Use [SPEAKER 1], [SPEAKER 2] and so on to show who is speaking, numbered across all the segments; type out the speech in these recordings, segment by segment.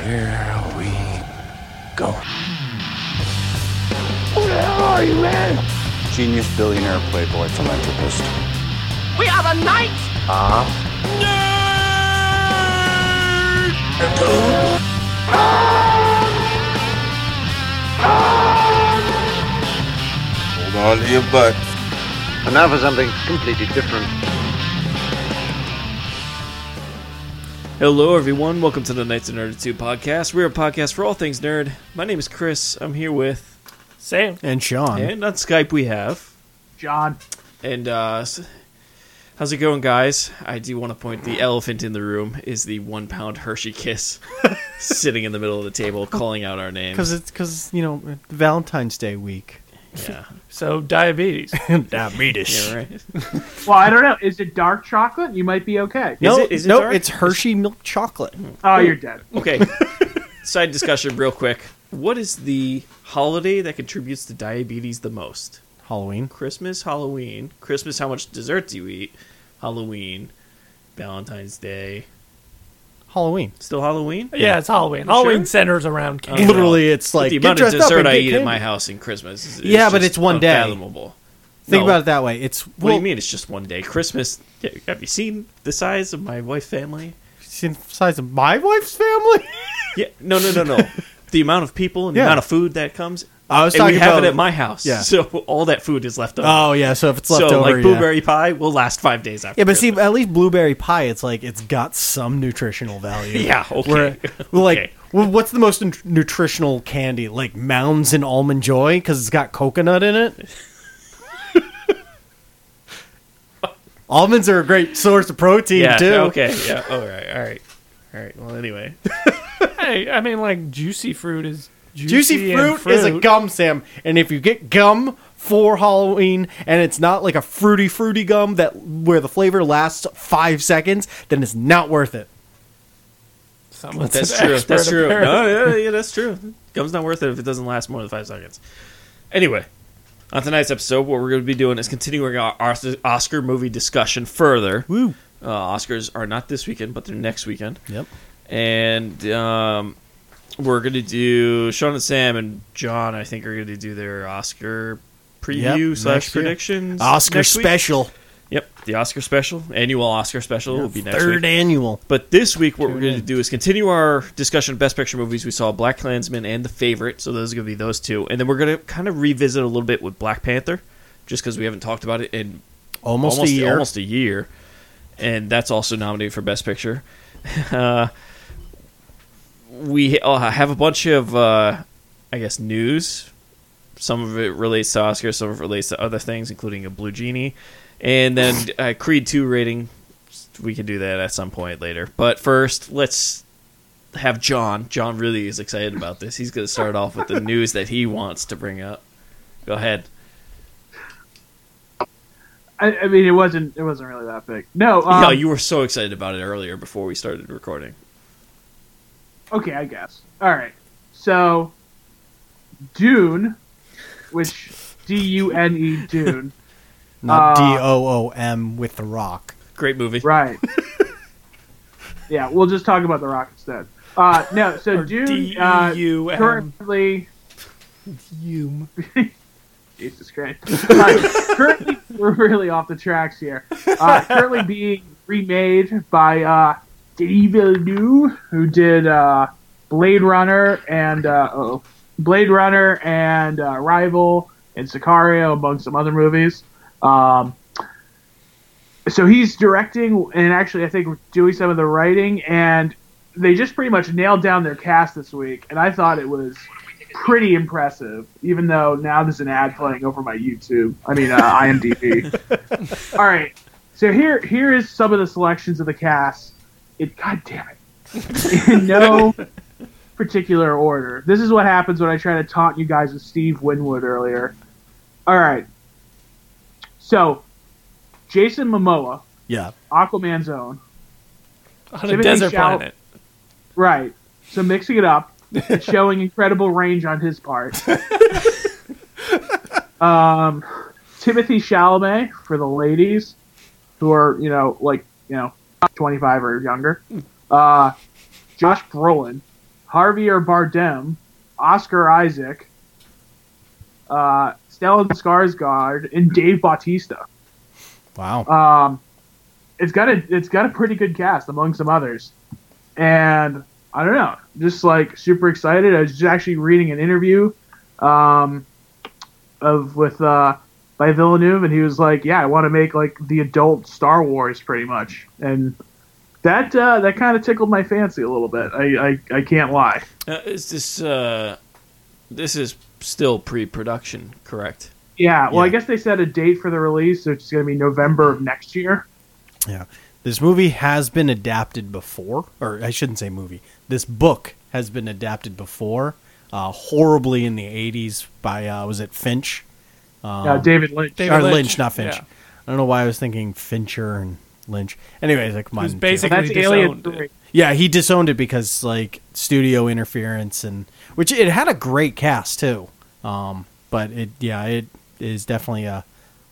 [SPEAKER 1] Here we go. Who the hell are you, man?
[SPEAKER 2] Genius, billionaire, playboy, philanthropist.
[SPEAKER 3] We are the knights
[SPEAKER 1] Ah. Uh-huh.
[SPEAKER 4] Hold on to your butt.
[SPEAKER 5] And now for something completely different.
[SPEAKER 6] Hello, everyone. Welcome to the Knights of Nerditude podcast. We're a podcast for all things nerd. My name is Chris. I'm here with,
[SPEAKER 7] Same.
[SPEAKER 8] And Sean.
[SPEAKER 6] and on Skype we have,
[SPEAKER 7] John.
[SPEAKER 6] and uh, s- how's it going, guys? I do want to point the elephant in the room is the one pound Hershey Kiss sitting in the middle of the table, calling out our names.
[SPEAKER 8] Because it's because you know Valentine's Day week.
[SPEAKER 6] Yeah,
[SPEAKER 7] So diabetes.
[SPEAKER 8] Diabetes.
[SPEAKER 6] yeah, right.
[SPEAKER 9] Well, I don't know. Is it dark chocolate? You might be okay.
[SPEAKER 8] No,
[SPEAKER 6] Is it- is it
[SPEAKER 8] no,
[SPEAKER 6] dark? Hmm.
[SPEAKER 8] it's Hershey milk chocolate.
[SPEAKER 9] Oh, you're dead.
[SPEAKER 6] Okay. Side discussion, real quick. What is the holiday that contributes to diabetes the most?
[SPEAKER 8] Halloween.
[SPEAKER 6] Christmas, Halloween. Christmas, how much dessert do you eat? Halloween, Valentine's Day.
[SPEAKER 8] Halloween.
[SPEAKER 6] Still Halloween?
[SPEAKER 7] Yeah, it's Halloween.
[SPEAKER 6] You
[SPEAKER 7] Halloween
[SPEAKER 6] sure?
[SPEAKER 7] centers around
[SPEAKER 6] Oh, Yeah.
[SPEAKER 7] candy.
[SPEAKER 8] Literally, it's like
[SPEAKER 6] the
[SPEAKER 8] get
[SPEAKER 6] amount of
[SPEAKER 8] dressed up
[SPEAKER 6] dessert
[SPEAKER 8] and
[SPEAKER 6] I
[SPEAKER 8] get
[SPEAKER 6] eat at
[SPEAKER 8] candy.
[SPEAKER 6] my house in Christmas. Is, is
[SPEAKER 8] Yeah, but
[SPEAKER 6] just
[SPEAKER 8] it's one day.
[SPEAKER 6] Unfathomable.
[SPEAKER 8] Think
[SPEAKER 6] No.
[SPEAKER 8] about it that way. It's well,
[SPEAKER 6] What do you mean? It's just one day. Christmas. yeah, Have you seen the size of my wife's family?
[SPEAKER 8] mean? Size of my wife's family.
[SPEAKER 6] Yeah. No, no, no, no. the amount of people and
[SPEAKER 8] Yeah.
[SPEAKER 6] the amount of food that comes.
[SPEAKER 8] I was
[SPEAKER 6] and we
[SPEAKER 8] talking
[SPEAKER 6] have
[SPEAKER 8] about-
[SPEAKER 6] it at my house.
[SPEAKER 8] Yeah.
[SPEAKER 6] So all that food is left over.
[SPEAKER 8] oh yeah, so if it's left
[SPEAKER 6] so
[SPEAKER 8] over,
[SPEAKER 6] like
[SPEAKER 8] yeah.
[SPEAKER 6] blueberry pie will last five days after.
[SPEAKER 8] Yeah, but see,
[SPEAKER 6] Christmas.
[SPEAKER 8] at least blueberry pie, it's like it's got some nutritional value.
[SPEAKER 6] yeah, okay.
[SPEAKER 8] Where, like,
[SPEAKER 6] Okay.
[SPEAKER 8] well, what's the most nut- nutritional candy? Like Mounds and Almond Joy because it's got coconut in it. Almonds are a great source of protein
[SPEAKER 6] yeah,
[SPEAKER 8] too.
[SPEAKER 6] okay, yeah. All right, all right, all right. Well, anyway,
[SPEAKER 7] Hey, I mean, like juicy fruit is juicy,
[SPEAKER 8] Juicy
[SPEAKER 7] and
[SPEAKER 8] fruit, is a gum, Sam, and if you get gum for Halloween and it's not like a fruity fruity gum that where the flavor lasts five seconds, then it's not worth it.
[SPEAKER 7] Someone's
[SPEAKER 6] that's
[SPEAKER 7] an
[SPEAKER 6] true.
[SPEAKER 7] expert
[SPEAKER 6] That's true.
[SPEAKER 7] apparently.
[SPEAKER 6] No, yeah, yeah, that's true. Gum's not worth it if it doesn't last more than five seconds. Anyway, on tonight's episode, what we're going to be doing is continuing our Os- Oscar movie discussion further.
[SPEAKER 8] Woo.
[SPEAKER 6] Uh, Oscars are not this weekend, but they're next weekend.
[SPEAKER 8] Yep.
[SPEAKER 6] and um, we're gonna do Sean and Sam and John. I think are gonna do their Oscar
[SPEAKER 8] Yep,
[SPEAKER 6] preview
[SPEAKER 8] next
[SPEAKER 6] slash
[SPEAKER 8] year.
[SPEAKER 6] predictions.
[SPEAKER 8] Oscar
[SPEAKER 6] next week.
[SPEAKER 8] special,
[SPEAKER 6] Yep, the Oscar special, annual Oscar special will be next
[SPEAKER 8] third
[SPEAKER 6] week.
[SPEAKER 8] annual.
[SPEAKER 6] But this week, what we're
[SPEAKER 8] Tune
[SPEAKER 6] going to
[SPEAKER 8] in.
[SPEAKER 6] do is continue our discussion of Best Picture movies. We saw Black Klansman and The Favorite, so those are going to be those two, and then we're going to kind of revisit a little bit with Black Panther, just because we haven't talked about it in
[SPEAKER 8] Almost, a year.
[SPEAKER 6] almost a year, and that's also nominated for Best Picture. Uh, we uh, have a bunch of, uh, I guess, news. Some of it relates to Oscar, some of it relates to other things, including a Blue Genie, and then uh, Creed Two rating. We can do that at some point later, but first, let's have John. John really is excited about this. He's going to start off with the news that he wants to bring up. Go ahead.
[SPEAKER 9] I, I mean, it wasn't. It wasn't really that big. No. Um,
[SPEAKER 6] Yeah, you were so excited about it earlier before we started recording.
[SPEAKER 9] Okay, I guess. All right. So, Dune, which D U N E Dune,
[SPEAKER 8] Not
[SPEAKER 9] Uh,
[SPEAKER 8] D O O M with the rock.
[SPEAKER 6] Great movie.
[SPEAKER 9] right? yeah, we'll just talk about the Rock instead. Uh, no, so
[SPEAKER 7] Or
[SPEAKER 9] Dune uh,
[SPEAKER 7] D-U-M.
[SPEAKER 9] currently
[SPEAKER 7] Hume.
[SPEAKER 9] Jesus Christ. Uh, currently, we're really off the tracks here. Uh, currently being remade by uh, Denis Villeneuve, who did uh, Blade Runner and uh, oh, Blade Runner and uh, Rival and Sicario, among some other movies. Um, so he's directing and actually, I think, doing some of the writing. And they just pretty much nailed down their cast this week, and I thought it was pretty impressive. Even though now there's an ad playing over my YouTube, I mean uh, IMDb. All right, so here here is some of the selections of the cast. It God damn it, in no particular order. This is what happens when I try to taunt you guys with Steve Winwood earlier. All right, so Jason Momoa,
[SPEAKER 8] Yeah.
[SPEAKER 9] Aquaman's own,
[SPEAKER 7] On a
[SPEAKER 9] Timothy
[SPEAKER 7] desert
[SPEAKER 9] Chalamet.
[SPEAKER 7] planet.
[SPEAKER 9] Right. So mixing it up, it's showing incredible range on his part. um, Timothy Chalamet for the ladies who are, you know, like, you know, 25 or younger. Uh, Josh Brolin, Javier Bardem, Oscar Isaac, uh, Stellan Skarsgård, and Dave Bautista.
[SPEAKER 8] Wow.
[SPEAKER 9] Um, it's got a it's got a pretty good cast among some others, and I don't know, just like super excited. I was just actually reading an interview, um, of with uh, by Villeneuve, and he was like, "Yeah, I want to make like the adult Star Wars, pretty much," and that uh, that kind of tickled my fancy a little bit. I I, I can't lie.
[SPEAKER 6] Uh, is this uh, this is still pre-production, correct?
[SPEAKER 9] Yeah, well, I guess they set a date for the release, so it's going to be November of next year.
[SPEAKER 8] Yeah. This movie has been adapted before, or I shouldn't say movie. This book has been adapted before, uh, horribly in the 80s by, uh, was it Finch? Um,
[SPEAKER 9] Uh, David Lynch.
[SPEAKER 7] David
[SPEAKER 8] or Lynch,
[SPEAKER 7] Lynch.
[SPEAKER 8] not Finch.
[SPEAKER 7] Yeah.
[SPEAKER 8] I don't know why I was thinking Fincher and Lynch. Anyways, like mine.
[SPEAKER 7] Who's
[SPEAKER 8] too.
[SPEAKER 7] basically
[SPEAKER 9] That's Alien
[SPEAKER 7] disowned it.
[SPEAKER 9] 3.
[SPEAKER 8] Yeah, he disowned it because like studio interference and which it had a great cast too. Um, but it yeah, it is definitely a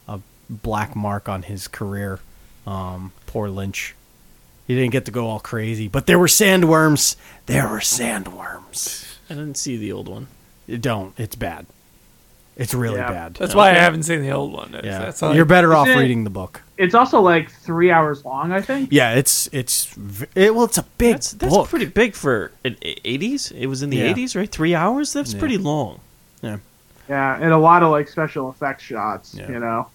[SPEAKER 8] a black mark on his career. Um, poor Lynch. He didn't get to go all crazy, but there were sandworms. There were sandworms.
[SPEAKER 6] I didn't see the old one.
[SPEAKER 8] It don't. It's bad. It's really
[SPEAKER 9] Yeah.
[SPEAKER 8] bad.
[SPEAKER 7] That's why I haven't seen the old one. It's-
[SPEAKER 8] Yeah.
[SPEAKER 7] That's like,
[SPEAKER 8] You're better off
[SPEAKER 9] Is it-
[SPEAKER 8] reading the book.
[SPEAKER 9] It's also like three hours long, I think.
[SPEAKER 8] Yeah, it's it's v- it, well, it's a big
[SPEAKER 6] That's that's
[SPEAKER 8] book.
[SPEAKER 6] pretty big for an eighties. It was in the
[SPEAKER 8] Yeah.
[SPEAKER 6] eighties, right? Three hours. That's
[SPEAKER 8] Yeah.
[SPEAKER 6] pretty long.
[SPEAKER 9] Yeah, and a lot of like special effects shots.
[SPEAKER 8] Yeah.
[SPEAKER 9] You know,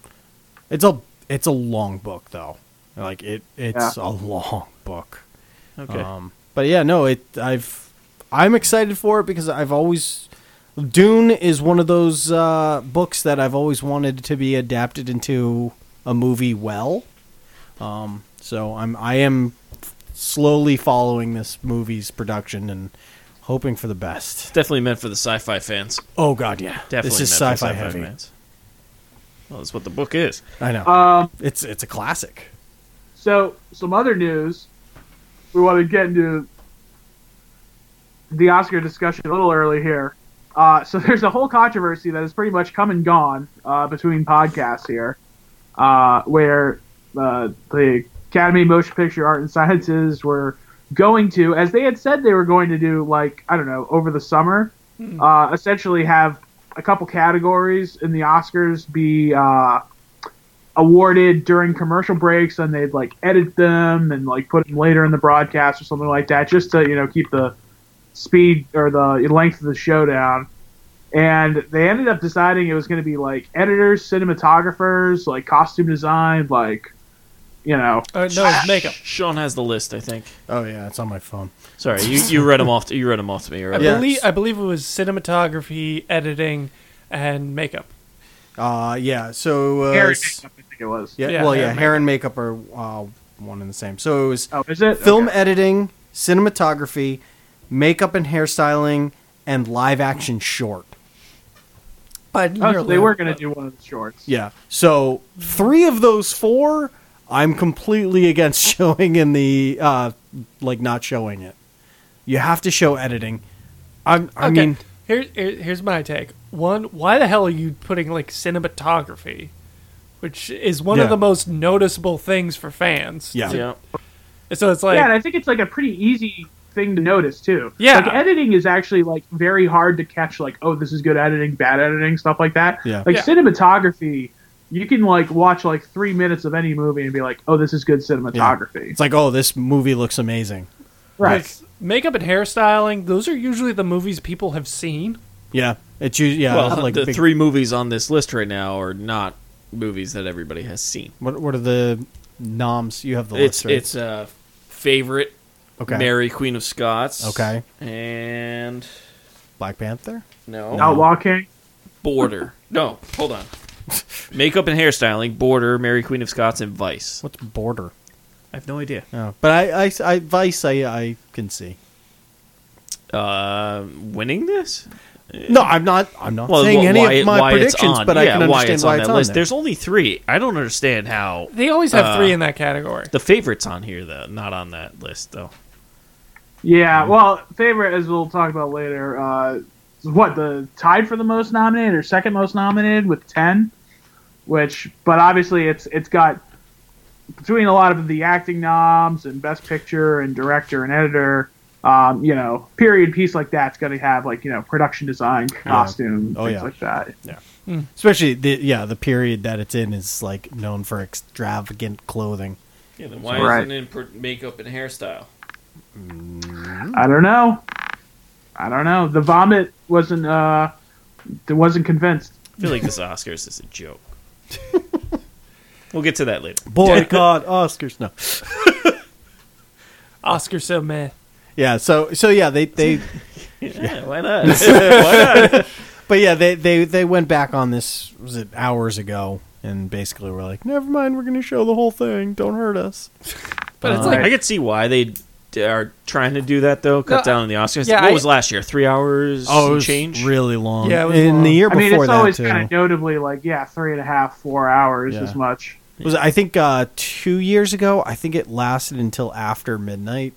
[SPEAKER 8] It's a it's a long book though. Like it it's a long book.
[SPEAKER 6] Okay.
[SPEAKER 8] Um but yeah, no, it I've I'm excited for it because I've always Dune is one of those uh, books that I've always wanted to be adapted into a movie well. Um so I'm I am slowly following this movie's production and hoping for the best.
[SPEAKER 6] Definitely meant for the sci-fi fans.
[SPEAKER 8] Oh god, yeah.
[SPEAKER 6] Definitely
[SPEAKER 8] this is
[SPEAKER 6] meant
[SPEAKER 8] sci-fi,
[SPEAKER 6] for sci-fi
[SPEAKER 8] heavy.
[SPEAKER 6] fans. Well, that's what the book is.
[SPEAKER 8] I know.
[SPEAKER 9] um,
[SPEAKER 8] it's it's a classic.
[SPEAKER 9] so some other news. We want to get into the Oscar discussion a little early here. Uh, so there's a whole controversy that has pretty much come and gone uh, between podcasts here, uh, where uh, the Academy of Motion Picture Art and Sciences were going to, as they had said they were going to do, like I don't know, over the summer, uh, essentially have a couple categories in the Oscars be uh, awarded during commercial breaks, and they'd like edit them and like put them later in the broadcast or something like that, just to you know keep the speed or the length of the show down. And they ended up deciding it was going to be like editors, cinematographers, like costume design, like you know,
[SPEAKER 7] Uh, no, it's makeup.
[SPEAKER 6] Sean has the list, I think.
[SPEAKER 8] Oh yeah, it's on my phone.
[SPEAKER 6] Sorry, you, you read them off. To, you read 'em off to me
[SPEAKER 7] I
[SPEAKER 6] earlier.
[SPEAKER 8] Yeah.
[SPEAKER 7] believe I believe it was cinematography, editing, and makeup.
[SPEAKER 8] Uh, yeah. So uh,
[SPEAKER 9] hair
[SPEAKER 8] s-
[SPEAKER 9] makeup, I think it was.
[SPEAKER 8] Yeah,
[SPEAKER 7] Yeah,
[SPEAKER 8] Well,
[SPEAKER 7] hair
[SPEAKER 8] yeah,
[SPEAKER 7] and
[SPEAKER 8] hair and makeup are uh, one and the same. So it was
[SPEAKER 9] Oh, is it
[SPEAKER 8] film
[SPEAKER 9] Okay.
[SPEAKER 8] editing, cinematography, makeup and hairstyling, and live action short.
[SPEAKER 7] But
[SPEAKER 9] Oh, so they were going to do one of the shorts.
[SPEAKER 8] Yeah. So three of those four, I'm completely against showing in the uh, like not showing it. You have to show editing. I'm, I
[SPEAKER 7] okay.
[SPEAKER 8] mean,
[SPEAKER 7] here, here- here's my take. One, why the hell are you putting like cinematography, which is one
[SPEAKER 8] Yeah.
[SPEAKER 7] of the most noticeable things for fans?
[SPEAKER 8] yeah.
[SPEAKER 6] Yeah.
[SPEAKER 7] So it's like
[SPEAKER 9] yeah, and I think it's like a pretty easy thing to notice too.
[SPEAKER 7] Yeah.
[SPEAKER 9] like editing is actually like very hard to catch. Like, oh, this is good editing, bad editing, stuff like that.
[SPEAKER 8] Yeah.
[SPEAKER 9] like
[SPEAKER 7] Yeah.
[SPEAKER 9] cinematography, you can like watch like three minutes of any movie and be like, oh, this is good cinematography.
[SPEAKER 8] It's like, oh, this movie looks amazing.
[SPEAKER 9] Right.
[SPEAKER 7] it's makeup and hairstyling. Those are usually the movies people have seen.
[SPEAKER 8] Yeah. It's u- yeah.
[SPEAKER 6] Well,
[SPEAKER 8] like
[SPEAKER 6] the
[SPEAKER 8] big-
[SPEAKER 6] three movies on this list right now are not movies that everybody has seen.
[SPEAKER 8] What, what are the noms? You have the
[SPEAKER 6] It's
[SPEAKER 8] list, right?
[SPEAKER 6] it's uh, favorite
[SPEAKER 8] okay.
[SPEAKER 6] Mary Queen of Scots.
[SPEAKER 8] Okay.
[SPEAKER 6] And
[SPEAKER 8] Black Panther.
[SPEAKER 6] no
[SPEAKER 9] Outlaw King.
[SPEAKER 6] border. No, hold on. Makeup and hairstyling, border, Mary Queen of Scots, and Vice.
[SPEAKER 8] What's border?
[SPEAKER 6] I have no idea.
[SPEAKER 8] Oh, but I, I, I Vice, I, I can see.
[SPEAKER 6] Uh, winning this?
[SPEAKER 8] No, I'm not. I'm not saying
[SPEAKER 6] wh-
[SPEAKER 8] any
[SPEAKER 6] why it-
[SPEAKER 8] of my
[SPEAKER 6] why it's
[SPEAKER 8] predictions,
[SPEAKER 6] on-
[SPEAKER 8] but I
[SPEAKER 6] yeah,
[SPEAKER 8] can understand why it's on,
[SPEAKER 6] that list.
[SPEAKER 8] there.
[SPEAKER 6] There's only three. I don't understand how
[SPEAKER 7] They always have
[SPEAKER 6] Uh,
[SPEAKER 7] three in that category.
[SPEAKER 6] the favorites on here though, not on that list though.
[SPEAKER 9] Yeah, well, favorite as we'll talk about later. Uh, what the tied for the most nominated or second most nominated with ten, which but obviously it's it's got between a lot of the acting noms and best picture and director and editor, um, you know, period piece like that's going to have like you know production design, costume,
[SPEAKER 8] Oh,
[SPEAKER 9] things
[SPEAKER 8] yeah.
[SPEAKER 9] like that.
[SPEAKER 8] Especially the yeah, the period that it's in is like known for extravagant clothing.
[SPEAKER 6] Yeah, then why
[SPEAKER 9] Right.
[SPEAKER 6] isn't it in per- makeup and hairstyle?
[SPEAKER 8] Hmm.
[SPEAKER 9] I don't know. I don't know. The vomit wasn't. uh it wasn't convinced.
[SPEAKER 6] I feel like this Oscars is a joke. we'll get to that later.
[SPEAKER 8] Boycott Oscars. No.
[SPEAKER 7] Oscar so meh.
[SPEAKER 8] Yeah, so so yeah, they they
[SPEAKER 6] Yeah, why not? why not?
[SPEAKER 8] but yeah, they they they went back on this was it hours ago and basically were like, "Never mind, we're going to show the whole thing. Don't hurt us."
[SPEAKER 7] But it's
[SPEAKER 6] Uh,
[SPEAKER 7] like
[SPEAKER 6] I could see why they d- are trying to do that though. Cut
[SPEAKER 7] No,
[SPEAKER 6] down on the Oscars.
[SPEAKER 7] yeah,
[SPEAKER 6] what
[SPEAKER 7] I-
[SPEAKER 6] was last year? Three hours. and change.
[SPEAKER 8] Oh, really long.
[SPEAKER 7] Yeah, it was
[SPEAKER 8] in
[SPEAKER 7] long.
[SPEAKER 8] the year
[SPEAKER 9] I
[SPEAKER 8] before
[SPEAKER 9] mean, it's
[SPEAKER 8] that
[SPEAKER 9] always
[SPEAKER 8] too.
[SPEAKER 9] kind of notably like yeah, three and a half, four hours
[SPEAKER 8] Yeah.
[SPEAKER 9] as much.
[SPEAKER 8] was I think uh, two years ago. I think it lasted until after midnight,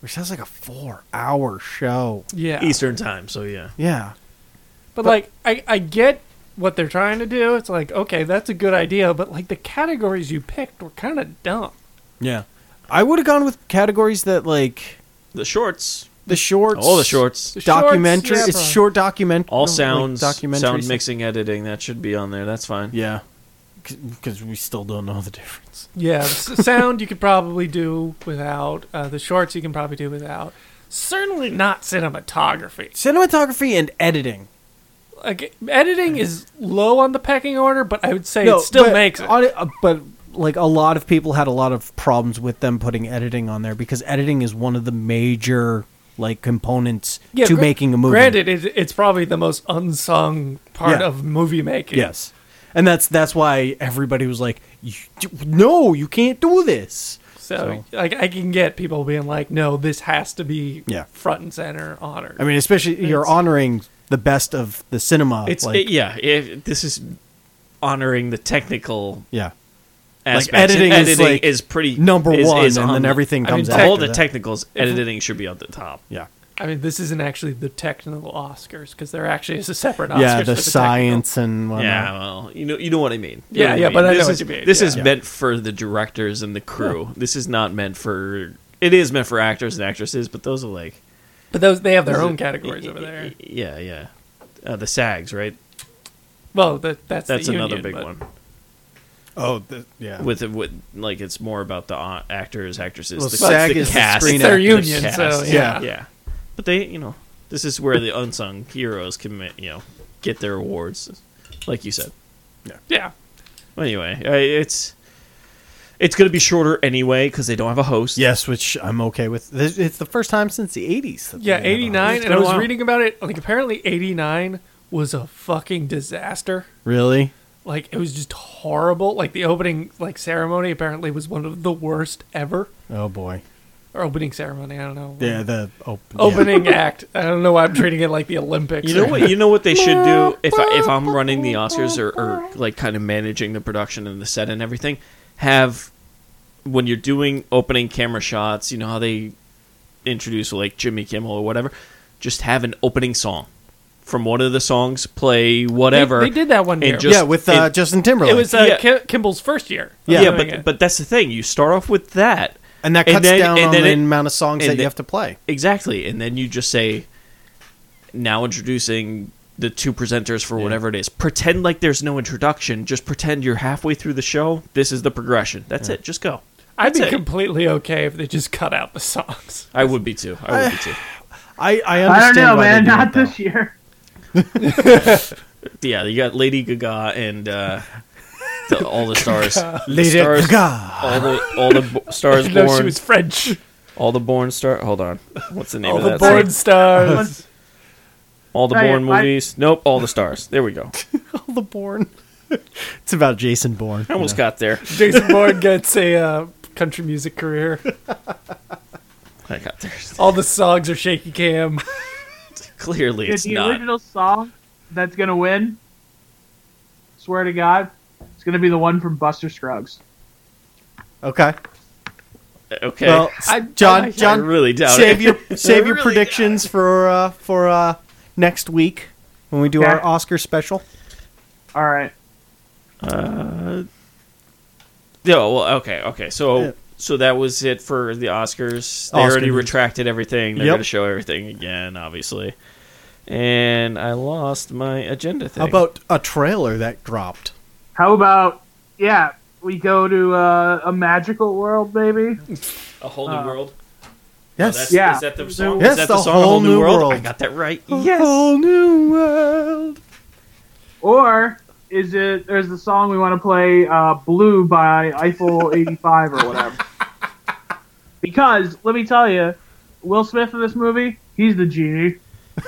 [SPEAKER 8] which sounds like a four-hour show.
[SPEAKER 7] yeah,
[SPEAKER 6] Eastern time. So yeah,
[SPEAKER 8] Yeah,
[SPEAKER 7] but like I I get what they're trying to do. It's like okay, that's a good idea, but like the categories you picked were kind of dumb.
[SPEAKER 8] yeah. I would have gone with categories that like
[SPEAKER 6] the shorts.
[SPEAKER 8] the shorts,
[SPEAKER 6] All the shorts.
[SPEAKER 7] The
[SPEAKER 8] documentary.
[SPEAKER 7] shorts, yeah,
[SPEAKER 8] it's
[SPEAKER 7] bro.
[SPEAKER 8] short document.
[SPEAKER 6] All
[SPEAKER 8] like
[SPEAKER 6] sounds.
[SPEAKER 8] documentary
[SPEAKER 6] sound
[SPEAKER 8] stuff.
[SPEAKER 6] mixing, editing. That should be on there. That's fine.
[SPEAKER 8] Yeah, because we still don't know the difference.
[SPEAKER 7] Yeah, the s- sound you could probably do without. Uh, the shorts you can probably do without. Certainly not cinematography.
[SPEAKER 8] Cinematography and editing.
[SPEAKER 7] Like editing is low on the pecking order, but I would say
[SPEAKER 8] No,
[SPEAKER 7] it still
[SPEAKER 8] but
[SPEAKER 7] makes it.
[SPEAKER 8] on uh, but like a lot of people had a lot of problems with them putting editing on there because editing is one of the major like components
[SPEAKER 7] Yeah,
[SPEAKER 8] to
[SPEAKER 7] gra-
[SPEAKER 8] making a movie.
[SPEAKER 7] Granted, it, it's probably the most unsung part
[SPEAKER 8] Yeah.
[SPEAKER 7] of movie making.
[SPEAKER 8] Yes. And that's that's why everybody was like, "You- "No, you can't do this."
[SPEAKER 7] So, like, I can get people being like, "No, this has to be
[SPEAKER 8] Yeah.
[SPEAKER 7] front and center honored."
[SPEAKER 8] I mean, especially you're
[SPEAKER 7] It's-
[SPEAKER 8] honoring the best of the cinema.
[SPEAKER 6] It's
[SPEAKER 8] like,
[SPEAKER 6] it- yeah. It, this is honoring the technical
[SPEAKER 8] yeah,
[SPEAKER 6] aspects.
[SPEAKER 8] editing
[SPEAKER 6] and
[SPEAKER 8] is,
[SPEAKER 6] editing
[SPEAKER 8] like,
[SPEAKER 6] is pretty
[SPEAKER 8] number
[SPEAKER 6] is-
[SPEAKER 8] one,
[SPEAKER 6] is
[SPEAKER 8] and
[SPEAKER 6] on
[SPEAKER 8] then
[SPEAKER 6] the-
[SPEAKER 8] everything
[SPEAKER 7] I mean,
[SPEAKER 8] comes
[SPEAKER 7] tech-
[SPEAKER 8] after
[SPEAKER 6] All the
[SPEAKER 8] that.
[SPEAKER 6] technicals, editing should be at the top.
[SPEAKER 8] yeah,
[SPEAKER 7] I mean, this isn't actually the technical Oscars because there actually is a separate Oscars.
[SPEAKER 8] yeah,
[SPEAKER 7] for
[SPEAKER 8] the
[SPEAKER 7] technical.
[SPEAKER 8] science and whatnot.
[SPEAKER 6] Yeah, well, you know, you know what I mean. You
[SPEAKER 7] Yeah,
[SPEAKER 6] know what
[SPEAKER 7] yeah, but I
[SPEAKER 6] this
[SPEAKER 7] know what
[SPEAKER 6] is,
[SPEAKER 7] you mean,
[SPEAKER 6] This
[SPEAKER 7] yeah.
[SPEAKER 6] is
[SPEAKER 8] Yeah.
[SPEAKER 6] meant for the directors and the crew. This is not meant for. It is meant for actors and actresses, but those are like
[SPEAKER 7] But those they have their own categories over
[SPEAKER 6] Y-
[SPEAKER 7] there.
[SPEAKER 6] y- Yeah, yeah. Uh, the SAGs, right?
[SPEAKER 7] Well, that, that's
[SPEAKER 6] That's
[SPEAKER 7] the
[SPEAKER 6] another
[SPEAKER 7] union,
[SPEAKER 6] big
[SPEAKER 7] but-
[SPEAKER 6] one.
[SPEAKER 8] Oh, the, yeah.
[SPEAKER 6] With with like it's more about the uh, actors, actresses.
[SPEAKER 8] Well,
[SPEAKER 6] the,
[SPEAKER 8] SAG
[SPEAKER 6] the
[SPEAKER 8] is the
[SPEAKER 6] cast.
[SPEAKER 8] Screen
[SPEAKER 7] It's their
[SPEAKER 8] Actors
[SPEAKER 7] union, so
[SPEAKER 6] cast.
[SPEAKER 7] yeah.
[SPEAKER 6] yeah. But they, you know, this is where the unsung heroes can, ma- you know, get their awards, like you said.
[SPEAKER 7] Yeah.
[SPEAKER 6] Well, Anyway, I- it's it's going to be shorter anyway because they don't have a host.
[SPEAKER 8] Yes, which I'm okay with. This- It's the first time since the 80s. that
[SPEAKER 7] Yeah,
[SPEAKER 8] they have a
[SPEAKER 7] 89
[SPEAKER 8] host.
[SPEAKER 7] and I
[SPEAKER 6] a
[SPEAKER 7] was
[SPEAKER 6] while.
[SPEAKER 7] reading about it like apparently 89 was a fucking disaster.
[SPEAKER 8] Really?
[SPEAKER 7] Like it was just horrible. Like the opening like ceremony apparently was one of the worst ever.
[SPEAKER 8] Oh boy.
[SPEAKER 7] Or opening ceremony, I don't know.
[SPEAKER 8] Yeah, the open.
[SPEAKER 7] Opening act. I don't know why I'm treating it like the Olympics.
[SPEAKER 6] You know
[SPEAKER 7] or-
[SPEAKER 6] what? You know what they should do if I, if I'm running the Oscars or, or like kind of managing the production and the set and everything, have when you're doing opening camera shots, you know how they introduce like Jimmy Kimmel or whatever, just have an opening song from one of the songs, play whatever.
[SPEAKER 7] They, they did that one
[SPEAKER 6] and
[SPEAKER 7] year.
[SPEAKER 6] just-
[SPEAKER 8] yeah, with uh,
[SPEAKER 6] it-
[SPEAKER 8] Justin Timberlake.
[SPEAKER 7] it was uh,
[SPEAKER 6] Yeah.
[SPEAKER 7] Kim- Kimball's first year. of
[SPEAKER 8] Yeah.
[SPEAKER 6] yeah,
[SPEAKER 7] doing
[SPEAKER 6] but
[SPEAKER 7] it.
[SPEAKER 6] but that's the thing. You start off with that,
[SPEAKER 8] and that cuts
[SPEAKER 6] then-
[SPEAKER 8] down
[SPEAKER 6] and
[SPEAKER 8] on
[SPEAKER 6] then
[SPEAKER 8] the
[SPEAKER 6] it-
[SPEAKER 8] amount of songs
[SPEAKER 6] and
[SPEAKER 8] that you
[SPEAKER 6] then-
[SPEAKER 8] have to play.
[SPEAKER 6] Exactly. And then you just say, now introducing the two presenters for whatever it is. Pretend like there's no introduction. Just pretend you're halfway through the show. This is the progression. That's it. Just go.
[SPEAKER 7] I'd be
[SPEAKER 6] That's it.
[SPEAKER 7] completely okay if they just cut out the songs.
[SPEAKER 6] I would be too. I would be too.
[SPEAKER 8] I I
[SPEAKER 9] I don't
[SPEAKER 8] understand.
[SPEAKER 9] know,
[SPEAKER 8] why they
[SPEAKER 9] man.
[SPEAKER 8] do it,
[SPEAKER 9] Not
[SPEAKER 8] though.
[SPEAKER 9] this year.
[SPEAKER 6] Yeah, you got Lady Gaga and uh, the, all the stars.
[SPEAKER 8] Lady
[SPEAKER 6] stars-
[SPEAKER 8] Gaga.
[SPEAKER 6] All the all the bo- stars
[SPEAKER 7] No, she
[SPEAKER 6] born.
[SPEAKER 7] was French.
[SPEAKER 6] All the born star. Hold on. What's the name
[SPEAKER 7] All
[SPEAKER 6] of
[SPEAKER 7] the
[SPEAKER 6] that?
[SPEAKER 7] born
[SPEAKER 6] song?
[SPEAKER 7] stars.
[SPEAKER 6] All the
[SPEAKER 9] Hey,
[SPEAKER 6] born
[SPEAKER 9] I-
[SPEAKER 6] movies. Nope. All the stars. There we go.
[SPEAKER 8] All the Bourne. it's about Jason Bourne.
[SPEAKER 6] I almost got there.
[SPEAKER 7] Jason Bourne gets a uh, country music career.
[SPEAKER 6] I got there.
[SPEAKER 7] All the songs are shaky cam.
[SPEAKER 6] Clearly,
[SPEAKER 9] Dude,
[SPEAKER 6] it's
[SPEAKER 9] the
[SPEAKER 6] not.
[SPEAKER 9] original song that's gonna win. Swear to God, it's gonna be the one from Buster Scruggs.
[SPEAKER 8] Okay.
[SPEAKER 6] Okay.
[SPEAKER 8] Well,
[SPEAKER 7] I-
[SPEAKER 8] John,
[SPEAKER 7] I- I
[SPEAKER 8] John,
[SPEAKER 6] really doubt
[SPEAKER 8] save
[SPEAKER 6] it.
[SPEAKER 8] your save your
[SPEAKER 6] really
[SPEAKER 8] predictions for uh, for uh, next week when we do
[SPEAKER 9] Okay.
[SPEAKER 8] our Oscar special.
[SPEAKER 9] All right.
[SPEAKER 6] Yeah, well, okay, okay. So
[SPEAKER 8] Yeah.
[SPEAKER 6] So that was it for the Oscars. They
[SPEAKER 8] Oscar
[SPEAKER 6] already
[SPEAKER 8] news.
[SPEAKER 6] retracted everything. They're
[SPEAKER 8] Yep.
[SPEAKER 6] going to show everything again, obviously. And I lost my agenda thing.
[SPEAKER 8] How about a trailer that dropped?
[SPEAKER 9] How about yeah? We go to uh, a magical world, maybe.
[SPEAKER 6] a whole new world?
[SPEAKER 8] Yes.
[SPEAKER 6] That's,
[SPEAKER 9] Yeah.
[SPEAKER 6] Is that the song?
[SPEAKER 8] Yes,
[SPEAKER 6] is that
[SPEAKER 8] the
[SPEAKER 6] the, song
[SPEAKER 8] whole
[SPEAKER 6] Whole New
[SPEAKER 8] new
[SPEAKER 6] World?
[SPEAKER 8] world.
[SPEAKER 6] I got that right.
[SPEAKER 8] A whole new world.
[SPEAKER 9] Or is it? There's the song we want to play, uh, "Blue" by Eiffel '85 or whatever. Because let me tell you, Will Smith in this movie, he's the genie. Uh,
[SPEAKER 7] We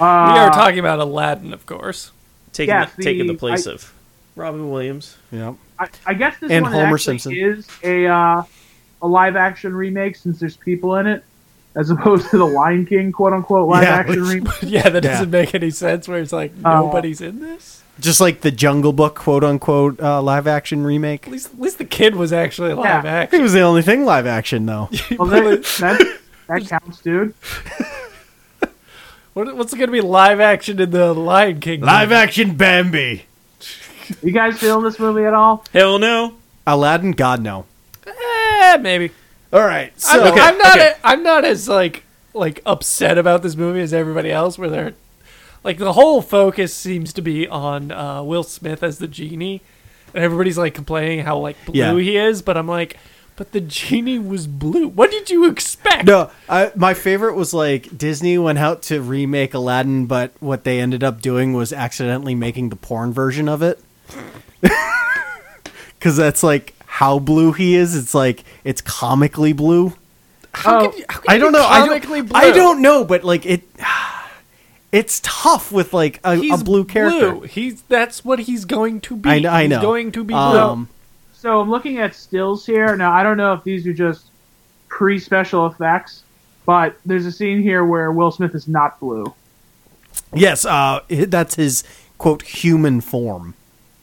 [SPEAKER 6] Ah.
[SPEAKER 7] are talking about Aladdin, of course.
[SPEAKER 6] Taking,
[SPEAKER 9] Yeah,
[SPEAKER 6] the, taking the
[SPEAKER 9] the-
[SPEAKER 6] place of Robin Williams.
[SPEAKER 8] Yeah.
[SPEAKER 9] I, I guess this
[SPEAKER 8] And
[SPEAKER 9] one
[SPEAKER 8] Homer
[SPEAKER 9] actually
[SPEAKER 8] Simpson.
[SPEAKER 9] is a uh, a live action remake since there's people in it, as opposed to the Lion King quote unquote live
[SPEAKER 8] Yeah,
[SPEAKER 9] action
[SPEAKER 8] which-
[SPEAKER 9] remake.
[SPEAKER 7] yeah, that
[SPEAKER 8] Yeah.
[SPEAKER 7] doesn't make any sense. Where it's like
[SPEAKER 9] Uh,
[SPEAKER 6] Oh.
[SPEAKER 7] nobody's in this.
[SPEAKER 8] Just like the Jungle Book quote unquote uh, live action remake.
[SPEAKER 7] At least, at least the kid was actually live
[SPEAKER 9] Yeah.
[SPEAKER 8] It
[SPEAKER 7] action.
[SPEAKER 8] was the only thing live action though.
[SPEAKER 9] Well, that, that, that counts, dude.
[SPEAKER 7] What, what's going to be live action in the Lion King? movie?
[SPEAKER 8] action Bambi.
[SPEAKER 9] You guys feel this movie at all?
[SPEAKER 6] Hell no.
[SPEAKER 8] Aladdin, God no.
[SPEAKER 7] Eh, maybe.
[SPEAKER 8] All right.
[SPEAKER 7] I'm,
[SPEAKER 8] So
[SPEAKER 7] I'm not. A, I'm not as like like upset about this movie as everybody else. Where they're like the whole focus seems to be on uh, Will Smith as the genie, and everybody's like complaining how like blue
[SPEAKER 8] Yeah.
[SPEAKER 7] he is. But I'm like, but the genie was blue. What did you expect?
[SPEAKER 8] No, I, my favorite was like Disney went out to remake Aladdin, but what they ended up doing was accidentally making the porn version of it. Because that's like how blue he is. It's like it's comically blue.
[SPEAKER 7] How could you, how could
[SPEAKER 8] I
[SPEAKER 7] you
[SPEAKER 8] don't
[SPEAKER 7] be
[SPEAKER 8] know. I
[SPEAKER 7] comically
[SPEAKER 8] don't,
[SPEAKER 7] blue?
[SPEAKER 8] I don't know, but like it, it's tough with like a, a
[SPEAKER 7] He's
[SPEAKER 8] blue character.
[SPEAKER 7] Blue. He's that's what he's going to be.
[SPEAKER 8] I, kn- I know.
[SPEAKER 7] He's going to be blue.
[SPEAKER 8] Um,
[SPEAKER 9] So I'm looking at stills here. Now I don't know if these are just pre special effects, but there's a scene here where Will Smith is not blue.
[SPEAKER 8] yes, uh, hi- that's his quote human form.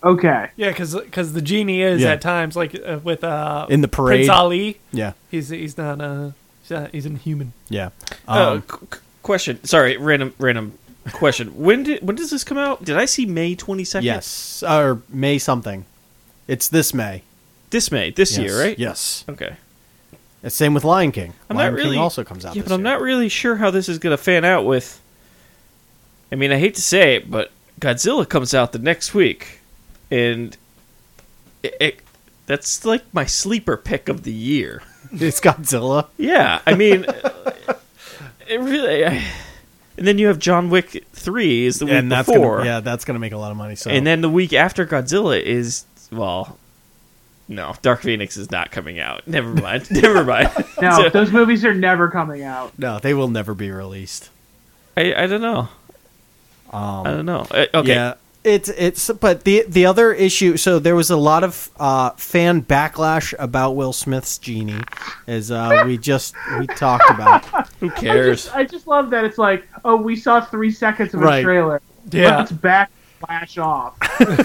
[SPEAKER 9] Okay.
[SPEAKER 7] yeah, because the genie is
[SPEAKER 8] Yeah.
[SPEAKER 7] at times like uh, with uh
[SPEAKER 8] In the parade.
[SPEAKER 7] Prince Ali.
[SPEAKER 8] Yeah,
[SPEAKER 7] He's he's not uh he's, not, he's inhuman.
[SPEAKER 8] yeah.
[SPEAKER 6] Uh,
[SPEAKER 8] Um,
[SPEAKER 6] qu- qu- question. Sorry, random random question. When did when does this come out? Did I see May twenty second?
[SPEAKER 8] Yes, or May something. It's this May.
[SPEAKER 6] This May, this
[SPEAKER 8] Yes.
[SPEAKER 6] year, right?
[SPEAKER 8] Yes.
[SPEAKER 6] Okay.
[SPEAKER 8] It's Same with Lion King.
[SPEAKER 6] I'm
[SPEAKER 8] Lion
[SPEAKER 6] not really
[SPEAKER 8] King also comes out.
[SPEAKER 6] Yeah,
[SPEAKER 8] this
[SPEAKER 6] but I'm
[SPEAKER 8] year.
[SPEAKER 6] not really sure how this is going to fan out with. I mean, I hate to say it, but Godzilla comes out the next week, and it, it that's like my sleeper pick of the year.
[SPEAKER 8] It's Godzilla.
[SPEAKER 6] Yeah, I mean, it really. I, and then you have John Wick three is the week
[SPEAKER 8] and that's
[SPEAKER 6] before.
[SPEAKER 8] gonna yeah, that's gonna make a lot of money. So
[SPEAKER 6] And then the week after Godzilla is well, no, Dark Phoenix is not coming out. Never mind. Never mind.
[SPEAKER 9] Now
[SPEAKER 6] So,
[SPEAKER 9] those movies are never coming out.
[SPEAKER 8] no, they will never be released.
[SPEAKER 6] I, I don't know.
[SPEAKER 8] Um,
[SPEAKER 6] I don't know. Uh, Okay.
[SPEAKER 8] Yeah. It's it's but the the other issue so there was a lot of uh, fan backlash about Will Smith's genie as uh, we just we talked about
[SPEAKER 6] Who
[SPEAKER 9] I
[SPEAKER 6] cares?
[SPEAKER 9] just, I just love that it's like, oh, we saw three seconds of a
[SPEAKER 8] Right.
[SPEAKER 9] trailer.
[SPEAKER 7] Yeah.
[SPEAKER 9] Let's back flash off.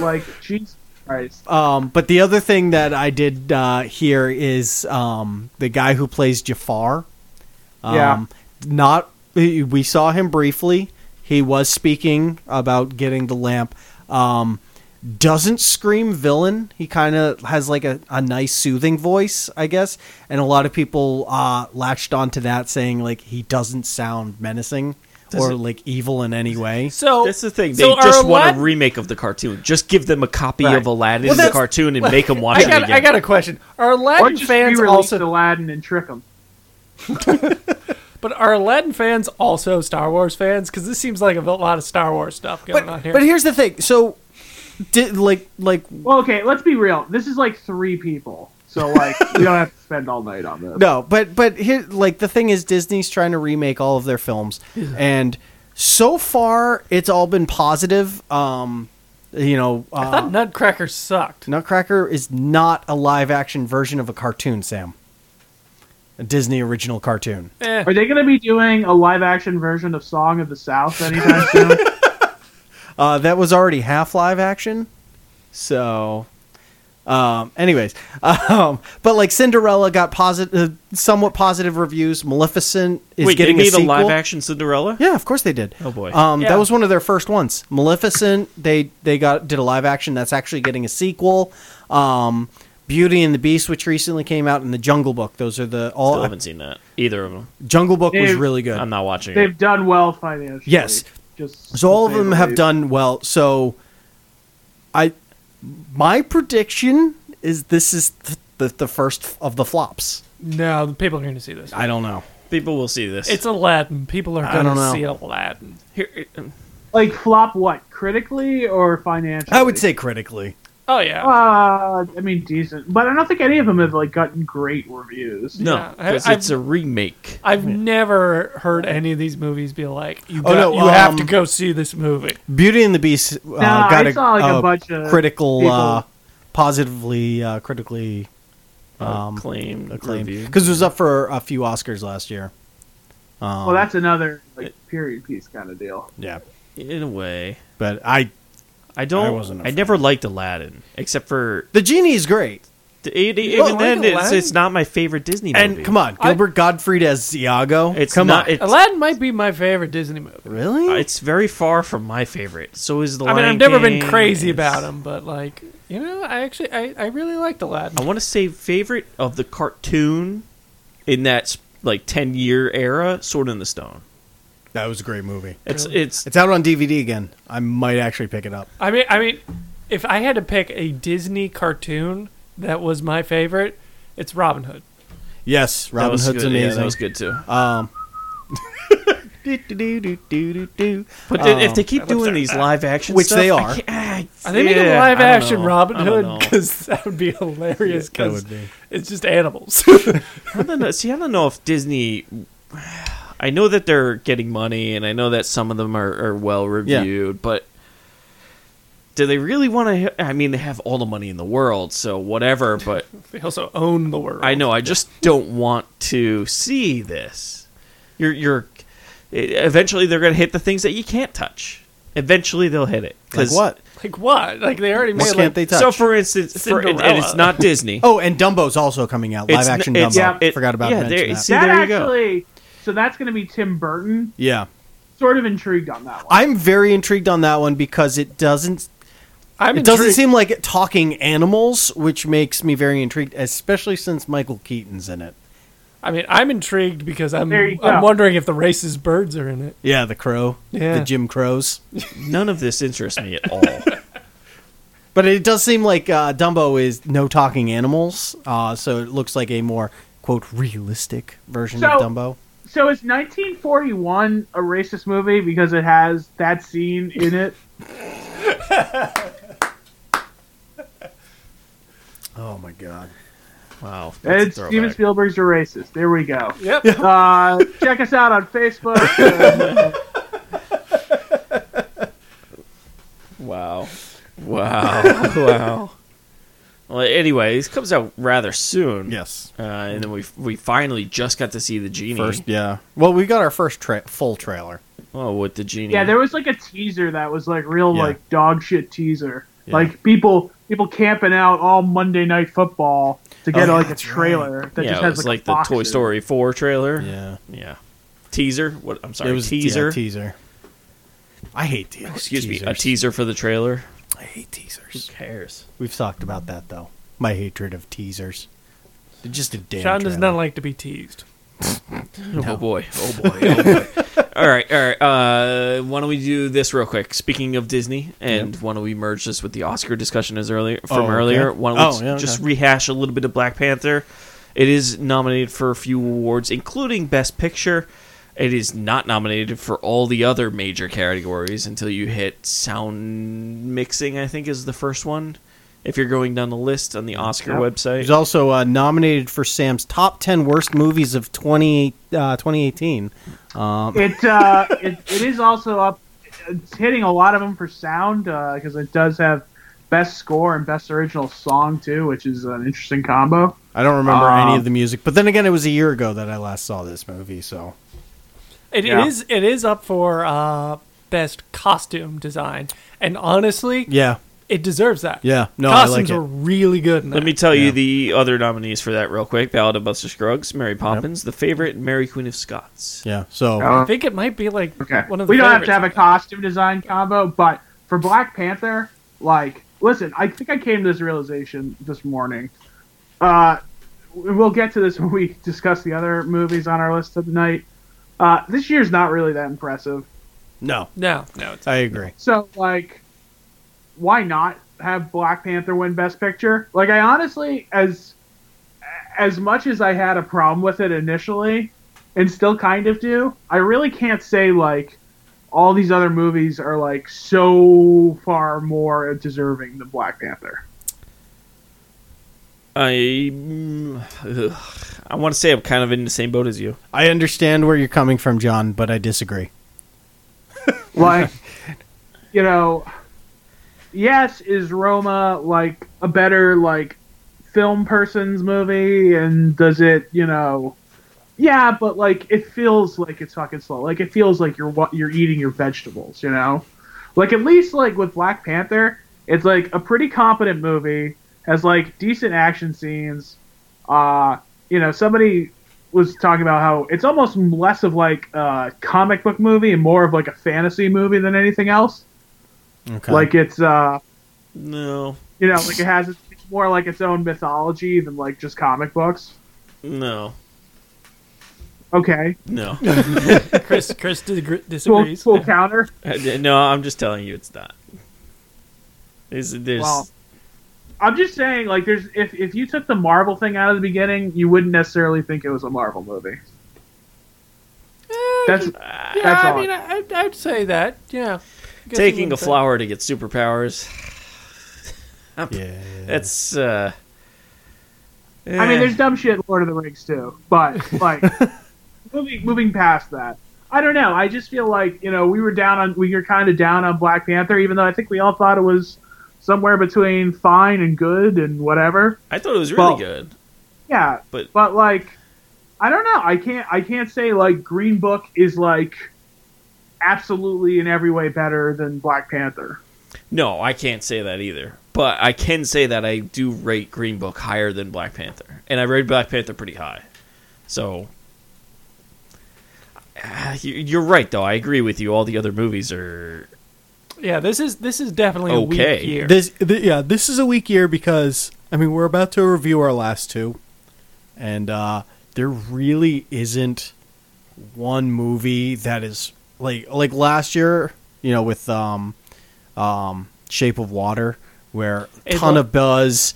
[SPEAKER 9] like, Jesus Christ.
[SPEAKER 8] um, but the other thing that I did uh, hear is um, the guy who plays Jafar um,
[SPEAKER 9] Yeah.
[SPEAKER 8] not we saw him briefly he was speaking about getting the lamp um, doesn't scream villain he kind of has like a, a nice soothing voice i guess and a lot of people uh, latched onto that saying like he doesn't sound menacing or
[SPEAKER 6] Doesn't-
[SPEAKER 8] like evil in any way
[SPEAKER 7] So
[SPEAKER 6] That's the thing. They
[SPEAKER 7] so are
[SPEAKER 6] just want a
[SPEAKER 7] Aladdin-
[SPEAKER 6] remake of the cartoon. Just give them a copy
[SPEAKER 9] Right.
[SPEAKER 6] of Aladdin
[SPEAKER 7] Well,
[SPEAKER 6] the
[SPEAKER 7] that's-
[SPEAKER 6] cartoon and make them watch
[SPEAKER 7] I
[SPEAKER 6] it
[SPEAKER 7] got
[SPEAKER 6] again.
[SPEAKER 7] I got a question. Are
[SPEAKER 9] Or
[SPEAKER 7] Aladdin
[SPEAKER 9] just
[SPEAKER 7] fans
[SPEAKER 9] re-release
[SPEAKER 7] also
[SPEAKER 9] Aladdin and trick them.
[SPEAKER 7] but are Aladdin fans also Star Wars fans? Because this seems like a lot of Star Wars stuff going on
[SPEAKER 8] but,
[SPEAKER 7] here.
[SPEAKER 8] but here's the thing so did, like like
[SPEAKER 9] Well, okay, let's be real. This is like three people. So, like, we don't have to spend all night on this.
[SPEAKER 8] No, but but here, like the thing is, Disney's trying to remake all of their films, and so far it's all been positive. Um, you know,
[SPEAKER 7] I
[SPEAKER 8] uh,
[SPEAKER 7] thought Nutcracker sucked.
[SPEAKER 8] Nutcracker is not a live action version of a cartoon, Sam. A Disney original cartoon.
[SPEAKER 7] Eh,
[SPEAKER 9] Are they going to be doing a live action version of Song of the South anytime soon?
[SPEAKER 8] Uh, that was already half live action, so. Um, anyways, um, but like Cinderella got positive, somewhat positive reviews. Maleficent is
[SPEAKER 6] Wait,
[SPEAKER 8] getting
[SPEAKER 6] they made a,
[SPEAKER 8] sequel.
[SPEAKER 6] live action Cinderella?
[SPEAKER 8] Yeah, of course they did.
[SPEAKER 6] Oh, boy.
[SPEAKER 8] um,
[SPEAKER 7] Yeah.
[SPEAKER 8] that was one of their first ones. Maleficent, they they got did a live action that's actually getting a sequel. Um, Beauty and the Beast, which recently came out, and the Jungle Book. Those are the all.
[SPEAKER 6] Still haven't seen that either of them.
[SPEAKER 8] Jungle Book was
[SPEAKER 9] They've-
[SPEAKER 8] really good.
[SPEAKER 6] I'm not watching it.
[SPEAKER 9] They've done well financially.
[SPEAKER 8] Yes.
[SPEAKER 9] Just
[SPEAKER 8] So all of
[SPEAKER 9] to say
[SPEAKER 8] them
[SPEAKER 9] the
[SPEAKER 8] have
[SPEAKER 9] least.
[SPEAKER 8] done well. So I my prediction is this is th- the the first of the flops.
[SPEAKER 7] No, the people are going to see this.
[SPEAKER 8] I don't know.
[SPEAKER 6] People will see this.
[SPEAKER 7] It's Aladdin. People are
[SPEAKER 8] I
[SPEAKER 7] going
[SPEAKER 8] don't know.
[SPEAKER 7] to see Aladdin.
[SPEAKER 6] Here,
[SPEAKER 9] Like flop what? Critically or financially?
[SPEAKER 8] I would say critically.
[SPEAKER 7] Oh yeah.
[SPEAKER 9] Uh, I mean decent, but I don't think any of them have like gotten great reviews.
[SPEAKER 6] no,
[SPEAKER 7] Yeah, I-
[SPEAKER 6] 'cause
[SPEAKER 7] I've-
[SPEAKER 6] it's a remake.
[SPEAKER 7] I've never heard any of these movies be like you.
[SPEAKER 8] Oh,
[SPEAKER 7] Got,
[SPEAKER 8] no,
[SPEAKER 7] you have to
[SPEAKER 8] um,
[SPEAKER 7] go see this movie.
[SPEAKER 8] Beauty and the Beast uh,
[SPEAKER 9] I
[SPEAKER 8] got a,
[SPEAKER 9] saw, like, a
[SPEAKER 8] a
[SPEAKER 9] bunch of
[SPEAKER 8] critical
[SPEAKER 9] people-
[SPEAKER 8] uh, positively uh, critically
[SPEAKER 6] Um, acclaimed,
[SPEAKER 8] acclaimed
[SPEAKER 6] review.
[SPEAKER 8] because it was up for a few Oscars last year. Um,
[SPEAKER 9] Well, Oh, that's another like period piece kind of deal.
[SPEAKER 8] yeah,
[SPEAKER 6] In a way,
[SPEAKER 8] but I
[SPEAKER 6] I don't. I,
[SPEAKER 8] wasn't a fan.
[SPEAKER 6] never liked Aladdin except for
[SPEAKER 8] the genie is great.
[SPEAKER 6] It, it-
[SPEAKER 7] don't
[SPEAKER 6] even
[SPEAKER 7] like
[SPEAKER 6] then, it's,
[SPEAKER 7] Aladdin?
[SPEAKER 6] it's not my favorite Disney movie.
[SPEAKER 8] And come on,
[SPEAKER 7] I-
[SPEAKER 8] Gilbert Gottfried as Iago.
[SPEAKER 6] it's
[SPEAKER 8] come
[SPEAKER 6] not.
[SPEAKER 8] on,
[SPEAKER 6] It's,
[SPEAKER 7] Aladdin might be my favorite Disney movie.
[SPEAKER 8] really?
[SPEAKER 6] Uh, it's very far from my favorite. So is the.
[SPEAKER 7] I mean,
[SPEAKER 6] Lion
[SPEAKER 7] I've never been
[SPEAKER 6] King.
[SPEAKER 7] crazy
[SPEAKER 6] It's-
[SPEAKER 7] about him, but like you know, I actually I, I really liked Aladdin.
[SPEAKER 6] I want to say favorite of the cartoon in that like ten year era, Sword in the Stone.
[SPEAKER 8] that was a great movie.
[SPEAKER 6] It's
[SPEAKER 7] Really?
[SPEAKER 6] it's
[SPEAKER 8] It's out on DVD again. I might actually pick it up.
[SPEAKER 7] I mean, I mean, if I had to pick a Disney cartoon that was my favorite, it's Robin Hood.
[SPEAKER 8] Yes,
[SPEAKER 6] that
[SPEAKER 8] Robin
[SPEAKER 6] was
[SPEAKER 8] Hood's
[SPEAKER 6] good. Yeah,
[SPEAKER 8] amazing.
[SPEAKER 6] that was good too.
[SPEAKER 8] Um,
[SPEAKER 6] But th- if
[SPEAKER 8] Um,
[SPEAKER 6] they keep
[SPEAKER 7] that looks
[SPEAKER 6] doing
[SPEAKER 7] like
[SPEAKER 6] these
[SPEAKER 7] that.
[SPEAKER 6] live action,
[SPEAKER 8] Which they
[SPEAKER 6] stuff, I
[SPEAKER 8] are.
[SPEAKER 6] can't- ah,
[SPEAKER 7] Are they making a
[SPEAKER 6] yeah,
[SPEAKER 7] live
[SPEAKER 6] I don't
[SPEAKER 7] action
[SPEAKER 6] know.
[SPEAKER 7] Robin
[SPEAKER 6] I don't
[SPEAKER 7] Hood?
[SPEAKER 6] know.
[SPEAKER 7] Because that would be hilarious.
[SPEAKER 8] that
[SPEAKER 7] Because
[SPEAKER 8] would be.
[SPEAKER 7] it's just animals.
[SPEAKER 6] I don't know. See, I don't know if Disney. I know that they're getting money, and I know that some of them are, are well reviewed, but do they really want to? I mean, they have all the money in the world, so whatever. But
[SPEAKER 7] they also own the world.
[SPEAKER 6] I know I just don't want to see this. You're you're e, eventually they're going to hit the things that you can't touch. Eventually they'll hit it.
[SPEAKER 8] like
[SPEAKER 6] 'Cause-
[SPEAKER 8] what?
[SPEAKER 7] Like what? Like they already
[SPEAKER 8] What
[SPEAKER 7] made
[SPEAKER 8] can't
[SPEAKER 7] like
[SPEAKER 8] they touch?
[SPEAKER 6] So, for instance, for, and, and it's
[SPEAKER 7] Cinderella.
[SPEAKER 6] not Disney.
[SPEAKER 8] oh, and Dumbo's also coming out. Live
[SPEAKER 6] It's n-
[SPEAKER 8] action
[SPEAKER 6] it's-
[SPEAKER 8] Dumbo.
[SPEAKER 6] yeah, it-
[SPEAKER 8] Forgot about
[SPEAKER 6] yeah,
[SPEAKER 8] mentioning
[SPEAKER 6] there-
[SPEAKER 8] that.
[SPEAKER 6] see-
[SPEAKER 9] that
[SPEAKER 6] there you go.
[SPEAKER 9] actually, so that's going to be Tim Burton.
[SPEAKER 8] Yeah,
[SPEAKER 9] Sort of intrigued on that one.
[SPEAKER 8] I'm very intrigued on that one because it doesn't.
[SPEAKER 7] I'm
[SPEAKER 8] It doesn't
[SPEAKER 7] intrigued.
[SPEAKER 8] seem like it talking animals, which makes me very intrigued, especially since Michael Keaton's in it.
[SPEAKER 7] I mean, I'm intrigued because I'm
[SPEAKER 9] There you
[SPEAKER 7] I'm
[SPEAKER 9] go.
[SPEAKER 7] wondering if the racist birds are in it.
[SPEAKER 8] Yeah, the crow.
[SPEAKER 7] Yeah.
[SPEAKER 8] the Jim Crows.
[SPEAKER 6] None of this interests me at all.
[SPEAKER 8] But it does seem like uh, Dumbo is no talking animals, uh, so it looks like a more quote realistic version of
[SPEAKER 9] So-
[SPEAKER 8] Dumbo.
[SPEAKER 9] So is 1941 a racist movie because it has that scene in it?
[SPEAKER 8] Oh my god.
[SPEAKER 6] Wow, that's a
[SPEAKER 9] and Steven
[SPEAKER 6] throwback.
[SPEAKER 9] Spielberg's a racist. There we go.
[SPEAKER 7] Yep.
[SPEAKER 9] Uh, check us out on Facebook. Uh,
[SPEAKER 6] Wow. Wow. wow. Well, anyway, this comes out rather soon.
[SPEAKER 8] Yes.
[SPEAKER 6] Uh, and then we we finally just got to see the genie.
[SPEAKER 8] First, yeah. Well, we got our first tra- full trailer.
[SPEAKER 6] Oh, with the genie.
[SPEAKER 9] yeah, there was like a teaser that was like real
[SPEAKER 8] Yeah.
[SPEAKER 9] like dog shit teaser. Like people people camping out all Monday night football to get
[SPEAKER 6] Oh,
[SPEAKER 8] yeah,
[SPEAKER 9] like a
[SPEAKER 8] that's
[SPEAKER 9] trailer that
[SPEAKER 6] yeah,
[SPEAKER 9] just
[SPEAKER 6] it
[SPEAKER 9] has
[SPEAKER 6] was
[SPEAKER 9] like,
[SPEAKER 6] like the Toy
[SPEAKER 9] boxes.
[SPEAKER 6] Story Four trailer.
[SPEAKER 8] Yeah.
[SPEAKER 6] Yeah. Teaser. What? I'm sorry.
[SPEAKER 8] it was yeah,
[SPEAKER 6] teaser.
[SPEAKER 8] teaser. I hate teasers.
[SPEAKER 6] Excuse me. A
[SPEAKER 8] teasers.
[SPEAKER 6] teaser for the trailer.
[SPEAKER 8] I hate teasers.
[SPEAKER 6] cares?
[SPEAKER 8] We've talked about that though. My hatred of teasers. They're just a damn.
[SPEAKER 7] Sean does
[SPEAKER 8] trailer.
[SPEAKER 7] not like to be teased.
[SPEAKER 6] Oh boy. Oh boy. Oh boy. all right. All right. Uh, why don't we do this real quick? Speaking of Disney, and why don't we merge this with the Oscar discussion as earlier from
[SPEAKER 8] Oh, okay.
[SPEAKER 6] earlier? Why don't we
[SPEAKER 8] Oh,
[SPEAKER 6] s-
[SPEAKER 8] yeah, okay.
[SPEAKER 6] just rehash a little bit of Black Panther? It is nominated for a few awards, including Best Picture. It is not nominated for all the other major categories until you hit sound mixing. I think is the first one. If you're going down the list on the Oscar website,
[SPEAKER 8] He's also uh, nominated for Sam's top ten worst movies of 20, uh, 2018.
[SPEAKER 9] It, uh, it it is also up. It's hitting a lot of them for sound because it does have best score and best original song too, which is an interesting combo.
[SPEAKER 8] I don't remember any
[SPEAKER 9] Um,
[SPEAKER 8] of the music, but then again, it was a year ago that I last saw this movie. So
[SPEAKER 7] It,
[SPEAKER 9] Yeah.
[SPEAKER 7] it is it is up for uh, best costume design, and honestly,
[SPEAKER 8] yeah,
[SPEAKER 7] it deserves that.
[SPEAKER 8] yeah, no, I like
[SPEAKER 7] costumes
[SPEAKER 8] it.
[SPEAKER 7] were really good. In
[SPEAKER 6] Let
[SPEAKER 7] that.
[SPEAKER 6] me tell
[SPEAKER 8] Yeah.
[SPEAKER 6] you the other nominees for that real quick: Ballad of Buster Scruggs, Mary Poppins, The Favorite, and Mary Queen of Scots.
[SPEAKER 8] yeah, so
[SPEAKER 7] I think it might be like
[SPEAKER 9] Okay,
[SPEAKER 7] one of the.
[SPEAKER 9] we don't have to have a
[SPEAKER 7] favorites.
[SPEAKER 9] costume design combo, but for Black Panther, like, listen, I think I came to this realization this morning. Uh, we'll get to this when we discuss the other movies on our list tonight. Uh, this year's not really that impressive.
[SPEAKER 8] No,
[SPEAKER 7] No.
[SPEAKER 6] No, it's
[SPEAKER 8] I agree.
[SPEAKER 9] So like, why not have Black Panther win Best Picture? Like, I honestly, as as much as I had a problem with it initially, and still kind of do, I really can't say like all these other movies are like so far more deserving than Black Panther.
[SPEAKER 6] I mm, ugh. I want to say I'm kind of in the same boat as you.
[SPEAKER 8] I understand where you're coming from, John, but I disagree.
[SPEAKER 9] like you know yes is roma like a better like film person's movie and does it you know yeah but like it feels like it's fucking slow like it feels like you're wa- you're eating your vegetables you know like at least like with black panther it's like a pretty competent movie has like decent action scenes uh you know somebody was talking about how it's almost less of like a comic book movie and more of like a fantasy movie than anything else.
[SPEAKER 8] Okay.
[SPEAKER 9] Like it's uh
[SPEAKER 6] No,
[SPEAKER 9] you know, like it has it's more like its own mythology than like just comic books.
[SPEAKER 6] no,
[SPEAKER 9] Okay.
[SPEAKER 6] no,
[SPEAKER 7] Chris Chris digre-
[SPEAKER 9] Cool,
[SPEAKER 7] disagrees.
[SPEAKER 9] cool counter.
[SPEAKER 6] I- Uh, no. I'm just telling you, it's not. There's, there's
[SPEAKER 9] Well, I'm just saying like there's if if you took the Marvel thing out of the beginning, you wouldn't necessarily think it was a Marvel movie. That's
[SPEAKER 7] yeah,
[SPEAKER 9] that's
[SPEAKER 7] I
[SPEAKER 9] all.
[SPEAKER 7] mean, I, I'd- I'd say that. Yeah. I guess it
[SPEAKER 6] taking
[SPEAKER 7] would
[SPEAKER 6] a
[SPEAKER 7] fit.
[SPEAKER 6] flower to get superpowers.
[SPEAKER 8] yeah.
[SPEAKER 6] That's. Uh, eh,
[SPEAKER 9] I mean, there's dumb shit in Lord of the Rings too, but like moving moving past that, I don't know. I just feel like you know we were down on we were kind of down on Black Panther, even though I think we all thought it was somewhere between fine and good and whatever.
[SPEAKER 6] I thought it was really
[SPEAKER 9] well,
[SPEAKER 6] good.
[SPEAKER 9] Yeah,
[SPEAKER 6] But-
[SPEAKER 9] but like I don't know. I can't I can't say like Green Book is like absolutely in every way better than Black Panther.
[SPEAKER 6] No, I can't say that either. But I can say that I do rate Green Book higher than Black Panther, and I rate Black Panther pretty high. So Ah, you- you're right, though. I agree with you. All the other movies are
[SPEAKER 7] Yeah, this is this is definitely a
[SPEAKER 6] Okay.
[SPEAKER 7] weak year.
[SPEAKER 8] This, th- yeah, this is a weak year because I mean we're about to review our last two, and uh, there really isn't one movie that is like like last year. You know, with um, um, Shape of Water, where
[SPEAKER 7] It
[SPEAKER 8] ton
[SPEAKER 7] lo-
[SPEAKER 8] of buzz,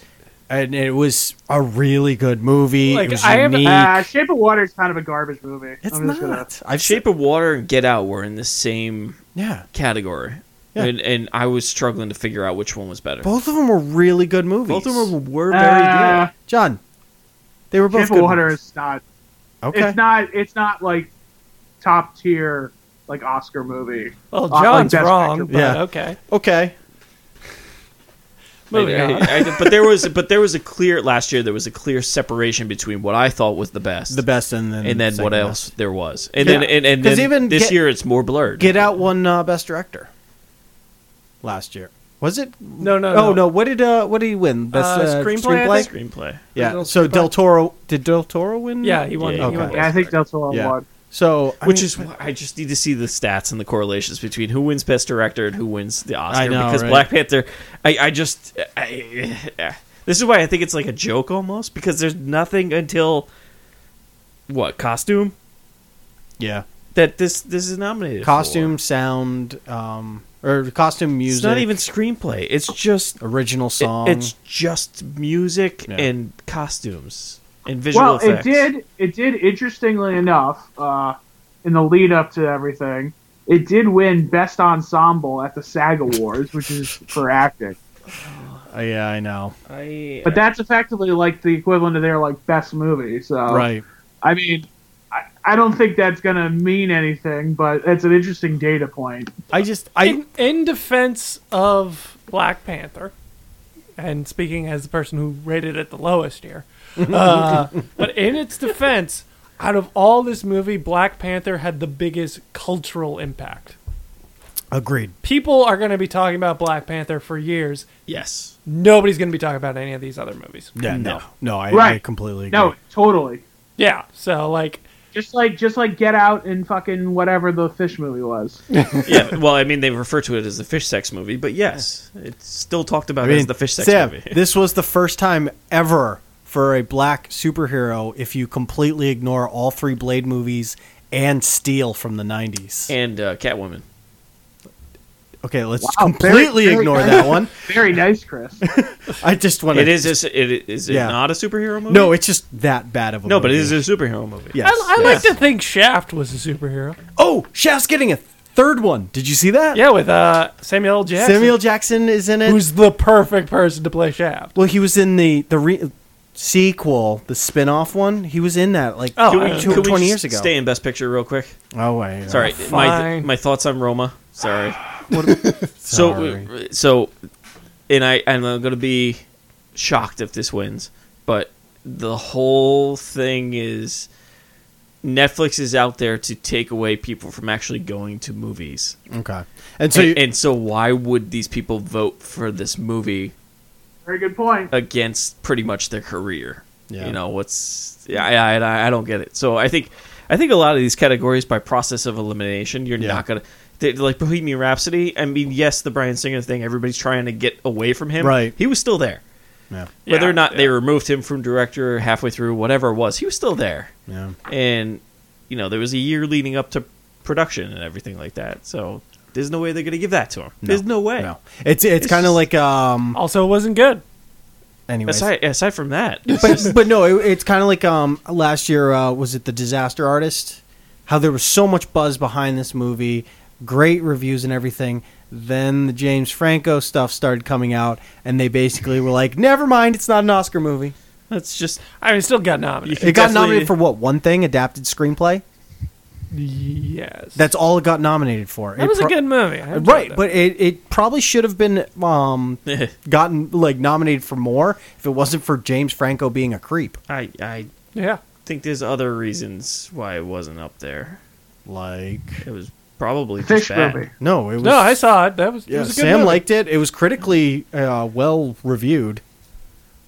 [SPEAKER 8] and it was a really good movie.
[SPEAKER 7] Like,
[SPEAKER 8] it was
[SPEAKER 7] I have-
[SPEAKER 8] unique.
[SPEAKER 9] Uh, Shape of Water is kind of a garbage movie.
[SPEAKER 8] it's
[SPEAKER 9] I'm just gonna-
[SPEAKER 8] not. I've
[SPEAKER 6] Shape
[SPEAKER 8] shaped.
[SPEAKER 6] of Water and Get Out were in the same
[SPEAKER 8] Yeah,
[SPEAKER 6] category,
[SPEAKER 8] Yeah.
[SPEAKER 6] and and I was struggling to figure out which one was better.
[SPEAKER 8] both of them were really good movies.
[SPEAKER 6] Both of them were very
[SPEAKER 9] Uh,
[SPEAKER 6] good.
[SPEAKER 8] John, they were both
[SPEAKER 9] Shape of
[SPEAKER 8] good
[SPEAKER 9] Water
[SPEAKER 8] movies.
[SPEAKER 9] is not
[SPEAKER 8] Okay.
[SPEAKER 9] It's not. It's not like top tier like Oscar movie.
[SPEAKER 7] Well,
[SPEAKER 9] Uh, like
[SPEAKER 7] John's
[SPEAKER 9] Best
[SPEAKER 7] wrong,
[SPEAKER 9] Picture.
[SPEAKER 7] but
[SPEAKER 8] Yeah.
[SPEAKER 7] okay.
[SPEAKER 8] okay.
[SPEAKER 7] Moving
[SPEAKER 6] I-
[SPEAKER 7] on.
[SPEAKER 6] I- I- but there was but there was a clear last year. There was a clear separation between what I thought was the best,
[SPEAKER 8] the best and then
[SPEAKER 6] and then
[SPEAKER 8] second
[SPEAKER 6] what
[SPEAKER 8] best.
[SPEAKER 6] else there was, and
[SPEAKER 8] Yeah.
[SPEAKER 6] then and, and
[SPEAKER 8] 'Cause
[SPEAKER 6] then
[SPEAKER 8] even
[SPEAKER 6] this
[SPEAKER 8] Get-
[SPEAKER 6] year it's more blurred.
[SPEAKER 8] Get Out won uh, best director last year. Was it?
[SPEAKER 7] No, no,
[SPEAKER 8] oh
[SPEAKER 7] no.
[SPEAKER 8] no. What did uh what did he win? Best
[SPEAKER 7] Uh, screenplay, I think.
[SPEAKER 6] screenplay.
[SPEAKER 8] Yeah.
[SPEAKER 7] Original
[SPEAKER 8] So
[SPEAKER 7] screenplay.
[SPEAKER 8] Del Toro did Del Toro win?
[SPEAKER 7] Yeah, he won.
[SPEAKER 6] Yeah,
[SPEAKER 8] okay.
[SPEAKER 7] he won
[SPEAKER 9] Yeah, I
[SPEAKER 7] Best
[SPEAKER 9] think
[SPEAKER 7] Picture.
[SPEAKER 9] that's the one.
[SPEAKER 8] Yeah.
[SPEAKER 9] one.
[SPEAKER 8] So I
[SPEAKER 6] Which
[SPEAKER 8] mean,
[SPEAKER 6] is why I just need to see the stats and the correlations between who wins Best Director and who wins the Oscar.
[SPEAKER 8] I know,
[SPEAKER 6] because
[SPEAKER 8] right?
[SPEAKER 6] Black Panther, I, I just I, this is why I think it's like a joke almost because there's nothing until what costume
[SPEAKER 8] yeah
[SPEAKER 6] that this this is nominated for.
[SPEAKER 8] costume sound um or costume music.
[SPEAKER 6] It's not even screenplay. It's just
[SPEAKER 8] original
[SPEAKER 6] it-
[SPEAKER 8] song.
[SPEAKER 6] it's just music
[SPEAKER 8] Yeah.
[SPEAKER 6] and costumes and visual
[SPEAKER 9] Well,
[SPEAKER 6] effects.
[SPEAKER 9] it did. It did. Interestingly enough, uh, in the lead up to everything, it did win Best Ensemble at the SAG Awards, which is for acting.
[SPEAKER 8] Uh, yeah, I know.
[SPEAKER 6] I,
[SPEAKER 9] But that's effectively like the equivalent of their like best movie. So
[SPEAKER 6] Oh.
[SPEAKER 8] Right.
[SPEAKER 9] I mean. I- I don't think that's gonna mean anything, but it's an interesting data point.
[SPEAKER 8] I just I
[SPEAKER 7] in, in defense of Black Panther, and speaking as the person who rated it the lowest here, uh, but in its defense, out of all this movie, Black Panther had the biggest cultural impact.
[SPEAKER 8] agreed.
[SPEAKER 7] People are going to be talking about Black Panther for years.
[SPEAKER 6] yes.
[SPEAKER 7] Nobody's going to be talking about any of these other movies.
[SPEAKER 8] Yeah. No. No. I, I
[SPEAKER 9] Right.
[SPEAKER 8] completely agree.
[SPEAKER 9] No, totally.
[SPEAKER 7] Yeah, so like,
[SPEAKER 9] Just like just like Get Out and fucking whatever the fish movie was.
[SPEAKER 6] yeah, well, I mean, they refer to it as the fish sex movie, but yes, it's still talked about
[SPEAKER 8] I mean,
[SPEAKER 6] as the fish sex
[SPEAKER 8] Sam,
[SPEAKER 6] movie.
[SPEAKER 8] this was the first time ever for a black superhero if you completely ignore all three Blade movies and Steel from the 90s.
[SPEAKER 6] and uh, Catwoman.
[SPEAKER 8] okay, let's
[SPEAKER 9] Wow,
[SPEAKER 8] completely
[SPEAKER 9] very- very
[SPEAKER 8] ignore
[SPEAKER 9] nice.
[SPEAKER 8] that one.
[SPEAKER 9] Very nice, Chris.
[SPEAKER 8] I just want to.
[SPEAKER 6] It is just, it is it
[SPEAKER 8] Yeah.
[SPEAKER 6] not a superhero movie?
[SPEAKER 8] No, it's just that bad of a
[SPEAKER 6] no, but it
[SPEAKER 8] movie.
[SPEAKER 6] is a superhero movie.
[SPEAKER 8] Yes.
[SPEAKER 7] I, I like to think Shaft was a superhero.
[SPEAKER 8] Oh, Shaft's getting a third one. Did you see that?
[SPEAKER 7] Yeah, with uh, Samuel L. Jackson,
[SPEAKER 8] Samuel Jackson is in it.
[SPEAKER 7] who's the perfect person to play Shaft.
[SPEAKER 8] well, he was in the the re- sequel, the spin-off one. He was in that like
[SPEAKER 7] Oh,
[SPEAKER 8] two
[SPEAKER 6] Can we,
[SPEAKER 8] two-
[SPEAKER 6] uh, can we
[SPEAKER 8] 20
[SPEAKER 6] just
[SPEAKER 8] years ago.
[SPEAKER 6] Stay in Best Picture real quick.
[SPEAKER 8] Oh, wait.
[SPEAKER 6] Sorry, my
[SPEAKER 7] fine.
[SPEAKER 6] my thoughts on Roma. Sorry. So so, and I and I'm gonna be shocked if this wins, but the whole thing is Netflix is out there to take away people from actually going to movies.
[SPEAKER 8] Okay. And so,
[SPEAKER 6] So
[SPEAKER 8] you,
[SPEAKER 6] and so why would these people vote for this movie
[SPEAKER 9] Very good point.
[SPEAKER 6] against pretty much their career.
[SPEAKER 8] Yeah.
[SPEAKER 6] You know what's yeah, I, I I don't get it. So I think I think a lot of these categories by process of elimination, you're
[SPEAKER 8] Yeah.
[SPEAKER 6] not gonna they, like Bohemian Rhapsody. I mean, yes, the Brian Singer thing, everybody's trying to get away from him.
[SPEAKER 8] Right.
[SPEAKER 6] he was still there.
[SPEAKER 8] yeah,
[SPEAKER 6] Whether or
[SPEAKER 7] Yeah,
[SPEAKER 6] not they removed him from director halfway through, whatever it was, he was still there.
[SPEAKER 8] yeah.
[SPEAKER 6] And you know there was a year leading up to production and everything like that. So there's no way they're gonna give that to him. there's no way.
[SPEAKER 8] No. It's it's,
[SPEAKER 6] It's
[SPEAKER 8] kind of
[SPEAKER 6] just-
[SPEAKER 8] like um
[SPEAKER 7] Also, it wasn't good.
[SPEAKER 8] anyways.
[SPEAKER 6] Aside, aside from that, it's
[SPEAKER 8] but but no, it, it's kind of like um last year uh, was it the Disaster Artist? How there was so much buzz behind this movie, great reviews and everything. Then the James Franco stuff started coming out, and they basically were like, "Never mind, it's not an Oscar movie."
[SPEAKER 6] that's just
[SPEAKER 7] I mean, it still got nominated.
[SPEAKER 6] You
[SPEAKER 8] It got
[SPEAKER 6] Definitely-
[SPEAKER 8] nominated for what one thing? Adapted screenplay.
[SPEAKER 7] Yes,
[SPEAKER 8] That's all it got nominated for.
[SPEAKER 7] that
[SPEAKER 8] It
[SPEAKER 7] was a
[SPEAKER 8] pro-
[SPEAKER 7] good movie. I enjoyed
[SPEAKER 8] right,
[SPEAKER 7] that.
[SPEAKER 8] but it, it probably should have been um gotten like nominated for more if it wasn't for James Franco being a creep.
[SPEAKER 6] I I
[SPEAKER 7] yeah,
[SPEAKER 6] think there's other reasons why it wasn't up there.
[SPEAKER 8] Like
[SPEAKER 6] It was probably just
[SPEAKER 9] Fish
[SPEAKER 6] bad.
[SPEAKER 9] movie.
[SPEAKER 8] no, it was
[SPEAKER 7] no, I saw it. That was, it
[SPEAKER 8] Yeah,
[SPEAKER 7] was a good
[SPEAKER 8] Sam
[SPEAKER 7] movie.
[SPEAKER 8] liked it. It was critically uh, well reviewed.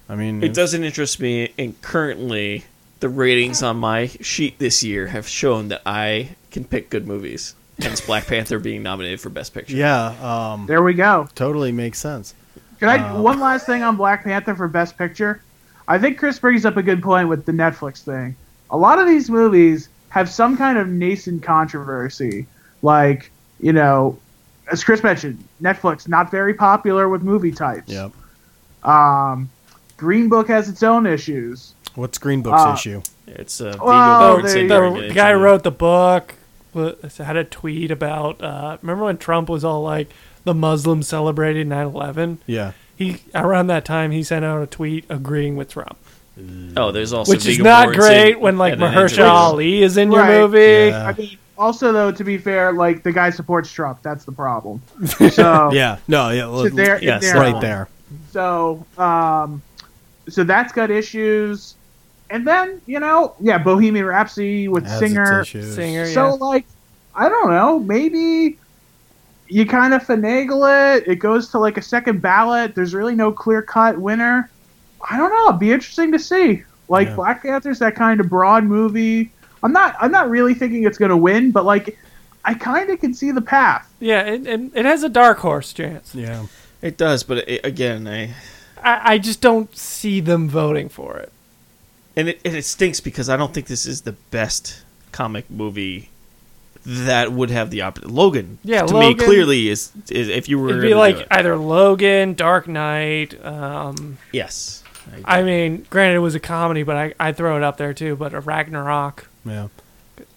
[SPEAKER 8] I mean,
[SPEAKER 6] It doesn't interest me, and currently the ratings on my sheet this year have shown that I can pick good movies. Hence, Black Panther being nominated for Best Picture.
[SPEAKER 8] Yeah, um,
[SPEAKER 9] There we go.
[SPEAKER 8] totally makes sense.
[SPEAKER 9] Can I one last thing on Black Panther for Best Picture? I think Chris brings up a good point with the Netflix thing. A lot of these movies have some kind of nascent controversy, like you know, as Chris mentioned, Netflix not very popular with movie types.
[SPEAKER 8] Yep.
[SPEAKER 9] Um, Green Book has its own issues.
[SPEAKER 8] What's Green Book's
[SPEAKER 9] Uh,
[SPEAKER 8] issue?
[SPEAKER 6] It's a
[SPEAKER 9] Well,
[SPEAKER 6] Viggo
[SPEAKER 9] there
[SPEAKER 6] Mortensen
[SPEAKER 9] you
[SPEAKER 6] during
[SPEAKER 7] the
[SPEAKER 6] an
[SPEAKER 7] guy
[SPEAKER 6] interview.
[SPEAKER 7] wrote the book wa- had a tweet about uh, remember when trump was all like the muslims celebrating 9-11
[SPEAKER 8] Yeah.
[SPEAKER 7] he around that time he sent out a tweet agreeing with trump
[SPEAKER 6] Oh, there's also
[SPEAKER 7] which is
[SPEAKER 6] Viggo
[SPEAKER 7] not
[SPEAKER 6] Mortensen
[SPEAKER 7] great when like
[SPEAKER 6] at an
[SPEAKER 7] mahershala
[SPEAKER 6] interview.
[SPEAKER 7] ali is in your
[SPEAKER 9] Right.
[SPEAKER 7] movie
[SPEAKER 8] Yeah.
[SPEAKER 9] I mean, also though, to be fair, like the guy supports Trump. That's the problem. So
[SPEAKER 8] Yeah. No. Yeah.
[SPEAKER 9] So there-
[SPEAKER 6] Yes,
[SPEAKER 9] there-
[SPEAKER 8] right there.
[SPEAKER 9] So, um, so that's got issues. And then, you know, yeah, Bohemian Rhapsody with
[SPEAKER 8] Has its
[SPEAKER 9] Singer.
[SPEAKER 8] issues.
[SPEAKER 7] singer
[SPEAKER 9] So,
[SPEAKER 7] yeah.
[SPEAKER 9] like, I don't know, maybe you kind of finagle it. It goes to, like, a second ballot. There's really no clear cut winner. I don't know. It'd be interesting to see. Like,
[SPEAKER 8] Yeah.
[SPEAKER 9] Black Panther's that kind of broad movie. I'm not, I'm not really thinking it's going to win, but, like, I kind of can see the path.
[SPEAKER 7] yeah it, it, it has a dark horse chance
[SPEAKER 8] Yeah.
[SPEAKER 6] It does, but it, again, I
[SPEAKER 7] I, I just don't see them voting for it
[SPEAKER 6] and it, and it stinks because I don't think this is the best comic movie that would have the opposite. Logan,
[SPEAKER 7] Yeah,
[SPEAKER 6] to me
[SPEAKER 7] Logan-
[SPEAKER 6] clearly is, is if you were
[SPEAKER 7] it'd be
[SPEAKER 6] gonna do
[SPEAKER 7] like
[SPEAKER 6] it.
[SPEAKER 7] either logan dark knight um,
[SPEAKER 6] yes,
[SPEAKER 7] i mean granted it was a comedy but I, i throw it up there too but a ragnarok
[SPEAKER 8] Yeah.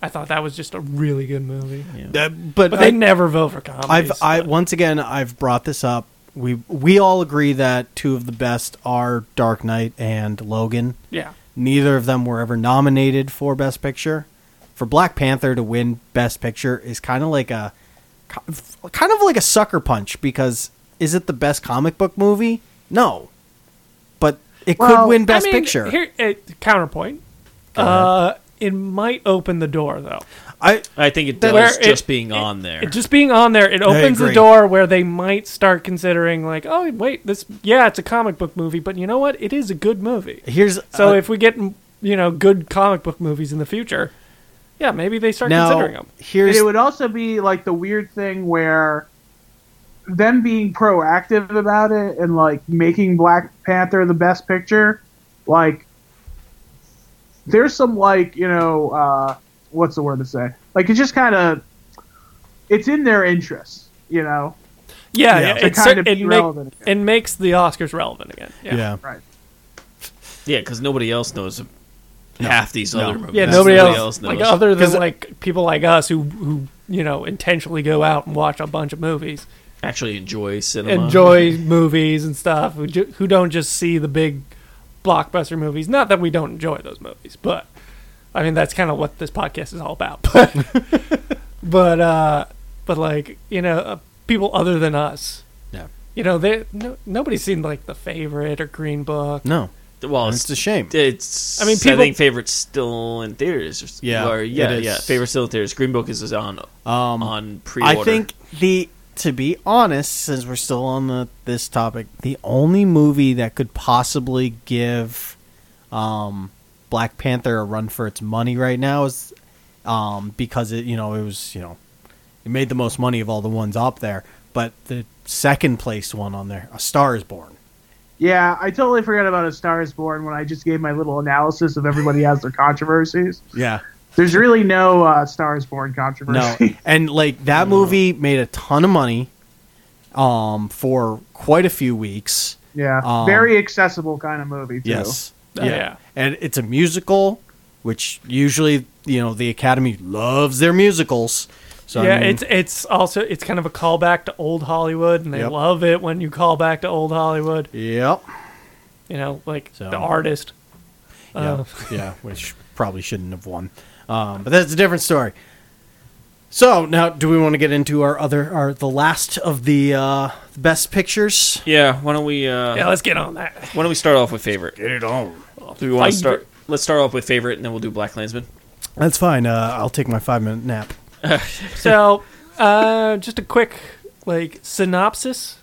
[SPEAKER 7] I thought that was just a really good movie.
[SPEAKER 8] That- but
[SPEAKER 7] But they
[SPEAKER 8] I-
[SPEAKER 7] never vote for comedies.
[SPEAKER 8] I've I once again I've brought this up. We we all agree that two of the best are Dark Knight and Logan.
[SPEAKER 7] yeah.
[SPEAKER 8] Neither of them were ever nominated for Best Picture. For Black Panther to win Best Picture is kind of like a kind of like a sucker punch because is it the best comic book movie? No, but it
[SPEAKER 9] Well,
[SPEAKER 8] could win Best
[SPEAKER 7] I mean,
[SPEAKER 8] Picture.
[SPEAKER 7] Here, uh, counterpoint. Uh, it might open the door though.
[SPEAKER 8] I
[SPEAKER 6] I think it
[SPEAKER 7] That-
[SPEAKER 6] does
[SPEAKER 7] Where it-
[SPEAKER 6] just being on there.
[SPEAKER 7] It just being on there, it opens the
[SPEAKER 8] agree.
[SPEAKER 7] door where they might start considering like, oh wait, this yeah, it's a comic book movie, but you know what? It is a good movie.
[SPEAKER 8] here's
[SPEAKER 7] So
[SPEAKER 8] uh,
[SPEAKER 7] if we get m- you know good comic book movies in the future, yeah, maybe they start considering
[SPEAKER 8] now
[SPEAKER 7] them.
[SPEAKER 8] here's
[SPEAKER 9] And it would also be like the weird thing where them being proactive about it and like making Black Panther the best picture, like there's some like you know uh, what's the word to say? Like it's just kind of it's in their interest, you know.
[SPEAKER 7] Yeah, yeah,
[SPEAKER 8] Yeah.
[SPEAKER 7] it,
[SPEAKER 8] To
[SPEAKER 7] it,
[SPEAKER 9] kind
[SPEAKER 7] cer-
[SPEAKER 9] of
[SPEAKER 7] it,
[SPEAKER 9] be
[SPEAKER 7] make-
[SPEAKER 9] relevant
[SPEAKER 7] it makes the Oscars relevant again. Yeah.
[SPEAKER 8] yeah.
[SPEAKER 9] Right.
[SPEAKER 6] Yeah, because nobody else knows half these other movies.
[SPEAKER 7] Yeah,
[SPEAKER 8] That's
[SPEAKER 7] nobody
[SPEAKER 8] somebody
[SPEAKER 7] else, like
[SPEAKER 6] knows.
[SPEAKER 7] other than
[SPEAKER 8] 'Cause-
[SPEAKER 7] like people like us who who you know intentionally go out and watch a bunch of movies,
[SPEAKER 6] actually enjoy cinema.
[SPEAKER 7] enjoy movies and stuff, who, ju- who don't just see the big blockbuster movies. Not that we don't enjoy those movies, but I mean that's kind of what this podcast is all about. But but uh, but like you know uh, people other than us.
[SPEAKER 8] Yeah.
[SPEAKER 7] You know, they no, nobody's seen like the favorite or Green Book.
[SPEAKER 8] No,
[SPEAKER 6] Well,
[SPEAKER 8] it's a shame.
[SPEAKER 6] It's.
[SPEAKER 7] I mean,
[SPEAKER 6] I
[SPEAKER 7] people-
[SPEAKER 6] think favorites still in theaters.
[SPEAKER 8] Yeah,
[SPEAKER 6] Or- yeah,
[SPEAKER 8] it is.
[SPEAKER 6] yeah. Favorite still in theaters. Green Book is on
[SPEAKER 8] Um,
[SPEAKER 6] on pre-order.
[SPEAKER 8] I think the to be honest, since we're still on the this topic, the only movie that could possibly give um, Black Panther a run for its money right now is um, because it you know it was you know it made the most money of all the ones up there, but the second place one on there, A Star Is Born.
[SPEAKER 9] Yeah, I totally forgot about A Star Is Born when I just gave my little analysis of everybody has their controversies.
[SPEAKER 8] Yeah,
[SPEAKER 9] There's really no uh, Star Is Born
[SPEAKER 8] No,
[SPEAKER 9] controversy.
[SPEAKER 8] and like that movie made a ton of money, um, for quite a few weeks.
[SPEAKER 9] yeah,
[SPEAKER 8] Um,
[SPEAKER 9] very accessible kind of movie too.
[SPEAKER 8] Yes,
[SPEAKER 7] Oh, yeah.
[SPEAKER 8] and it's a musical, which usually you know the Academy loves their musicals. So I
[SPEAKER 7] yeah,
[SPEAKER 8] mean,
[SPEAKER 7] it's it's also it's kind of a callback to old Hollywood, and they
[SPEAKER 8] Yep.
[SPEAKER 7] love it when you call back to old Hollywood.
[SPEAKER 8] yep,
[SPEAKER 7] You know, like
[SPEAKER 8] So-
[SPEAKER 7] the artist. Uh,
[SPEAKER 8] yeah, yeah, which probably shouldn't have won, um, but that's a different story. So now, do we want to get into our other, our the last of the uh, best pictures?
[SPEAKER 6] Yeah. Why don't we? Uh,
[SPEAKER 7] yeah, let's get on that.
[SPEAKER 6] Why don't we start off with favorite? Get it on. Do we want to
[SPEAKER 7] Favorite.
[SPEAKER 6] start? Let's start off with favorite, and then we'll do Black Klansman.
[SPEAKER 8] That's fine. Uh, I'll take my five minute nap.
[SPEAKER 7] So, uh, just a quick like synopsis.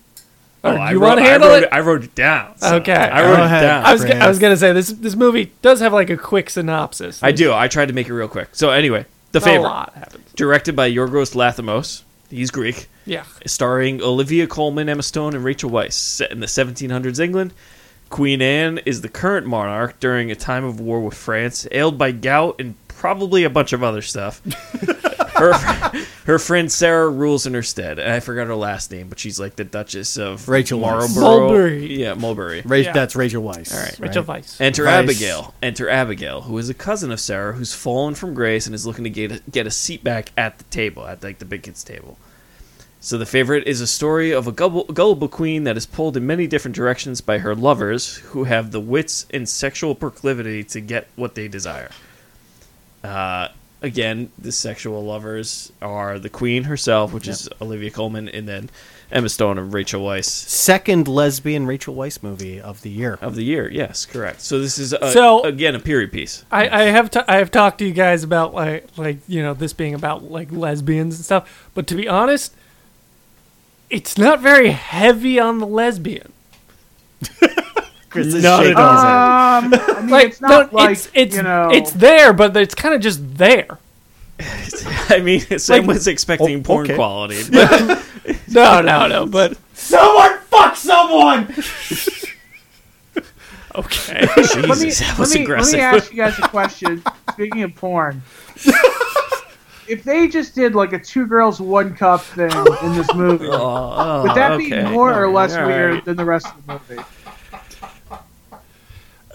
[SPEAKER 7] Or do
[SPEAKER 6] Oh, I
[SPEAKER 7] Oh, you
[SPEAKER 6] wrote-
[SPEAKER 7] want to
[SPEAKER 6] I
[SPEAKER 7] handle
[SPEAKER 6] wrote
[SPEAKER 7] it?
[SPEAKER 6] I wrote it down. so
[SPEAKER 7] Okay.
[SPEAKER 6] I
[SPEAKER 7] Go
[SPEAKER 6] wrote
[SPEAKER 8] ahead.
[SPEAKER 6] it down.
[SPEAKER 7] I was g- I
[SPEAKER 8] Brad.
[SPEAKER 7] was gonna say this this movie does have like a quick synopsis.
[SPEAKER 6] I do. I tried to make it real quick. So anyway, the
[SPEAKER 7] Not a
[SPEAKER 6] favorite,
[SPEAKER 7] lot happens.
[SPEAKER 6] directed by Yorgos Lanthimos. He's Greek.
[SPEAKER 7] Yeah,
[SPEAKER 6] starring Olivia Colman, Emma Stone, and Rachel Weisz, set in the 1700s England. Queen Anne is the current monarch during a time of war with France, ailed by gout and probably a bunch of other stuff. her, her friend Sarah rules in her stead, and I forgot her last name, but she's like the Duchess of
[SPEAKER 8] Rachel Weisz.
[SPEAKER 6] Marlborough.
[SPEAKER 7] Mulberry.
[SPEAKER 6] Yeah, Mulberry.
[SPEAKER 8] Ra-
[SPEAKER 7] Yeah.
[SPEAKER 8] That's Rachel Weisz. All right,
[SPEAKER 7] Rachel Vice.
[SPEAKER 6] Enter
[SPEAKER 8] Vice.
[SPEAKER 6] Abigail. Enter Abigail, who is a cousin of Sarah, who's fallen from grace and is looking to get a, get a seat back at the table, at like the big kids' table. So the favorite is a story of a gullible, gullible queen that is pulled in many different directions by her lovers, who have the wits and sexual proclivity to get what they desire. Uh, again, the sexual lovers are the queen herself, which is Olivia Colman, and then Emma Stone and Rachel Weisz
[SPEAKER 8] Second lesbian Rachel Weisz movie of the year.
[SPEAKER 6] of the year. Yes, correct. So this is a,
[SPEAKER 7] So-
[SPEAKER 6] again a period piece.
[SPEAKER 7] I, I have t- I have talked to you guys about like like you know this being about like lesbians and stuff, but to be honest, it's not very heavy on the lesbian.
[SPEAKER 8] Chris is
[SPEAKER 6] Not at
[SPEAKER 8] shaking
[SPEAKER 6] all.
[SPEAKER 8] his head.
[SPEAKER 9] Um, I mean,
[SPEAKER 7] Like
[SPEAKER 9] it's not
[SPEAKER 7] no,
[SPEAKER 9] like
[SPEAKER 7] it's it's
[SPEAKER 9] you know,
[SPEAKER 7] it's there, but it's kind of just there.
[SPEAKER 6] I mean, Sam was expecting
[SPEAKER 8] oh,
[SPEAKER 6] porn
[SPEAKER 8] okay.
[SPEAKER 6] quality. But
[SPEAKER 7] No, no, no. But
[SPEAKER 8] Someone fuck someone.
[SPEAKER 7] okay,
[SPEAKER 6] Jesus,
[SPEAKER 9] let me,
[SPEAKER 6] that
[SPEAKER 9] let,
[SPEAKER 6] was
[SPEAKER 9] me, let
[SPEAKER 6] aggressive.
[SPEAKER 9] me ask you guys a question. Speaking of porn, if they just did like a two girls one cup thing in this movie,
[SPEAKER 6] Oh,
[SPEAKER 9] would that be
[SPEAKER 6] okay.
[SPEAKER 9] more or less
[SPEAKER 6] All right.
[SPEAKER 9] weird than the rest of the movie?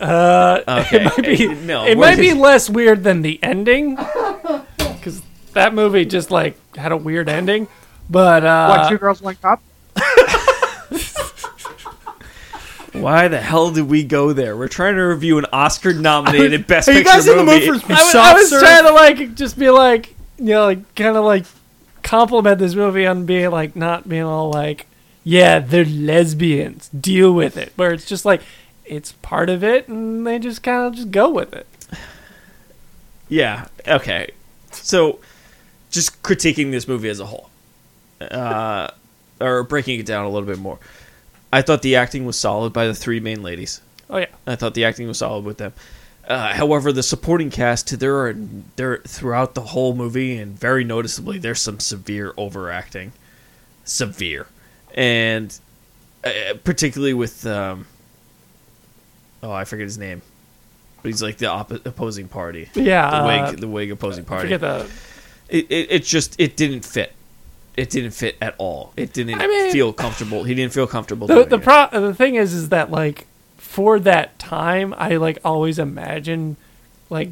[SPEAKER 6] Okay.
[SPEAKER 7] Maybe-
[SPEAKER 6] no,
[SPEAKER 7] it
[SPEAKER 6] we're
[SPEAKER 7] might be
[SPEAKER 6] just-
[SPEAKER 7] less weird than the ending because that movie just like had a weird ending. But
[SPEAKER 9] What
[SPEAKER 7] uh,
[SPEAKER 9] two girls one cup?
[SPEAKER 6] Why the hell did we go there? We're trying to review an Oscar-nominated Best
[SPEAKER 8] Are you
[SPEAKER 6] Picture
[SPEAKER 8] guys in the mood
[SPEAKER 6] movie.
[SPEAKER 8] for some
[SPEAKER 7] I was, I
[SPEAKER 8] soft
[SPEAKER 7] was
[SPEAKER 8] serve?
[SPEAKER 7] trying to like just be like you know like kind of like compliment this movie on being like not being all like yeah they're lesbians deal with it where it's just like it's part of it and they just kind of just go with it
[SPEAKER 6] yeah. Okay. So, just critiquing this movie as a whole, uh, or breaking it down a little bit more. I thought the acting was solid by the three main ladies.
[SPEAKER 7] oh yeah
[SPEAKER 6] I thought the acting was solid with them. Uh, however, the supporting cast there are there throughout the whole movie and very noticeably there's some severe overacting, severe, and uh, particularly with um, oh I forget his name, But he's like the oppo- opposing party.
[SPEAKER 7] Yeah,
[SPEAKER 6] the
[SPEAKER 7] uh,
[SPEAKER 6] Whig, the Whig opposing party.
[SPEAKER 7] forget the
[SPEAKER 6] It, it, it just it didn't fit. It didn't fit at all. It didn't
[SPEAKER 7] I mean-
[SPEAKER 6] feel comfortable. He didn't feel comfortable.
[SPEAKER 7] the
[SPEAKER 6] doing
[SPEAKER 7] the
[SPEAKER 6] it.
[SPEAKER 7] pro- the thing is is that like for that time I like always imagine like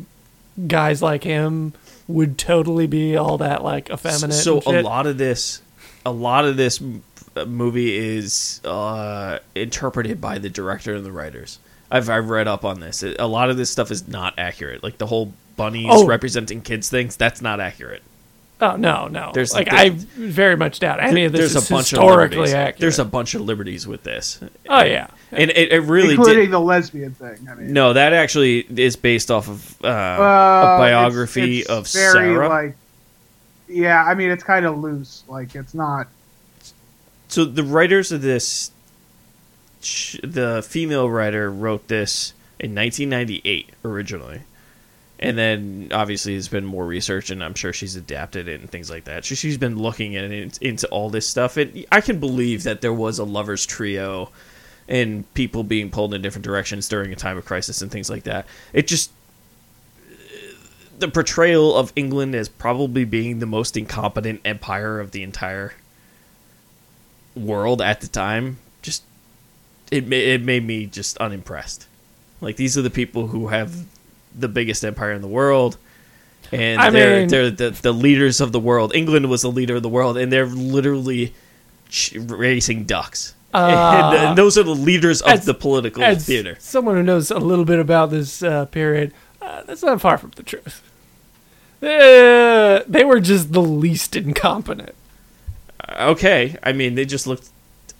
[SPEAKER 7] guys like him would totally be all that like effeminate.
[SPEAKER 6] So
[SPEAKER 7] and
[SPEAKER 6] a
[SPEAKER 7] shit.
[SPEAKER 6] lot of this, a lot of this m- uh, movie is uh, interpreted by the director and the writers. I've I've read up on this. a lot of this stuff is not accurate. Like the whole bunnies
[SPEAKER 7] Oh.
[SPEAKER 6] representing kids things. That's not accurate.
[SPEAKER 7] Oh no, no.
[SPEAKER 6] There's-
[SPEAKER 7] There's like
[SPEAKER 6] there-
[SPEAKER 7] I very much doubt any of this
[SPEAKER 6] There's
[SPEAKER 7] is
[SPEAKER 6] a bunch of
[SPEAKER 7] historically
[SPEAKER 6] liberties.
[SPEAKER 7] accurate.
[SPEAKER 6] There's a bunch of liberties with this.
[SPEAKER 7] oh yeah.
[SPEAKER 6] and it, it really
[SPEAKER 9] including
[SPEAKER 6] did.
[SPEAKER 9] the lesbian thing. I mean,
[SPEAKER 6] No, that actually is based off of uh,
[SPEAKER 9] Uh,
[SPEAKER 6] a biography
[SPEAKER 9] it's,
[SPEAKER 6] of
[SPEAKER 9] it's very,
[SPEAKER 6] Sarah.
[SPEAKER 9] Like, yeah, I mean, it's kind of loose. Like, it's not.
[SPEAKER 6] so the writers of this sh- the female writer wrote this in 1998 originally and then obviously there's been more research and i'm sure she's adapted it and things like that she, she's been looking at it into all this stuff and i can believe that there was a lovers trio and people being pulled in different directions during a time of crisis and things like that it just the portrayal of england as probably being the most incompetent empire of the entire world at the time just it ma- it made me just unimpressed. Like these are the people who have the biggest empire in the world and
[SPEAKER 7] I
[SPEAKER 6] they're
[SPEAKER 7] mean-
[SPEAKER 6] they're the, the leaders of the world. England was the leader of the world and they're literally ch- racing ducks.
[SPEAKER 7] Uh,
[SPEAKER 6] and, and those are the leaders of
[SPEAKER 7] as-
[SPEAKER 6] the political
[SPEAKER 7] As
[SPEAKER 6] theater.
[SPEAKER 7] someone who knows a little bit about this uh, period, uh, that's not far from the truth. Uh, they were just the least incompetent.
[SPEAKER 6] Okay, I mean they just looked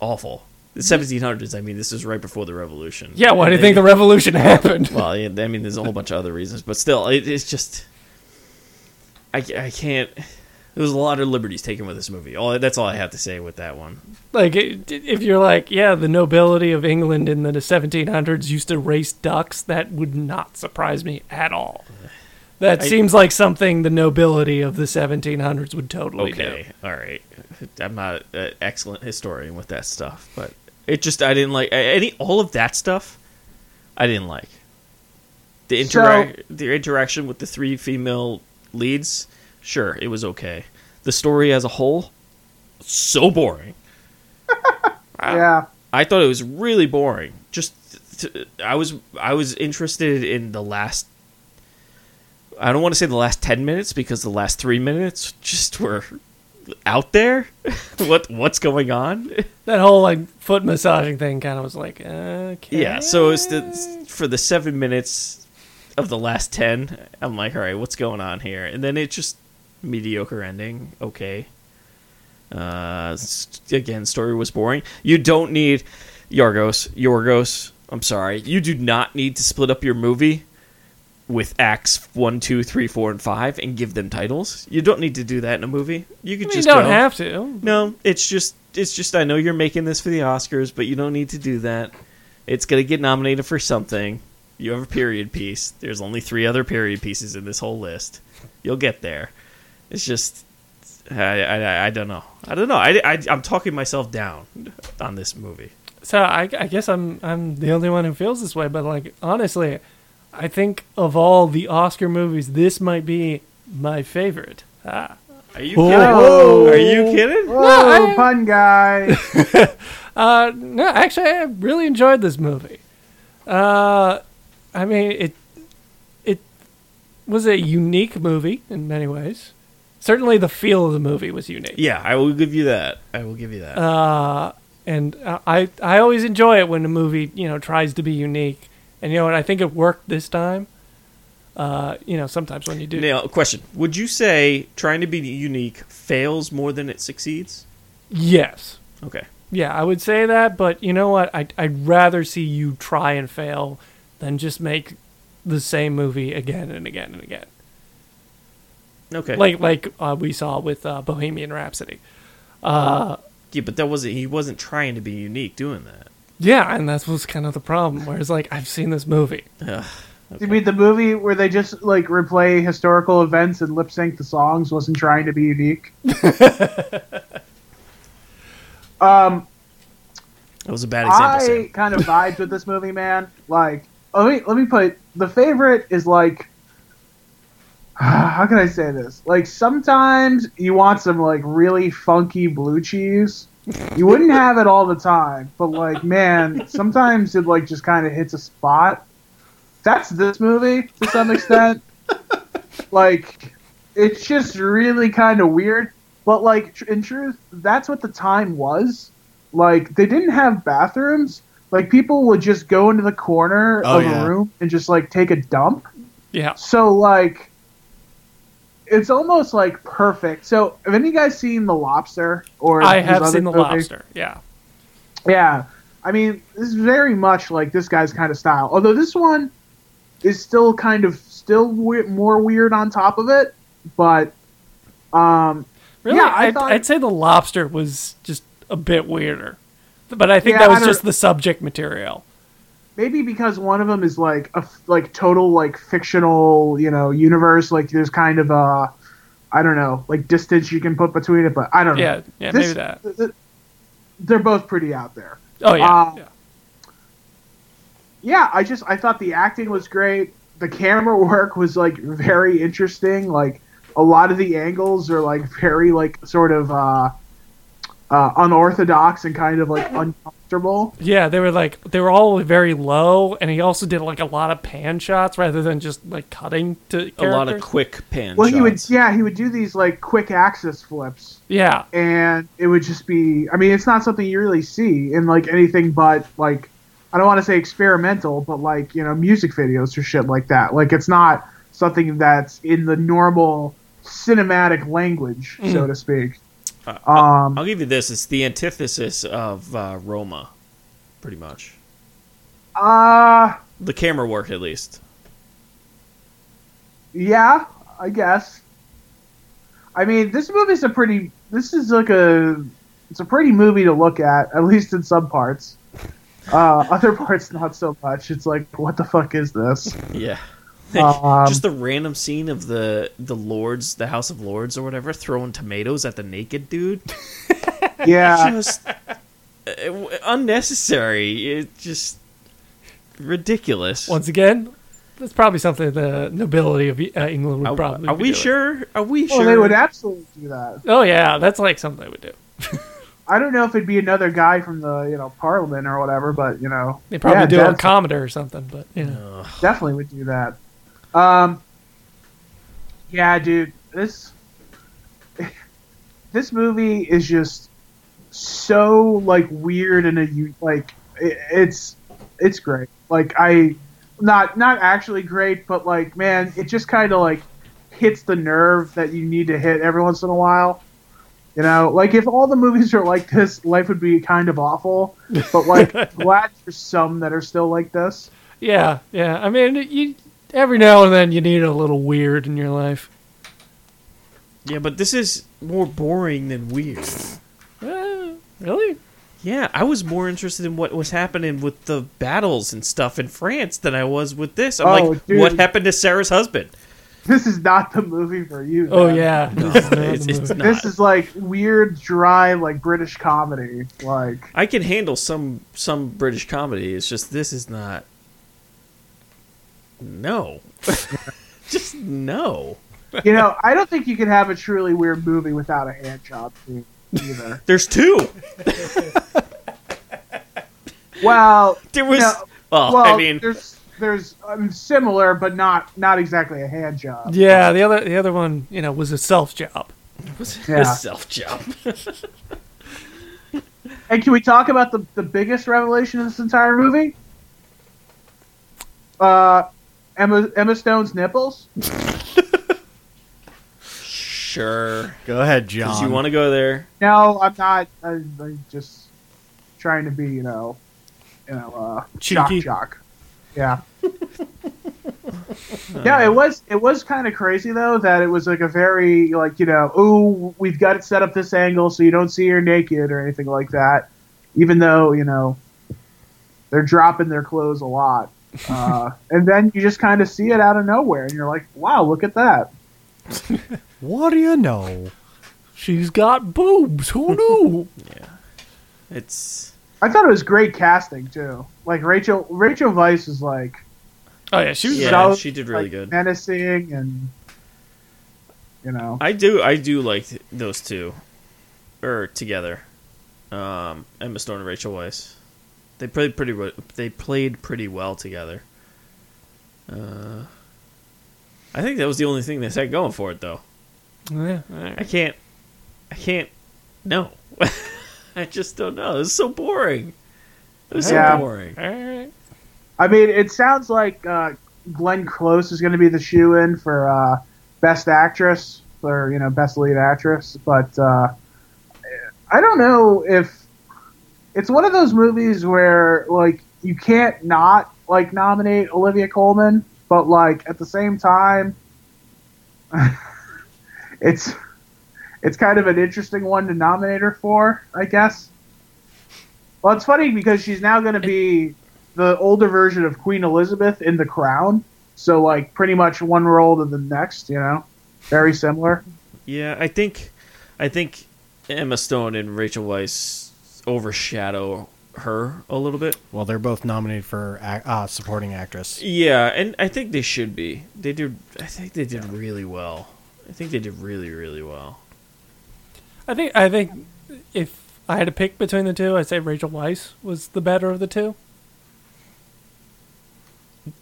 [SPEAKER 6] awful. The 1700s, I mean this is right before the revolution.
[SPEAKER 7] Yeah, why do you
[SPEAKER 6] They-
[SPEAKER 7] think the revolution happened?
[SPEAKER 6] Well, yeah, I mean, there's a whole bunch of other reasons, but still, it, it's just I, ca- I can't. There was a lot of liberties taken with this movie. All that's all I have to say with that one.
[SPEAKER 7] Like, it, if you're like, yeah, the nobility of England in the 1700s used to race ducks, that would not surprise me at all. That
[SPEAKER 6] I-
[SPEAKER 7] seems like something the nobility of the 1700s would totally do.
[SPEAKER 6] Okay, all right. I'm not an excellent historian with that stuff, but it just I didn't like any all of that stuff. I didn't like the
[SPEAKER 9] So-
[SPEAKER 6] interact the interaction with the three female leads. Sure, it was okay. The story as a whole, so boring.
[SPEAKER 9] yeah,
[SPEAKER 6] I thought it was really boring. Just t- I was I was interested in the last. I don't want to say the last ten minutes because the last three minutes just were out there. what what's going on?
[SPEAKER 7] That whole, like, foot massaging thing kind of was like, okay.
[SPEAKER 6] Yeah. So it's the for the seven minutes of the last ten. I'm like, all right, what's going on here? And then it just mediocre ending. Okay. Uh, s- again, story was boring. You don't need Yorgos. Yorgos, I'm sorry. You do not need to split up your movie with acts one, two, three, four, and five, and give them titles. You don't need to do that in a movie. You could
[SPEAKER 7] You
[SPEAKER 6] just
[SPEAKER 7] don't
[SPEAKER 6] go-
[SPEAKER 7] have to.
[SPEAKER 6] no, it's just it's just I know you're making this for the Oscars, but you don't need to do that. It's gonna get nominated for something. You have a period piece. There's only three other period pieces in this whole list. You'll get there. It's just I I, I- I don't know. I don't know. I, I I'm talking myself down on this movie.
[SPEAKER 7] So I, I guess I'm I'm the only one who feels this way, but like honestly, I think of all the Oscar movies, this might be my favorite. Ah.
[SPEAKER 6] Are you
[SPEAKER 8] Whoa.
[SPEAKER 6] kidding? Are you kidding?
[SPEAKER 9] oh,
[SPEAKER 7] I-
[SPEAKER 9] pun guy.
[SPEAKER 7] Uh, no, actually, I really enjoyed this movie. Uh, I mean, it it was a unique movie in many ways. Certainly, the feel of the movie was unique.
[SPEAKER 6] Yeah, I will give you that. Uh, I will give you that.
[SPEAKER 7] and uh, I I always enjoy it when a movie you know tries to be unique, and you know what I think it worked this time. Uh, you know sometimes when you do,
[SPEAKER 6] now, question: Would you say trying to be unique fails more than it succeeds?
[SPEAKER 7] yes,
[SPEAKER 6] Okay.
[SPEAKER 7] yeah, I would say that, but you know what I I'd rather see you try and fail than just make the same movie again and again and again.
[SPEAKER 6] Okay.
[SPEAKER 7] Like like uh, we saw with uh, Bohemian Rhapsody.
[SPEAKER 6] Yeah, but that wasn't he wasn't trying to be unique doing that.
[SPEAKER 7] Yeah, and that's what's kind of the problem. Whereas like I've seen this movie.
[SPEAKER 9] You mean the movie where they just like replay historical events and lip sync the songs wasn't trying to be unique?
[SPEAKER 6] That was a bad example.
[SPEAKER 9] I
[SPEAKER 6] Sam.
[SPEAKER 9] kind of vibed with this movie, man. Like, oh, let me let me put the favorite is like how can I say this? Like sometimes you want some like really funky blue cheese. You wouldn't have it all the time, but like man, sometimes it like just kind of hits a spot. That's this movie to some extent. like it's just really kind of weird, but like tr- in truth, that's what the time was. Like they didn't have bathrooms. Like people would just go into the corner
[SPEAKER 8] Oh,
[SPEAKER 9] of
[SPEAKER 8] yeah.
[SPEAKER 9] a room and just like take a dump.
[SPEAKER 7] Yeah.
[SPEAKER 9] So like, it's almost like perfect. So have any of you guys seen The Lobster? Or
[SPEAKER 7] I
[SPEAKER 9] his
[SPEAKER 7] have
[SPEAKER 9] other
[SPEAKER 7] seen the
[SPEAKER 9] movie?
[SPEAKER 7] lobster. Yeah.
[SPEAKER 9] Yeah, I mean, this is very much like this guy's kind of style. Although this one is still kind of still we- more weird on top of it, but um,
[SPEAKER 7] Really?
[SPEAKER 9] Yeah, I
[SPEAKER 7] I'd,
[SPEAKER 9] thought-
[SPEAKER 7] I'd say the lobster was just a bit weirder. But I think
[SPEAKER 9] Yeah,
[SPEAKER 7] that
[SPEAKER 9] I
[SPEAKER 7] was
[SPEAKER 9] don't-
[SPEAKER 7] just the subject material.
[SPEAKER 9] maybe because one of them is like a f- like total like fictional you know universe. Like there's kind of a I don't know like distance you can put between it, but I don't know.
[SPEAKER 7] Yeah, yeah,
[SPEAKER 9] This-
[SPEAKER 7] maybe that.
[SPEAKER 9] th- th- They're both pretty out there.
[SPEAKER 7] Oh yeah,
[SPEAKER 9] uh,
[SPEAKER 7] yeah.
[SPEAKER 9] yeah, I just I thought the acting was great. The camera work was like very interesting. Like a lot of the angles are like very like sort of uh, uh, unorthodox and kind of like uncomfortable.
[SPEAKER 7] Yeah, they were like they were all very low, and he also did like a lot of pan shots rather than just like cutting to
[SPEAKER 6] a lot of
[SPEAKER 7] characters.
[SPEAKER 6] quick pan
[SPEAKER 9] Well,
[SPEAKER 6] shots.
[SPEAKER 9] he would yeah he would do these like quick axis flips,
[SPEAKER 7] yeah,
[SPEAKER 9] and it would just be. I mean, it's not something you really see in like anything but like I don't want to say experimental, but like you know music videos or shit like that. Like it's not something that's in the normal cinematic language, so to speak. Um,
[SPEAKER 6] I'll give you this. It's the antithesis of uh, Roma, pretty much.
[SPEAKER 9] uh,
[SPEAKER 6] The camera work, at least.
[SPEAKER 9] yeah, I guess. I mean, this movie's a pretty. This is like a. It's a pretty movie to look at, at least in some parts. Uh, other parts, not so much. It's like, what the fuck is this?
[SPEAKER 6] Yeah.
[SPEAKER 9] Um,
[SPEAKER 6] Just the random scene of the the lords, the House of Lords or whatever, throwing tomatoes at the naked dude.
[SPEAKER 9] Yeah,
[SPEAKER 6] Just uh, w- unnecessary. It just ridiculous.
[SPEAKER 7] once again, that's probably something the nobility of uh, England would
[SPEAKER 6] are,
[SPEAKER 7] probably.
[SPEAKER 6] are
[SPEAKER 7] be
[SPEAKER 6] we
[SPEAKER 7] doing.
[SPEAKER 6] sure? Are we
[SPEAKER 9] well,
[SPEAKER 6] sure?
[SPEAKER 9] they would absolutely do that.
[SPEAKER 7] Oh yeah, that's like something they would do.
[SPEAKER 9] I don't know if it'd be another guy from the you know Parliament or whatever, but you know
[SPEAKER 7] They probably
[SPEAKER 9] yeah,
[SPEAKER 7] do a
[SPEAKER 9] def-
[SPEAKER 7] commoner or something, but you know,
[SPEAKER 9] definitely would do that. Um, yeah, dude, this this movie is just so like weird and a u- like it, it's it's great. Like I not not actually great, but like man, it just kind of like hits the nerve that you need to hit every once in a while. You know, like if all the movies are like this, life would be kind of awful. But like, glad there's some that are still like this.
[SPEAKER 7] yeah, yeah. I mean, you every now and then you need a little weird in your life.
[SPEAKER 6] Yeah, but this is more boring than weird.
[SPEAKER 7] Eh, really?
[SPEAKER 6] Yeah, I was more interested in what was happening with the battles and stuff in France than I was with this. I'm
[SPEAKER 9] Oh,
[SPEAKER 6] like,
[SPEAKER 9] dude.
[SPEAKER 6] what happened to Sarah's husband?
[SPEAKER 9] this is not the movie for you.
[SPEAKER 7] Oh
[SPEAKER 9] man.
[SPEAKER 7] yeah.
[SPEAKER 6] it's, it's not.
[SPEAKER 9] This is like weird, dry, like British comedy. Like,
[SPEAKER 6] I can handle some some British comedy. It's just this is not. No, just no.
[SPEAKER 9] you know, I don't think you can have a truly weird movie without a hand job scene either.
[SPEAKER 6] There's two.
[SPEAKER 9] well,
[SPEAKER 6] There was.
[SPEAKER 9] No.
[SPEAKER 6] Well,
[SPEAKER 9] well,
[SPEAKER 6] Oh, I mean,
[SPEAKER 9] there's there's um, similar, but not not exactly a hand job.
[SPEAKER 7] Yeah, the other the other one, you know, was a self job.
[SPEAKER 9] Yeah.
[SPEAKER 6] self job.
[SPEAKER 9] And can we talk about the the biggest revelation of this entire movie? Uh, Emma Emma Stone's nipples.
[SPEAKER 6] Sure.
[SPEAKER 8] Go ahead,
[SPEAKER 6] 'Cause
[SPEAKER 8] John.
[SPEAKER 6] you want to go there?
[SPEAKER 9] No, I'm not. I, I'm just trying to be, you know, you know, uh, shock
[SPEAKER 8] Cheeky.
[SPEAKER 9] jock. Yeah. yeah, it was it was kind of crazy though that it was like a very like you know, ooh, we've got it set up this angle so you don't see her naked or anything like that. Even though you know they're dropping their clothes a lot, uh, and then you just kind of see it out of nowhere, and you're like, wow, look at that.
[SPEAKER 8] what do you know?
[SPEAKER 7] She's got boobs. Who knew?
[SPEAKER 6] It's
[SPEAKER 9] I thought it was great casting too. Like Rachel, Rachel Vice is like
[SPEAKER 7] Oh yeah, she was.
[SPEAKER 6] Yeah,
[SPEAKER 9] so,
[SPEAKER 6] she did really
[SPEAKER 9] like,
[SPEAKER 6] good.
[SPEAKER 9] menacing and you know
[SPEAKER 6] I do I do like th- those two, or together, um, Emma Stone and Rachel Weisz. They played pretty we- they played pretty well together. Uh, I think that was the only thing they had going for it, though.
[SPEAKER 7] Yeah.
[SPEAKER 6] I can't, I can't, no, I just don't know. It's so boring. It was
[SPEAKER 9] Yeah.
[SPEAKER 6] so boring.
[SPEAKER 7] All right.
[SPEAKER 9] I mean, it sounds like uh, Glenn Close is going to be the shoe in for uh, best actress for you know best lead actress, but uh, I don't know if it's one of those movies where like you can't not like nominate Olivia Colman, but like at the same time, it's it's kind of an interesting one to nominate her for, I guess. Well, it's funny because she's now going to be the older version of Queen Elizabeth in The Crown. So like pretty much one role to the next, you know, very similar.
[SPEAKER 6] Yeah, I think, I think Emma Stone and Rachel Weisz overshadow her a little bit.
[SPEAKER 8] Well, they're both nominated for ac- uh, supporting actress.
[SPEAKER 6] Yeah, and I think they should be. They did. I think they did really well. I think they did really, really well.
[SPEAKER 7] I think I think if I had to pick between the two, I'd say Rachel Weisz was the better of the two.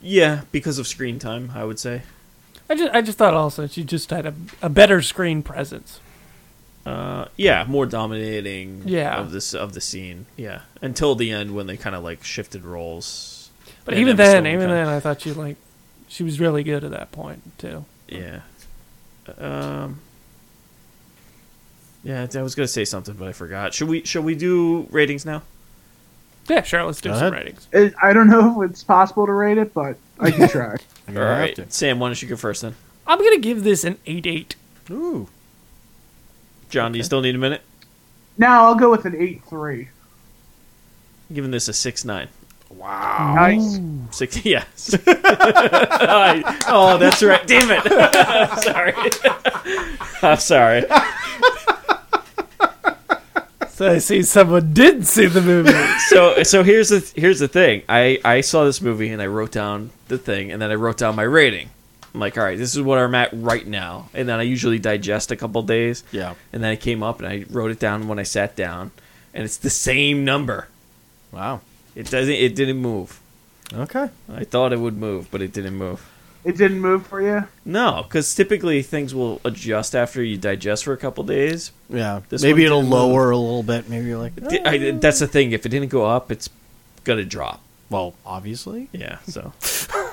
[SPEAKER 6] Yeah, because of screen time, I would say.
[SPEAKER 7] I just I just thought also she just had a, a better screen presence.
[SPEAKER 6] Uh, yeah, more dominating.
[SPEAKER 7] Yeah.
[SPEAKER 6] of this of the scene. Yeah, until the end when they kind of like shifted roles.
[SPEAKER 7] But
[SPEAKER 6] And
[SPEAKER 7] even
[SPEAKER 6] Emma
[SPEAKER 7] then,
[SPEAKER 6] Stone
[SPEAKER 7] even
[SPEAKER 6] kinda-
[SPEAKER 7] then, I thought she like she was really good at that point too.
[SPEAKER 6] Yeah. Um. Yeah, I was gonna say something, but I forgot. Should we? Should we do ratings now?
[SPEAKER 7] Yeah, sure. Let's do
[SPEAKER 8] Go ahead.
[SPEAKER 7] some ratings.
[SPEAKER 9] It, I don't know if it's possible to rate it, but I can
[SPEAKER 8] You're
[SPEAKER 9] try.
[SPEAKER 6] All
[SPEAKER 8] gonna have
[SPEAKER 6] right, Sam, why don't you go first then?
[SPEAKER 7] I'm gonna give this an eight eight.
[SPEAKER 8] to. Ooh.
[SPEAKER 6] John, do you still need a minute?
[SPEAKER 9] now I'll go with an eight three.
[SPEAKER 6] I'm giving this a six nine.
[SPEAKER 9] Nice.
[SPEAKER 6] Six, yes. I- oh, that's right. Damn it. I'm sorry. I'm sorry.
[SPEAKER 7] So I see someone did see the movie.
[SPEAKER 6] So, so here's the here's the thing. I I saw this movie and I wrote down the thing and then I wrote down my rating. I'm like, all right, this is what I'm at right now. And then I usually digest a couple days.
[SPEAKER 8] Yeah.
[SPEAKER 6] And then I came up and I wrote it down when I sat down, and it's the same number.
[SPEAKER 8] Wow.
[SPEAKER 6] It doesn't. It didn't move.
[SPEAKER 8] Okay.
[SPEAKER 6] I thought it would move, but it didn't move.
[SPEAKER 9] It didn't move for you.
[SPEAKER 6] No, because typically things will adjust after you digest for a couple days.
[SPEAKER 8] Yeah.
[SPEAKER 6] This
[SPEAKER 8] Maybe
[SPEAKER 6] one
[SPEAKER 8] it'll
[SPEAKER 6] didn't
[SPEAKER 8] lower a little bit. Maybe you're like, "Oh."
[SPEAKER 6] Th- I, that's the thing. If it didn't go up, it's gonna drop.
[SPEAKER 8] well, obviously.
[SPEAKER 6] Yeah. So,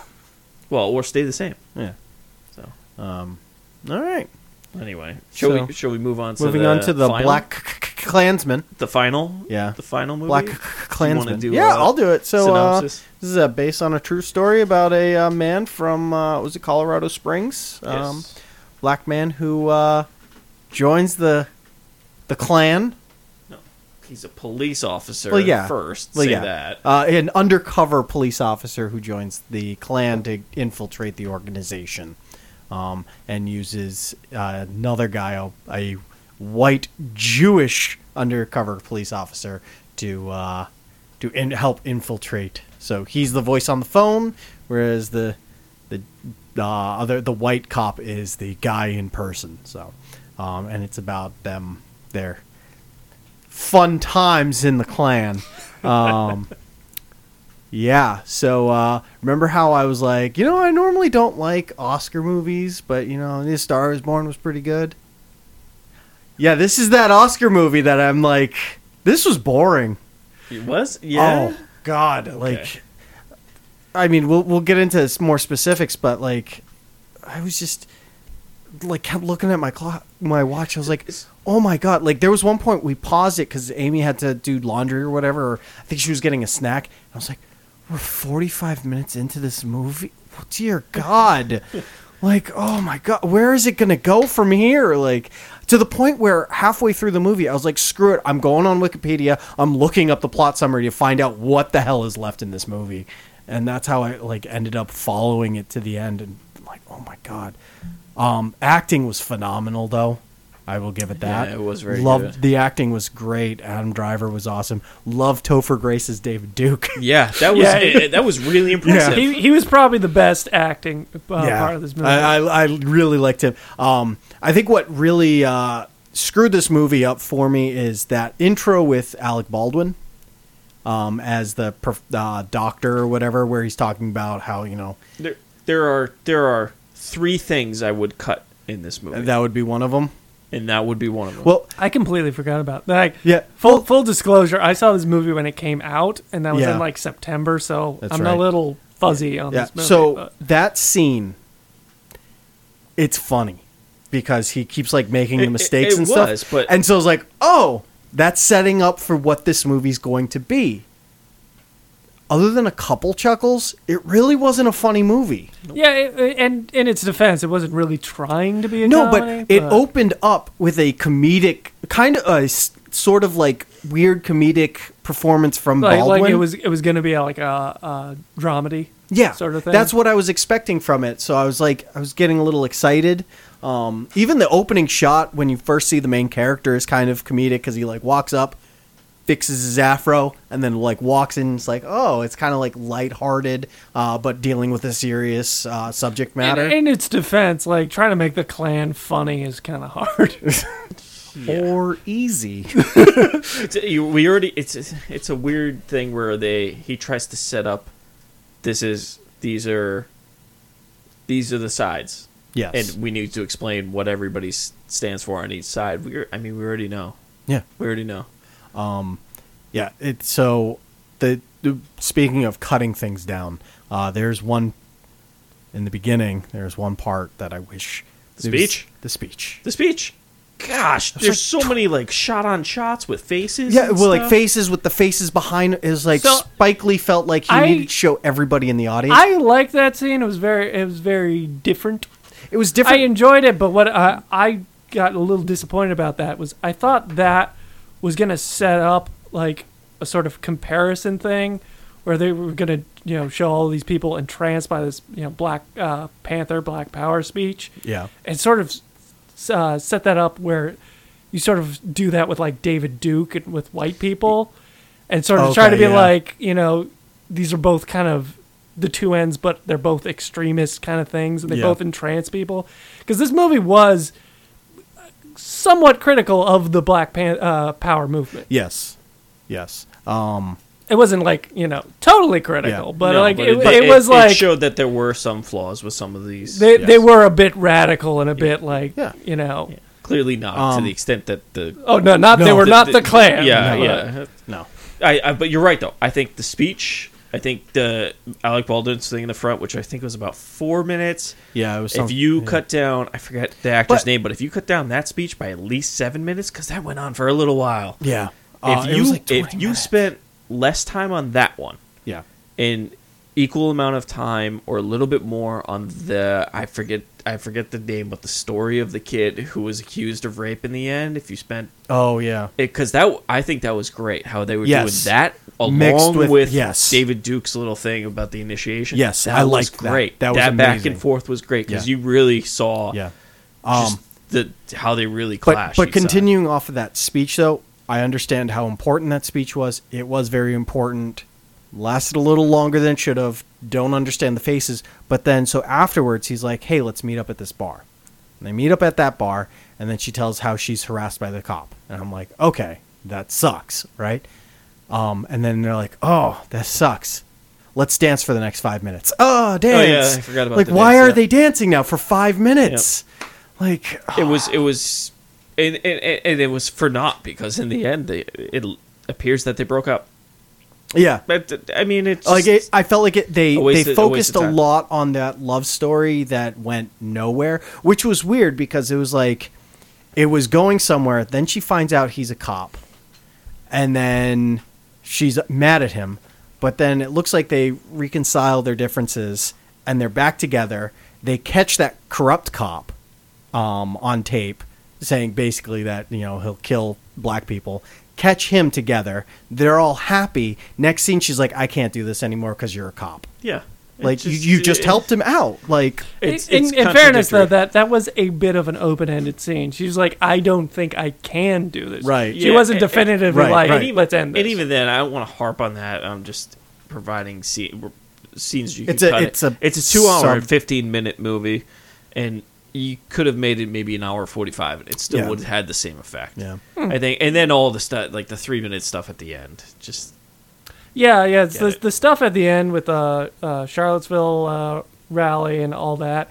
[SPEAKER 6] well, or stay the same.
[SPEAKER 8] Yeah.
[SPEAKER 6] So.
[SPEAKER 8] Um. All right.
[SPEAKER 6] Anyway, shall
[SPEAKER 8] So-
[SPEAKER 6] we shall we move on? To
[SPEAKER 8] Moving
[SPEAKER 6] the
[SPEAKER 8] on to the
[SPEAKER 6] final?
[SPEAKER 8] Black Klansman.
[SPEAKER 6] the final
[SPEAKER 8] Yeah.
[SPEAKER 6] the final movie
[SPEAKER 8] Black
[SPEAKER 6] wanna
[SPEAKER 8] Klansman.
[SPEAKER 6] do
[SPEAKER 8] yeah,
[SPEAKER 6] a
[SPEAKER 8] I'll do it. So uh, this
[SPEAKER 6] synopsis.
[SPEAKER 8] is uh, based on a true story about a uh, man from uh, was it Colorado Springs? Um,
[SPEAKER 6] Yes.
[SPEAKER 8] black man who uh, joins the the clan.
[SPEAKER 6] He's a police officer.
[SPEAKER 8] Well, yeah.
[SPEAKER 6] First,
[SPEAKER 8] Well,
[SPEAKER 6] say
[SPEAKER 8] yeah.
[SPEAKER 6] that.
[SPEAKER 8] Uh, an undercover police officer who joins the clan to infiltrate the organization, um, and uses uh, another guy, a, a white Jewish undercover police officer, to uh, to in- help infiltrate. So he's the voice on the phone, whereas the the uh, other the white cop is the guy in person. So, um, and it's about them their fun times in the clan. Um, yeah. So uh, remember how I was like, you know, I normally don't like Oscar movies, but you know, this Star Is Born was pretty good. Yeah, this is that Oscar movie that I'm like, this was boring.
[SPEAKER 6] It was yeah.
[SPEAKER 8] Oh God! Like, I mean, we'll we'll get into s- more specifics, but like, I was just like kept looking at my clock, my watch. I was like, oh my God! Like, there was one point we paused it because Amy had to do laundry or whatever. Or I think she was getting a snack. I was like, we're forty five minutes into this movie. Oh, dear God! like, oh my God, where is it gonna go from here? Like. To the point where halfway through the movie, I was like, screw it. I'm going on Wikipedia. I'm looking up the plot summary to find out what the hell is left in this movie. And that's how I like ended up following it to the end and like, oh my God. Um, acting was phenomenal though. I will give it that.
[SPEAKER 6] Yeah, it was very
[SPEAKER 8] Loved
[SPEAKER 6] good.
[SPEAKER 8] the acting was great. Adam Driver was awesome. Love Topher Grace's David Duke.
[SPEAKER 6] Yeah, that was
[SPEAKER 7] Yeah.
[SPEAKER 6] it- that was really impressive.
[SPEAKER 7] He, he was probably the best acting uh, part of this movie.
[SPEAKER 8] I, I, I really liked him. Um, I think what really uh, screwed this movie up for me is that intro with Alec Baldwin um, as the prof- uh, doctor or whatever, where he's talking about how, you know,
[SPEAKER 6] There, there are there are three things I would cut in this movie,
[SPEAKER 8] that would be one of them.
[SPEAKER 6] and that would be one of them.
[SPEAKER 8] Well,
[SPEAKER 7] I completely forgot about that. Like,
[SPEAKER 8] Yeah.
[SPEAKER 7] Full full disclosure, I saw this movie when it came out, and that was
[SPEAKER 8] Yeah.
[SPEAKER 7] in like September, so
[SPEAKER 8] That's
[SPEAKER 7] I'm
[SPEAKER 8] right.
[SPEAKER 7] a little fuzzy on
[SPEAKER 8] yeah.
[SPEAKER 7] this movie.
[SPEAKER 8] so
[SPEAKER 6] Uh,
[SPEAKER 7] but-
[SPEAKER 8] that scene, it's funny because he keeps like making
[SPEAKER 6] It-
[SPEAKER 8] the
[SPEAKER 6] it-
[SPEAKER 8] mistakes
[SPEAKER 6] it
[SPEAKER 8] and
[SPEAKER 6] was,
[SPEAKER 8] stuff.
[SPEAKER 6] but-
[SPEAKER 8] and so I was like, oh, that's setting up for what this movie's going to be. Other than a couple chuckles, it really wasn't a funny movie.
[SPEAKER 7] yeah, it, it- and in its defense, it wasn't really trying to be a
[SPEAKER 8] No, but
[SPEAKER 7] comedy,
[SPEAKER 8] it opened up with a comedic kind of a s- sort of like weird comedic performance from
[SPEAKER 7] like,
[SPEAKER 8] Baldwin.
[SPEAKER 7] like it was it was going to be like a, a dramedy,
[SPEAKER 8] yeah
[SPEAKER 7] sort of thing.
[SPEAKER 8] that's what i was expecting from it so i was like i was getting a little excited um, even the opening shot when you first see the main character is kind of comedic because he like walks up fixes his afro and then like walks in and it's like oh it's kind of like lighthearted uh, but dealing with a serious uh, subject
[SPEAKER 7] In-
[SPEAKER 8] matter
[SPEAKER 7] In, its defense, like trying to make the clan funny is kind of hard.
[SPEAKER 8] or easy
[SPEAKER 6] It's- you- we already it's it's a weird thing where they he tries to set up. This is these are these are the sides,
[SPEAKER 8] yes
[SPEAKER 6] and we need to explain what everybody s- stands for on each side. We are- I mean we already know
[SPEAKER 8] yeah
[SPEAKER 6] we already know.
[SPEAKER 8] Yeah, it so the, the speaking of cutting things down, uh, there's one in the beginning. There's one part that I wish
[SPEAKER 6] The
[SPEAKER 8] it was-
[SPEAKER 6] speech?
[SPEAKER 8] the speech.
[SPEAKER 6] The speech, gosh, there's so many like shot on shots with faces.
[SPEAKER 8] Yeah,
[SPEAKER 6] and
[SPEAKER 8] well, like
[SPEAKER 6] stuff.
[SPEAKER 8] faces with the faces behind is like
[SPEAKER 7] So-
[SPEAKER 8] Spike Lee felt like he
[SPEAKER 7] I-
[SPEAKER 8] needed to show everybody in the audience.
[SPEAKER 7] I liked that scene. It was very it was very different.
[SPEAKER 8] it was different.
[SPEAKER 7] I enjoyed it, but what I, I got a little disappointed about that was I thought that was going to set up like a sort of comparison thing where they were going to you know show all these people entranced by this you know Black uh, Panther Black Power speech
[SPEAKER 8] yeah,
[SPEAKER 7] and sort of uh, set that up where you sort of do that with like David Duke and with white people, and sort of try
[SPEAKER 8] Okay,
[SPEAKER 7] to be
[SPEAKER 8] yeah.
[SPEAKER 7] like, you know, these are both kind of the two ends, but they're both extremist kind of things, and they
[SPEAKER 8] Yeah.
[SPEAKER 7] both entrance people. Because this movie was somewhat critical of the Black Pan- uh, Power movement.
[SPEAKER 8] yes, yes. Uh,
[SPEAKER 7] It wasn't like you know totally critical,
[SPEAKER 8] Yeah.
[SPEAKER 7] but
[SPEAKER 6] No,
[SPEAKER 7] like it,
[SPEAKER 6] but
[SPEAKER 7] it, was like
[SPEAKER 6] it showed that there were some flaws with some of these.
[SPEAKER 7] they they
[SPEAKER 6] Yes.
[SPEAKER 7] were a bit radical and a bit like
[SPEAKER 8] Yeah.
[SPEAKER 7] you know.
[SPEAKER 6] clearly not
[SPEAKER 8] Um,
[SPEAKER 6] to the extent that the
[SPEAKER 7] Oh no! Not they
[SPEAKER 8] No,
[SPEAKER 7] were
[SPEAKER 8] the-
[SPEAKER 7] not
[SPEAKER 6] the- uh,
[SPEAKER 7] the, Klan.
[SPEAKER 6] yeah
[SPEAKER 7] but-
[SPEAKER 6] yeah
[SPEAKER 8] No,
[SPEAKER 6] I, I but you're right though i think the speech i think the alec baldwin's thing in the front which i think was about four minutes
[SPEAKER 8] yeah, it was.
[SPEAKER 6] if
[SPEAKER 8] some-
[SPEAKER 6] you
[SPEAKER 8] yeah.
[SPEAKER 6] cut down i forget the actor's
[SPEAKER 8] But-
[SPEAKER 6] name but if you cut down that speech by at least seven minutes because that went on for a little while
[SPEAKER 8] yeah, Uh,
[SPEAKER 6] if
[SPEAKER 8] it
[SPEAKER 6] you
[SPEAKER 8] was like
[SPEAKER 6] if
[SPEAKER 8] 20
[SPEAKER 6] you
[SPEAKER 8] minutes.
[SPEAKER 6] spent less time on that one
[SPEAKER 8] yeah,
[SPEAKER 6] an equal amount of time or a little bit more on the I forget I forget the name, but the story of the kid who was accused of rape in the end. If you spent
[SPEAKER 8] oh yeah,
[SPEAKER 6] because that I think that was great how they were
[SPEAKER 8] Yes.
[SPEAKER 6] doing that along
[SPEAKER 8] Mixed with-
[SPEAKER 6] with,
[SPEAKER 8] yes.
[SPEAKER 6] David Duke's little thing about the initiation.
[SPEAKER 8] Yes,
[SPEAKER 6] that
[SPEAKER 8] I
[SPEAKER 6] was
[SPEAKER 8] liked that.
[SPEAKER 6] great.
[SPEAKER 8] That
[SPEAKER 6] That,
[SPEAKER 8] was
[SPEAKER 6] back
[SPEAKER 8] amazing.
[SPEAKER 6] and forth was great because
[SPEAKER 8] Yeah.
[SPEAKER 6] you really saw
[SPEAKER 8] yeah. Um,
[SPEAKER 6] just the how they really
[SPEAKER 8] but
[SPEAKER 6] clashed.
[SPEAKER 8] but
[SPEAKER 6] each side.
[SPEAKER 8] continuing off of that speech though i understand how important that speech was it was very important lasted a little longer than it should have don't understand the faces but then so afterwards he's like hey let's meet up at this bar and they meet up at that bar and then she tells how she's harassed by the cop and i'm like okay that sucks right um, and then they're like oh that sucks let's dance for the next five minutes oh dance
[SPEAKER 6] I forgot about
[SPEAKER 8] like
[SPEAKER 6] the
[SPEAKER 8] why
[SPEAKER 6] dance,
[SPEAKER 8] are
[SPEAKER 6] yeah.
[SPEAKER 8] they dancing now for five minutes like
[SPEAKER 6] it was it was and, and, and it was for naught because in the end they, it appears that they broke up
[SPEAKER 8] yeah
[SPEAKER 6] but i mean it's
[SPEAKER 8] like
[SPEAKER 6] just-
[SPEAKER 8] it, I felt like it, they
[SPEAKER 6] A waste
[SPEAKER 8] they
[SPEAKER 6] of- a waste
[SPEAKER 8] focused
[SPEAKER 6] of
[SPEAKER 8] a,
[SPEAKER 6] time.
[SPEAKER 8] lot on that love story that went nowhere, which was weird because it was like it was going somewhere. Then she finds out he's a cop, and then she's mad at him. But then it looks like they reconcile their differences and they're back together. They catch that corrupt cop um, on tape saying basically that you know he'll kill black people catch him together they're all happy next scene she's like i can't do this anymore because you're a cop
[SPEAKER 6] yeah
[SPEAKER 8] Like
[SPEAKER 6] just-
[SPEAKER 8] you, you just helped him out. Like
[SPEAKER 6] It's-
[SPEAKER 7] in,
[SPEAKER 6] it's
[SPEAKER 7] in fairness, though,
[SPEAKER 6] contradictory.
[SPEAKER 7] that that was a bit of an open-ended scene. She's like, "I don't think I can do this."
[SPEAKER 8] Right.
[SPEAKER 7] She
[SPEAKER 6] Yeah,
[SPEAKER 7] wasn't
[SPEAKER 6] a- a-
[SPEAKER 7] definitively
[SPEAKER 8] right,
[SPEAKER 7] like,
[SPEAKER 8] right.
[SPEAKER 7] "Let's end this."
[SPEAKER 6] And even then, I don't want to harp on that. I'm just providing scene, scenes you can
[SPEAKER 8] It's a-
[SPEAKER 6] cut it.
[SPEAKER 8] it's a
[SPEAKER 6] it's a two hour and
[SPEAKER 8] sub-
[SPEAKER 6] fifteen minute movie, and you could have made it maybe an hour forty five, and it still
[SPEAKER 8] Yeah.
[SPEAKER 6] would have had the same effect.
[SPEAKER 8] Yeah.
[SPEAKER 6] I think. And then all the stuff, like the three minute stuff at the end, just
[SPEAKER 7] yeah, yeah. It's
[SPEAKER 6] Get
[SPEAKER 7] the,
[SPEAKER 6] it.
[SPEAKER 7] the stuff at the end with uh, uh, Charlottesville uh, rally and all that.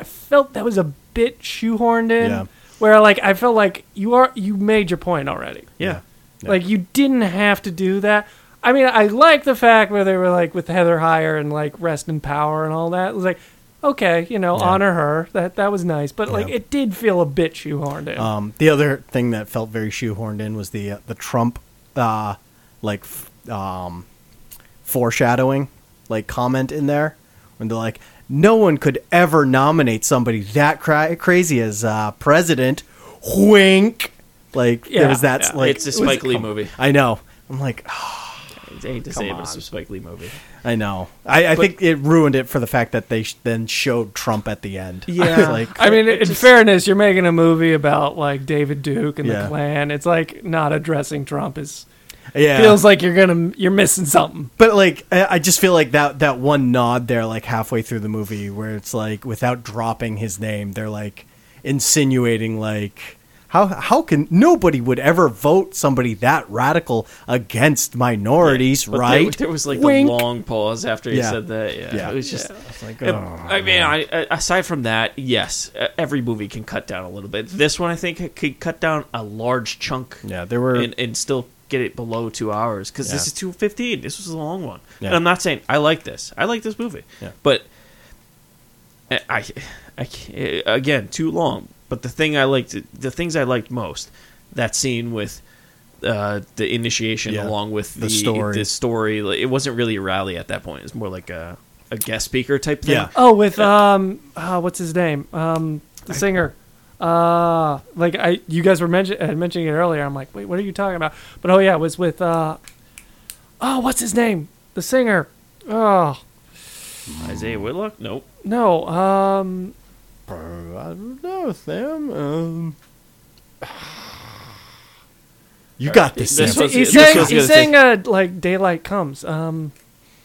[SPEAKER 7] I felt that was a bit shoehorned in.
[SPEAKER 8] Yeah.
[SPEAKER 7] Where like I felt like you are you made your point already.
[SPEAKER 6] yeah.
[SPEAKER 7] Like you didn't have to do that. I mean, I like the fact where they were like with Heather Heyer and like rest in power and all that. It was like, okay, you know, honor her. That that was nice, but like
[SPEAKER 8] Yeah.
[SPEAKER 7] it did feel a bit shoehorned in.
[SPEAKER 8] Um, the other thing that felt very shoehorned in was the uh, the Trump uh, like f- um, foreshadowing like comment in there when they're like, "No one could ever nominate somebody that cra- crazy as uh, president." Wink. Like
[SPEAKER 7] Yeah,
[SPEAKER 8] there was that
[SPEAKER 7] yeah.
[SPEAKER 8] like
[SPEAKER 6] it's a Spike Lee movie.
[SPEAKER 8] I know. I'm like,
[SPEAKER 6] I hate to say it, but it's a Spike Lee movie.
[SPEAKER 8] I know. I, I think it ruined it for the fact that they sh- then showed Trump at the end.
[SPEAKER 7] Yeah.
[SPEAKER 8] like
[SPEAKER 7] I mean, in fairness, you're making a movie about like David Duke and
[SPEAKER 8] Yeah.
[SPEAKER 7] the Klan. It's like not addressing Trump is
[SPEAKER 8] yeah.
[SPEAKER 7] feels like you're gonna you're missing something.
[SPEAKER 8] But like, I I just feel like that that one nod there, like halfway through the movie, where it's like without dropping his name, they're like insinuating like how how can nobody would ever vote somebody that radical against minorities,
[SPEAKER 6] But
[SPEAKER 8] right?
[SPEAKER 6] There, there was like
[SPEAKER 8] Wink.
[SPEAKER 6] the long pause after he
[SPEAKER 8] Yeah.
[SPEAKER 6] said that. Yeah,
[SPEAKER 8] Yeah.
[SPEAKER 6] it was just.
[SPEAKER 8] like, oh,
[SPEAKER 6] it- I mean, I, I- aside from that, yes, e- every movie can cut down a little bit. This one, I think, could cut down a large chunk.
[SPEAKER 8] Yeah, there were-
[SPEAKER 6] and, and still get it below two hours because
[SPEAKER 8] Yeah.
[SPEAKER 6] this is two fifteen. This was a long one,
[SPEAKER 8] Yeah.
[SPEAKER 6] and I'm not saying I like this. I like this movie,
[SPEAKER 8] Yeah.
[SPEAKER 6] but I, I, I ca- again too long. But the thing I liked, the things I liked most, that scene with uh, the initiation,
[SPEAKER 8] Yeah.
[SPEAKER 6] along with
[SPEAKER 8] The
[SPEAKER 6] the,
[SPEAKER 8] story.
[SPEAKER 6] the story. like, It wasn't really a rally at that point. It was more like a, a guest speaker type thing.
[SPEAKER 8] Yeah.
[SPEAKER 7] Oh, with um, uh, what's his name? Um, the singer. Uh, like I, you guys were mention, uh, mentioning it earlier. I'm like, wait, what are you talking about? But oh yeah, it was with uh, oh, what's his name? The singer. Oh
[SPEAKER 6] Isaiah Whitlock? Nope.
[SPEAKER 7] no, um,
[SPEAKER 8] I don't know, Sam. Um, you got this.
[SPEAKER 6] This
[SPEAKER 8] Sam.
[SPEAKER 6] was-
[SPEAKER 7] he
[SPEAKER 6] this
[SPEAKER 7] sang,
[SPEAKER 6] was
[SPEAKER 7] he
[SPEAKER 6] gonna
[SPEAKER 7] sang uh, like daylight comes. Um,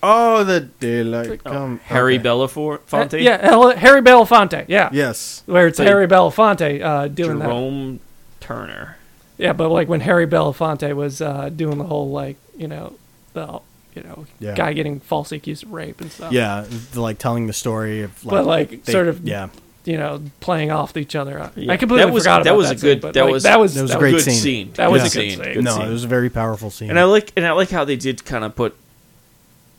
[SPEAKER 8] oh, the daylight come.
[SPEAKER 6] Harry
[SPEAKER 8] okay.
[SPEAKER 6] Belafonte?
[SPEAKER 7] uh, yeah, El- Harry Belafonte. Yeah,
[SPEAKER 8] Yes.
[SPEAKER 7] where it's
[SPEAKER 6] Like-
[SPEAKER 7] Harry Belafonte uh, doing that.
[SPEAKER 6] Jerome Turner.
[SPEAKER 7] Yeah, but like when Harry Belafonte was uh, doing the whole like you know the you know
[SPEAKER 8] Yeah.
[SPEAKER 7] guy getting falsely accused of rape and
[SPEAKER 6] Oh.
[SPEAKER 7] stuff.
[SPEAKER 8] Yeah, the, like telling the story of like,
[SPEAKER 7] But, like, sort of-
[SPEAKER 8] yeah.
[SPEAKER 7] you know playing off each other. I
[SPEAKER 6] Yeah.
[SPEAKER 7] completely
[SPEAKER 6] That was-
[SPEAKER 7] forgot
[SPEAKER 6] that
[SPEAKER 7] about
[SPEAKER 6] was
[SPEAKER 7] that
[SPEAKER 6] a
[SPEAKER 7] scene,
[SPEAKER 6] good-
[SPEAKER 7] but,
[SPEAKER 6] that
[SPEAKER 7] like,
[SPEAKER 6] was-
[SPEAKER 7] that was
[SPEAKER 8] That was
[SPEAKER 7] that
[SPEAKER 8] a great
[SPEAKER 6] good
[SPEAKER 8] scene.
[SPEAKER 6] scene.
[SPEAKER 7] That was
[SPEAKER 6] Good
[SPEAKER 7] a good scene.
[SPEAKER 6] Good
[SPEAKER 8] no,
[SPEAKER 6] scene.
[SPEAKER 8] it was a very powerful scene.
[SPEAKER 6] and I like and I like how they did kind of put.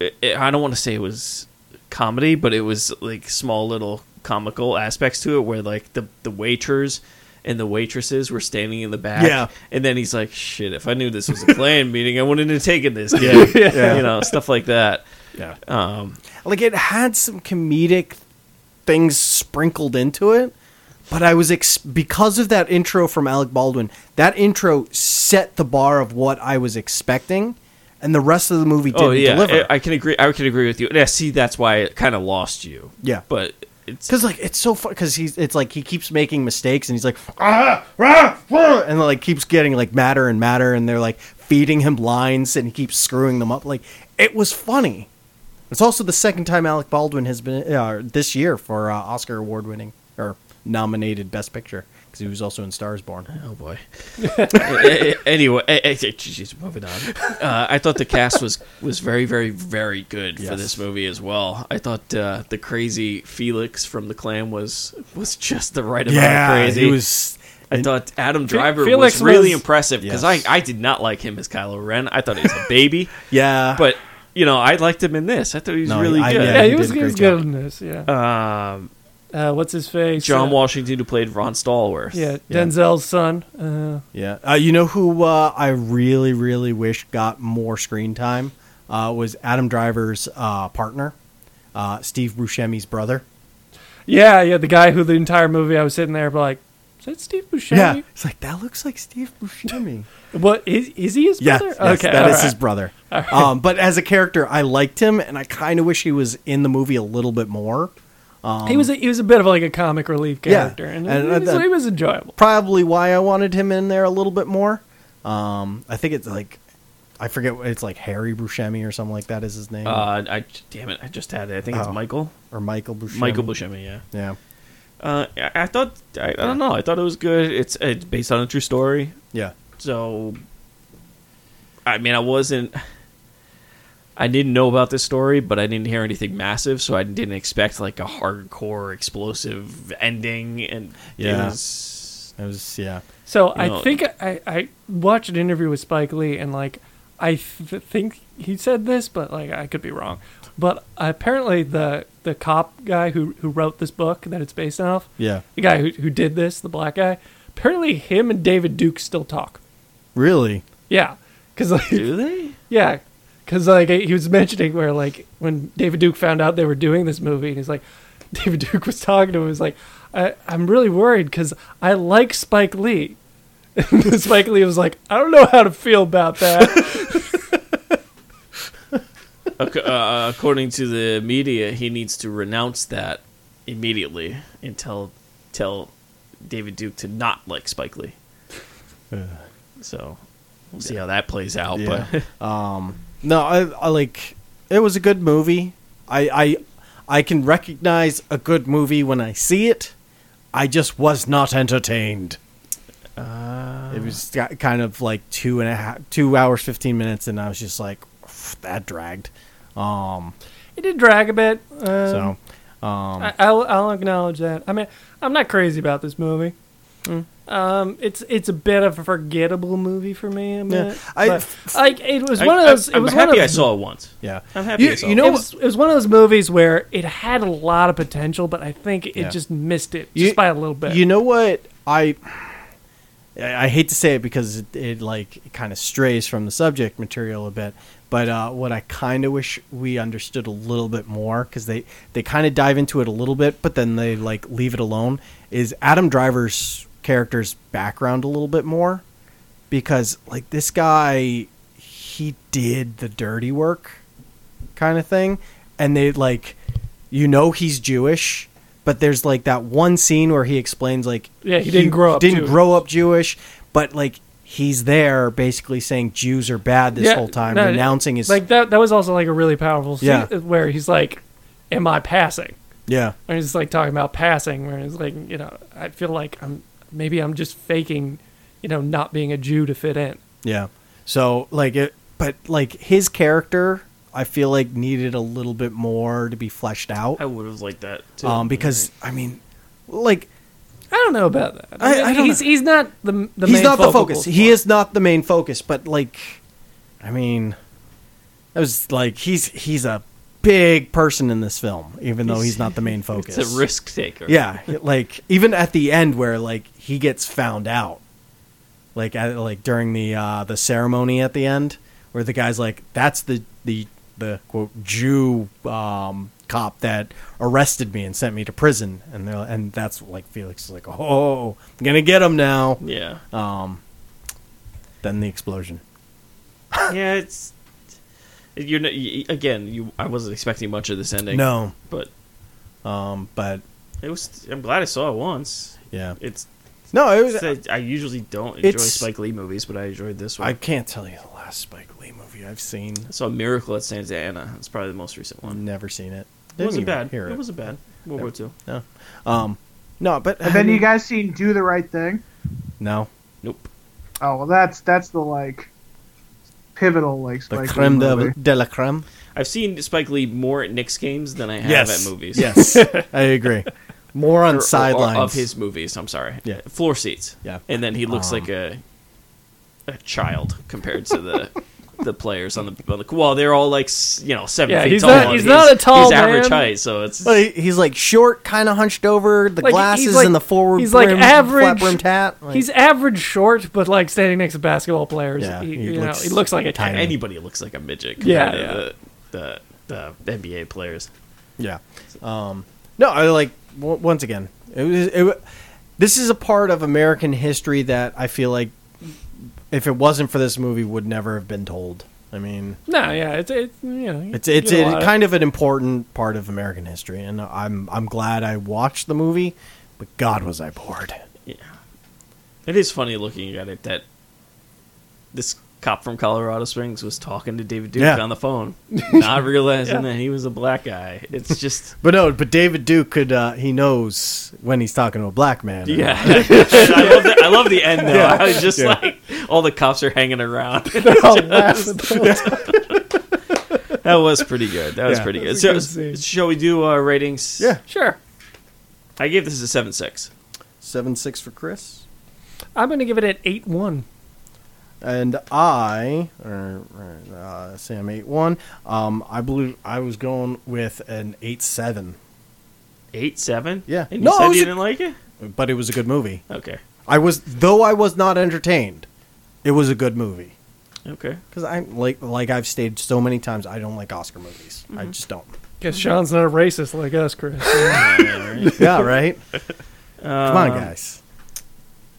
[SPEAKER 6] i I don't want to say it was comedy, but it was like small little comical aspects to it, where like the the waiters and the waitresses were standing in the back.
[SPEAKER 8] Yeah.
[SPEAKER 6] and then he's like, "Shit, if I knew this was a plan meeting, I wouldn't have taken this." dude."
[SPEAKER 8] yeah.
[SPEAKER 6] you know, stuff like that.
[SPEAKER 8] yeah.
[SPEAKER 6] Um,
[SPEAKER 8] Like it had some comedic things sprinkled into it, but I was ex- because of that intro from Alec Baldwin. That intro set the bar of what I was expecting, and the rest of the movie didn't
[SPEAKER 6] oh yeah,
[SPEAKER 8] deliver.
[SPEAKER 6] I, I can agree. I can agree with you. And I see that's why it kind of lost you.
[SPEAKER 8] Yeah.
[SPEAKER 6] but it's
[SPEAKER 8] because like it's so fun because he's it's like he keeps making mistakes and he's like ah, rah, rah," and like keeps getting like madder and madder and they're like feeding him lines and he keeps screwing them up like it was funny it's also the second time alec baldwin has been uh, this year for uh, oscar award winning or nominated best picture because he was also in stars born
[SPEAKER 6] Oh boy. A- a- anyway, a- a- jeez, moving on. Uh, I thought the cast was was very, very, very good for
[SPEAKER 8] Yes.
[SPEAKER 6] this movie as well. I thought uh, the crazy Felix from the Clan was was just the right amount of crazy.
[SPEAKER 8] he was
[SPEAKER 6] I thought Adam Driver
[SPEAKER 7] Felix
[SPEAKER 6] was really
[SPEAKER 7] was-
[SPEAKER 6] impressive because
[SPEAKER 8] Yes.
[SPEAKER 6] I I did not like him as Kylo Ren. I thought he was a baby,
[SPEAKER 8] yeah
[SPEAKER 6] but you know I liked him in this. I thought he was
[SPEAKER 8] No,
[SPEAKER 6] really
[SPEAKER 8] I-
[SPEAKER 6] good.
[SPEAKER 7] Yeah,
[SPEAKER 8] he
[SPEAKER 7] he was,
[SPEAKER 8] did a
[SPEAKER 7] he was
[SPEAKER 8] great
[SPEAKER 7] good
[SPEAKER 8] job.
[SPEAKER 7] in this. Yeah.
[SPEAKER 6] Um,
[SPEAKER 7] Uh, what's his face?
[SPEAKER 6] John
[SPEAKER 7] Uh,
[SPEAKER 6] Washington, who played Ron Stallworth.
[SPEAKER 7] Yeah,
[SPEAKER 8] Yeah.
[SPEAKER 7] Denzel's son. Uh,
[SPEAKER 8] Yeah, uh, you know who uh, I really, really wish got more screen time uh, was Adam Driver's uh, partner, uh, Steve Buscemi's brother.
[SPEAKER 7] yeah, yeah, the guy who the entire movie I was sitting there like, is that Steve Buscemi?
[SPEAKER 8] it's like that looks like Steve Buscemi.
[SPEAKER 7] What is is he his
[SPEAKER 8] yes,
[SPEAKER 7] brother?
[SPEAKER 8] yes, that is
[SPEAKER 7] all
[SPEAKER 8] his
[SPEAKER 7] right.
[SPEAKER 8] brother. Um, but as a character, I liked him, and I kind of wish he was in the movie a little bit more.
[SPEAKER 7] he was a, he was a bit of like a comic relief
[SPEAKER 8] Yeah.
[SPEAKER 7] character, and,
[SPEAKER 8] And,
[SPEAKER 7] he,
[SPEAKER 8] uh,
[SPEAKER 7] was,
[SPEAKER 8] that-
[SPEAKER 7] he was enjoyable.
[SPEAKER 8] Probably why I wanted him in there a little bit more. Um, I think it's like I forget. what- It's like Harry Buscemi or something like that is his name,
[SPEAKER 6] Uh, I damn it, I just had it. I think it's
[SPEAKER 8] Oh.
[SPEAKER 6] Michael.
[SPEAKER 8] or Michael Buscemi.
[SPEAKER 6] Michael Buscemi, yeah.
[SPEAKER 8] Yeah.
[SPEAKER 6] Uh, I, I thought I, I don't know. I thought it was good. It's it's based on a true story,
[SPEAKER 8] Yeah.
[SPEAKER 6] so I mean, I wasn't. I didn't know about this story, but I didn't hear anything massive, so I didn't expect like a hardcore explosive ending. And
[SPEAKER 8] Yeah.
[SPEAKER 6] it was,
[SPEAKER 8] It was yeah.
[SPEAKER 7] So
[SPEAKER 6] You
[SPEAKER 7] I
[SPEAKER 6] know-
[SPEAKER 7] think I, I watched an interview with Spike Lee, and like I th- think he said this, but like I could be wrong. But apparently the the cop guy who who wrote this book that it's based off,
[SPEAKER 8] Yeah.
[SPEAKER 7] the guy who who did this, the black guy, apparently him and David Duke still talk.
[SPEAKER 8] Really?
[SPEAKER 7] Yeah, because like
[SPEAKER 6] do they?
[SPEAKER 7] Yeah, because like he was mentioning where like when David Duke found out they were doing this movie, and he's like, David Duke was talking to him, he's like, I, I'm really worried because I like Spike Lee. And Spike Lee was like, I don't know how to feel about that.
[SPEAKER 6] Ac- uh, according to the media, he needs to renounce that immediately and tell tell David Duke to not like Spike Lee. So we'll see how that plays out.
[SPEAKER 8] Yeah.
[SPEAKER 6] But
[SPEAKER 8] No, I, I like it was a good movie. I, I I can recognize a good movie when I see it. I just was not entertained.
[SPEAKER 6] Uh.
[SPEAKER 8] it was ki- kind of like two and a half, two hours fifteen minutes, and I was just like, that dragged. Um,
[SPEAKER 7] it did drag a bit. Um,
[SPEAKER 8] so
[SPEAKER 6] Um.
[SPEAKER 7] I, I'll, I'll acknowledge that. I mean, I'm not crazy about this movie.
[SPEAKER 6] Mm.
[SPEAKER 7] Um, it's it's a bit of a forgettable movie for me. A minute,
[SPEAKER 8] I-
[SPEAKER 7] but, like it was
[SPEAKER 6] I,
[SPEAKER 7] one of those.
[SPEAKER 6] I,
[SPEAKER 7] it was
[SPEAKER 6] am
[SPEAKER 7] one
[SPEAKER 6] happy
[SPEAKER 7] of
[SPEAKER 6] I
[SPEAKER 7] those,
[SPEAKER 6] saw it once.
[SPEAKER 8] yeah,
[SPEAKER 6] I'm happy
[SPEAKER 8] You-
[SPEAKER 6] I saw
[SPEAKER 8] you
[SPEAKER 6] it.
[SPEAKER 8] know
[SPEAKER 7] it was it was one of those movies where it had a lot of potential, but I think it
[SPEAKER 8] Yeah.
[SPEAKER 7] just missed it
[SPEAKER 8] You-
[SPEAKER 7] just by a little bit.
[SPEAKER 8] You know what I. I I hate to say it because it, it like it kind of strays from the subject material a bit, but uh, what I kind of wish we understood a little bit more because they they kind of dive into it a little bit, but then they like leave it alone. Is Adam Driver's character's background a little bit more because like this guy he did the dirty work kind of thing and they like you know he's jewish but there's like that one scene where he explains like
[SPEAKER 7] Yeah, he didn't grow up
[SPEAKER 8] didn't
[SPEAKER 7] Jewish.
[SPEAKER 8] grow up jewish but like he's there basically saying jews are bad this
[SPEAKER 7] Yeah,
[SPEAKER 8] whole time
[SPEAKER 7] no,
[SPEAKER 8] renouncing his
[SPEAKER 7] like that. That was also like a really powerful scene
[SPEAKER 8] Yeah.
[SPEAKER 7] where he's like, "Am I passing?"
[SPEAKER 8] yeah
[SPEAKER 7] And he's like talking about passing, where he's like, you know, I feel like I'm maybe I'm just faking, you know, not being a Jew to fit in.
[SPEAKER 8] Yeah. So like it, but like his character, I feel like needed a little bit more to be fleshed
[SPEAKER 6] I
[SPEAKER 8] out.
[SPEAKER 6] would have liked that too.
[SPEAKER 8] Um, because I mean, like
[SPEAKER 7] I don't know about that.
[SPEAKER 8] I- I don't
[SPEAKER 7] he's
[SPEAKER 8] know.
[SPEAKER 7] he's not the the
[SPEAKER 8] he's
[SPEAKER 7] main
[SPEAKER 8] not the
[SPEAKER 7] focal
[SPEAKER 8] focus.
[SPEAKER 7] point.
[SPEAKER 8] He is not the main focus. But like, I mean, I was like, he's he's a big person in this film, even though he's not the main focus.
[SPEAKER 6] it's a risk taker.
[SPEAKER 8] Yeah, like even at the end where like he gets found out, like at, like during the uh, the ceremony at the end, where the guy's like, "That's the the the quote Jew um, cop that arrested me and sent me to prison," and they're and that's like Felix is like, "Oh, I'm gonna get him now."
[SPEAKER 6] yeah,
[SPEAKER 8] Um, then the explosion.
[SPEAKER 6] yeah. It's you're not, y- again. You, I wasn't expecting much of this ending.
[SPEAKER 8] No,
[SPEAKER 6] but
[SPEAKER 8] um, but
[SPEAKER 6] it was. I'm glad I saw it once.
[SPEAKER 8] yeah,
[SPEAKER 6] It's.
[SPEAKER 8] no, it was.
[SPEAKER 6] I usually don't enjoy
[SPEAKER 8] It's-
[SPEAKER 6] Spike Lee movies, but I enjoyed this one.
[SPEAKER 8] I can't tell you the last Spike Lee movie I've seen.
[SPEAKER 6] I saw Miracle at Santa Ana. It's probably the most recent one.
[SPEAKER 8] Never seen it.
[SPEAKER 6] It
[SPEAKER 8] Didn't
[SPEAKER 6] wasn't
[SPEAKER 8] even
[SPEAKER 6] bad.
[SPEAKER 8] hear
[SPEAKER 6] It wasn't bad. World War II.
[SPEAKER 8] No. Um, no, but
[SPEAKER 9] Have any of you guys seen Do the Right Thing?
[SPEAKER 8] No,
[SPEAKER 6] Nope.
[SPEAKER 9] Oh well, that's that's the like pivotal like
[SPEAKER 8] the
[SPEAKER 9] Spike Lee
[SPEAKER 8] creme de,
[SPEAKER 9] movie.
[SPEAKER 8] de la creme.
[SPEAKER 6] I've seen Spike Lee more at Knicks games than I have at movies.
[SPEAKER 8] Yes, I agree. More
[SPEAKER 6] Or-
[SPEAKER 8] on
[SPEAKER 6] or-
[SPEAKER 8] sidelines
[SPEAKER 6] of his movies. I'm sorry.
[SPEAKER 8] Yeah.
[SPEAKER 6] Floor seats.
[SPEAKER 8] Yeah.
[SPEAKER 6] And then he looks
[SPEAKER 8] Um,
[SPEAKER 6] like a a child compared to the the players on the, on the well. They're all like s- you know seven
[SPEAKER 7] Yeah,
[SPEAKER 6] feet
[SPEAKER 7] he's
[SPEAKER 6] tall.
[SPEAKER 7] not-
[SPEAKER 6] and
[SPEAKER 7] he's not a tall
[SPEAKER 6] He's
[SPEAKER 7] man.
[SPEAKER 6] average height, so it's
[SPEAKER 8] But he- he's like short, kind of hunched over, the
[SPEAKER 7] Like, he's
[SPEAKER 8] glasses
[SPEAKER 7] like-
[SPEAKER 8] and the forward.
[SPEAKER 7] he's like
[SPEAKER 8] brim,
[SPEAKER 7] average-
[SPEAKER 8] flat brimmed hat. Like,
[SPEAKER 7] He's average short, but like standing next to basketball players,
[SPEAKER 8] Yeah,
[SPEAKER 7] he,
[SPEAKER 8] he
[SPEAKER 7] you
[SPEAKER 8] looks
[SPEAKER 7] know, he looks like a
[SPEAKER 8] tiny.
[SPEAKER 6] anybody looks like a midget.
[SPEAKER 7] Yeah,
[SPEAKER 6] Compared
[SPEAKER 7] yeah.
[SPEAKER 6] To the, the the NBA players.
[SPEAKER 8] yeah. Um, no, I like w- once again. It was. It, wa- this is a part of American history that I feel like, if it wasn't for this movie, would never have been told. I mean,
[SPEAKER 7] No, yeah, it's it's you know,
[SPEAKER 8] it's it's it, kind of an important part of American history, and I'm I'm glad I watched the movie, but God was I bored.
[SPEAKER 6] It is funny looking at it that this cop from Colorado Springs was talking to David Duke
[SPEAKER 8] Yeah.
[SPEAKER 6] on the phone, not realizing that he was a black guy. It's just
[SPEAKER 8] But no, but David Duke could uh, he knows when he's talking to a black man.
[SPEAKER 6] yeah. I, love the, I love the end though. I was just
[SPEAKER 8] Yeah.
[SPEAKER 6] like, all the cops are hanging around.
[SPEAKER 8] I'll laugh at that.
[SPEAKER 6] that was pretty good. That was
[SPEAKER 8] Yeah.
[SPEAKER 6] pretty good.
[SPEAKER 7] That's a
[SPEAKER 6] So,
[SPEAKER 7] good scene.
[SPEAKER 6] shall we do uh, ratings?
[SPEAKER 8] Yeah.
[SPEAKER 7] sure.
[SPEAKER 6] I gave this a seven six.
[SPEAKER 8] Seven six for Chris,
[SPEAKER 7] I'm gonna give it an eight one.
[SPEAKER 8] and I or or, uh, Sam eight one. Um, I believe I was going with an eight seven,
[SPEAKER 6] Eight seven.
[SPEAKER 8] Yeah.
[SPEAKER 6] And you
[SPEAKER 8] No, I
[SPEAKER 6] said
[SPEAKER 8] was-
[SPEAKER 6] you didn't like it.
[SPEAKER 8] but it was a good movie.
[SPEAKER 6] Okay.
[SPEAKER 8] I was though I was not entertained. It was a good movie.
[SPEAKER 6] Okay.
[SPEAKER 8] Because I like like I've stated so many times, I don't like Oscar movies. I
[SPEAKER 7] Mm-hmm.
[SPEAKER 8] just don't.
[SPEAKER 7] Guess Sean's not a racist like us, Chris.
[SPEAKER 8] yeah, right. Come
[SPEAKER 7] Um,
[SPEAKER 8] on, guys.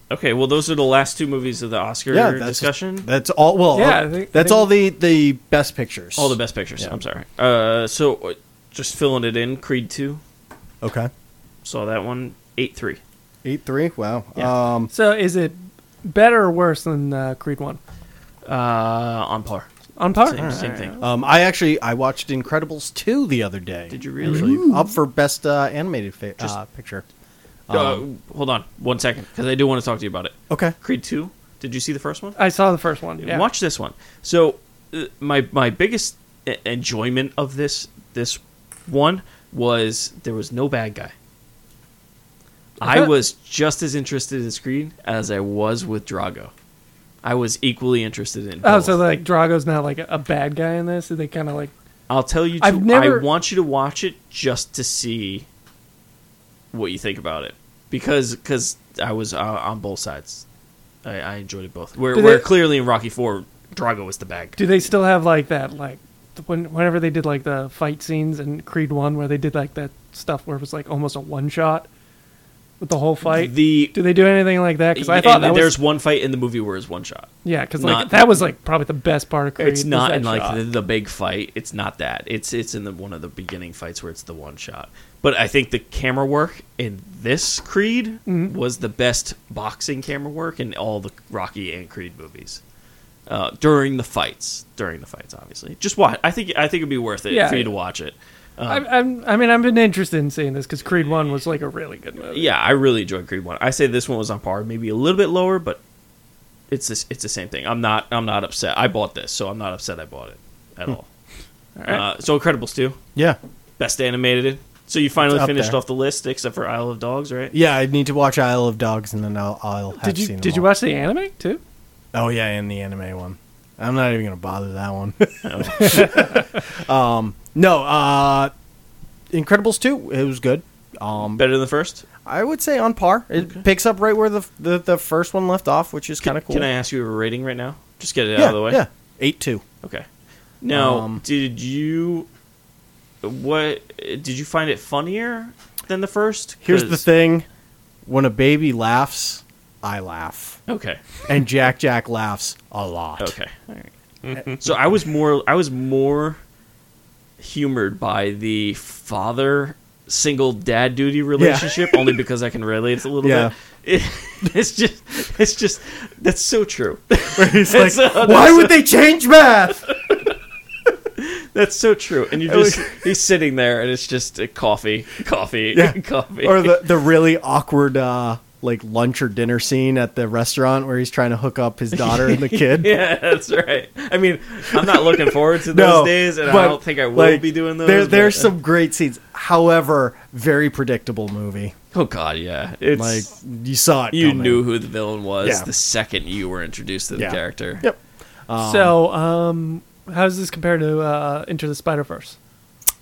[SPEAKER 6] Okay. Well, those are the last two movies of the Oscar
[SPEAKER 8] Yeah, that's
[SPEAKER 6] discussion.
[SPEAKER 8] That's all. Well,
[SPEAKER 7] Yeah,
[SPEAKER 8] uh,
[SPEAKER 7] I think- I
[SPEAKER 8] that's
[SPEAKER 7] think-
[SPEAKER 8] all the the best pictures.
[SPEAKER 6] All the best pictures.
[SPEAKER 8] Yeah.
[SPEAKER 6] I'm sorry. Uh, so uh, just filling it in. Creed two.
[SPEAKER 8] Okay,
[SPEAKER 6] Saw that one. Eight three.
[SPEAKER 8] eight three. Wow.
[SPEAKER 6] Yeah.
[SPEAKER 8] Um,
[SPEAKER 7] so is it better or worse than uh, Creed one?
[SPEAKER 6] Uh, on par.
[SPEAKER 7] On par.
[SPEAKER 6] Same, same thing.
[SPEAKER 8] um, I actually I watched Incredibles two the other day.
[SPEAKER 6] Did you really?
[SPEAKER 8] Actually, up for best uh, animated fi-
[SPEAKER 6] Just-
[SPEAKER 8] uh, picture?
[SPEAKER 6] uh, hold on one second, because I do want to talk to you about it.
[SPEAKER 8] Okay.
[SPEAKER 6] Creed two. Did you see the first one?
[SPEAKER 7] I saw the first one. Yeah.
[SPEAKER 6] Watch this one. So uh, my my biggest e- enjoyment of this this one was there was no bad guy. I
[SPEAKER 7] Okay.
[SPEAKER 6] was just as interested in Creed as I was with Drago. I was equally interested in.
[SPEAKER 7] Oh,
[SPEAKER 6] both.
[SPEAKER 7] so like Drago's not like a bad guy in this. They kind of like
[SPEAKER 6] I'll tell you.
[SPEAKER 7] I've
[SPEAKER 6] to-
[SPEAKER 7] never-
[SPEAKER 6] I want you to watch it just to see what you think about it, because because I was uh, on both sides. I, I enjoyed it both. Where
[SPEAKER 7] Do
[SPEAKER 6] where
[SPEAKER 7] they-
[SPEAKER 6] clearly in Rocky Four, Drago was the bad guy.
[SPEAKER 7] Do they still have like that like th- when whenever they did like the fight scenes in Creed One where they did like that stuff where it was like almost a one shot with the whole fight?
[SPEAKER 6] The
[SPEAKER 7] do they do anything like that? Because I
[SPEAKER 6] and
[SPEAKER 7] thought that
[SPEAKER 6] there's
[SPEAKER 7] was
[SPEAKER 6] one fight in the movie where it's one shot.
[SPEAKER 7] yeah, because like
[SPEAKER 6] not-
[SPEAKER 7] that was like probably the best part of Creed.
[SPEAKER 6] It's
[SPEAKER 7] was
[SPEAKER 6] not
[SPEAKER 7] that
[SPEAKER 6] in like
[SPEAKER 7] shot.
[SPEAKER 6] the, the big fight. It's not that. It's it's in the one of the beginning fights where it's the one shot. But I think the camera work in this Creed
[SPEAKER 7] Mm-hmm.
[SPEAKER 6] was the best boxing camera work in all the Rocky and Creed movies. Uh, during the fights, during the fights, obviously. Just watch. I think I think it'd be worth it
[SPEAKER 7] Yeah.
[SPEAKER 6] for you to watch it. um,
[SPEAKER 7] I, I'm, I mean, I've been interested in seeing this because Creed One was like a really good movie.
[SPEAKER 6] Yeah, I really enjoyed Creed One. I say this one was on par, maybe a little bit lower, but it's this, it's the same thing. I'm not I'm not upset. I bought this, so I'm not upset I bought it at
[SPEAKER 8] Hmm.
[SPEAKER 6] all. Uh, so Incredibles two.
[SPEAKER 8] Yeah.
[SPEAKER 6] Best animated. So you finally
[SPEAKER 8] It's up
[SPEAKER 6] finished
[SPEAKER 8] there.
[SPEAKER 6] off the list, except for Isle of Dogs, right?
[SPEAKER 8] Yeah, I need to watch Isle of Dogs, and then I'll, I'll have
[SPEAKER 7] Did you
[SPEAKER 8] seen them
[SPEAKER 7] did you
[SPEAKER 8] all.
[SPEAKER 7] watch the anime too?
[SPEAKER 8] Oh yeah, and the anime one. I'm not even gonna bother that one. um, no, uh, Incredibles two. It was good. Um,
[SPEAKER 6] Better than the first.
[SPEAKER 8] I would say on par. It picks up right where the, the the first one left off, which is kind of cool.
[SPEAKER 6] Can I ask you a rating right now? Just get it
[SPEAKER 8] yeah,
[SPEAKER 6] out of the way.
[SPEAKER 8] Yeah, eight two.
[SPEAKER 6] Okay. Now,
[SPEAKER 8] Um,
[SPEAKER 6] did you what did you find it funnier than the first?
[SPEAKER 8] Here's the
[SPEAKER 6] 'Cause-
[SPEAKER 8] thing: when a baby laughs, I laugh,
[SPEAKER 6] Okay.
[SPEAKER 8] and Jack Jack laughs a lot.
[SPEAKER 6] Okay. so I was more I was more humored by the father single dad duty relationship only because I can relate a little
[SPEAKER 8] Yeah.
[SPEAKER 6] bit. It- it's just it's just that's so true.
[SPEAKER 8] He's like,
[SPEAKER 6] That's so-
[SPEAKER 8] why would they change math?
[SPEAKER 6] That's so true. And you
[SPEAKER 8] was-
[SPEAKER 6] just he's sitting there and it's just uh, coffee, coffee,
[SPEAKER 8] Yeah.
[SPEAKER 6] coffee.
[SPEAKER 8] or the the really awkward uh like lunch or dinner scene at the restaurant where he's trying to hook up his daughter and the kid.
[SPEAKER 6] yeah, that's right. I mean, I'm not looking forward to
[SPEAKER 8] No,
[SPEAKER 6] those days, and I
[SPEAKER 8] but,
[SPEAKER 6] don't think I will
[SPEAKER 8] like,
[SPEAKER 6] be doing those.
[SPEAKER 8] There,
[SPEAKER 6] but- uh,
[SPEAKER 8] there's some great scenes. However, very predictable movie.
[SPEAKER 6] oh god, yeah, it's
[SPEAKER 8] Like you saw it.
[SPEAKER 6] you
[SPEAKER 8] coming.
[SPEAKER 6] knew who the villain was
[SPEAKER 8] Yeah.
[SPEAKER 6] the second you were introduced to the
[SPEAKER 8] Yeah.
[SPEAKER 6] character.
[SPEAKER 8] Yep.
[SPEAKER 7] so, um, how does this compare to uh, Into the Spider Verse?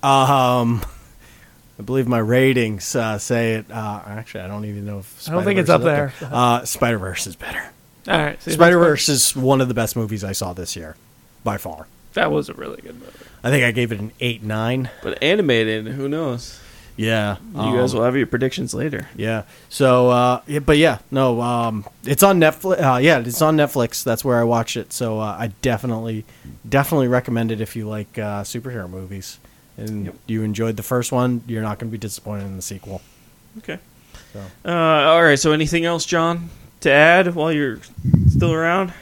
[SPEAKER 8] Um, I believe my ratings uh, say it. Uh, actually, I don't even know if
[SPEAKER 7] I don't think
[SPEAKER 8] Spider-Verse
[SPEAKER 7] it's up
[SPEAKER 8] is
[SPEAKER 7] there.
[SPEAKER 8] Uh, Spider Verse is better.
[SPEAKER 6] Uh,
[SPEAKER 7] All right, see, that's-
[SPEAKER 8] Spider Verse is one of the best movies I saw this year, by far.
[SPEAKER 7] That was a really good movie.
[SPEAKER 8] I think I gave it an eight nine.
[SPEAKER 6] But animated, who knows?
[SPEAKER 8] Yeah. um,
[SPEAKER 6] You guys will have your predictions later.
[SPEAKER 8] Yeah. So, uh, yeah, but yeah, no, um, it's on Netflix. Uh, yeah, it's on Netflix. That's where I watch it. So uh, I definitely, definitely recommend it if you like uh, superhero movies and you enjoyed the first one. You're not going to be disappointed in the sequel.
[SPEAKER 6] Okay. Uh, all right. So, anything else, John, to add while you're still around?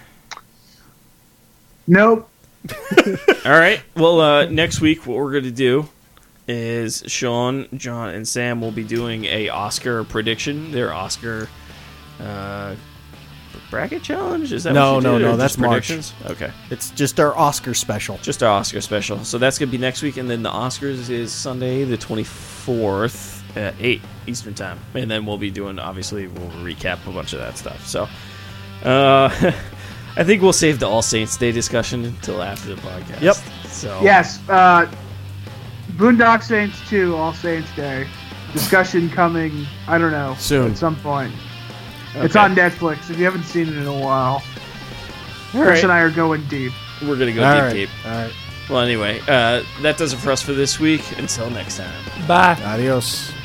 [SPEAKER 9] Nope.
[SPEAKER 6] All right. Well, uh, next week, what we're going to do is Sean, John, and Sam will be doing a Oscar prediction. Their Oscar uh, bracket challenge. Is that
[SPEAKER 8] No,
[SPEAKER 6] what you
[SPEAKER 8] no,
[SPEAKER 6] did, or
[SPEAKER 8] no,
[SPEAKER 6] just
[SPEAKER 8] that's March.
[SPEAKER 6] predictions? Okay.
[SPEAKER 8] It's just our Oscar special.
[SPEAKER 6] Just our Oscar special. So that's going to be next week, and then the Oscars is Sunday, the 24th at 8 Eastern Time. And then we'll be doing, obviously, we'll recap a bunch of that stuff. So uh, I think we'll save the All Saints Day discussion until after the podcast.
[SPEAKER 8] Yep.
[SPEAKER 6] So
[SPEAKER 9] Yes. Uh, Boondock Saints 2, All Saints Day. Discussion coming, I don't know.
[SPEAKER 8] Soon.
[SPEAKER 9] At some point. It's
[SPEAKER 6] Okay.
[SPEAKER 9] on Netflix. If you haven't seen it in a while,
[SPEAKER 6] All
[SPEAKER 9] Chris
[SPEAKER 6] right.
[SPEAKER 9] and I are going deep.
[SPEAKER 6] We're going to go
[SPEAKER 8] All
[SPEAKER 6] deep,
[SPEAKER 8] right,
[SPEAKER 6] deep.
[SPEAKER 8] All right.
[SPEAKER 6] Well, anyway, uh, that does it for us for this week. Until next time.
[SPEAKER 7] Bye.
[SPEAKER 8] Adios.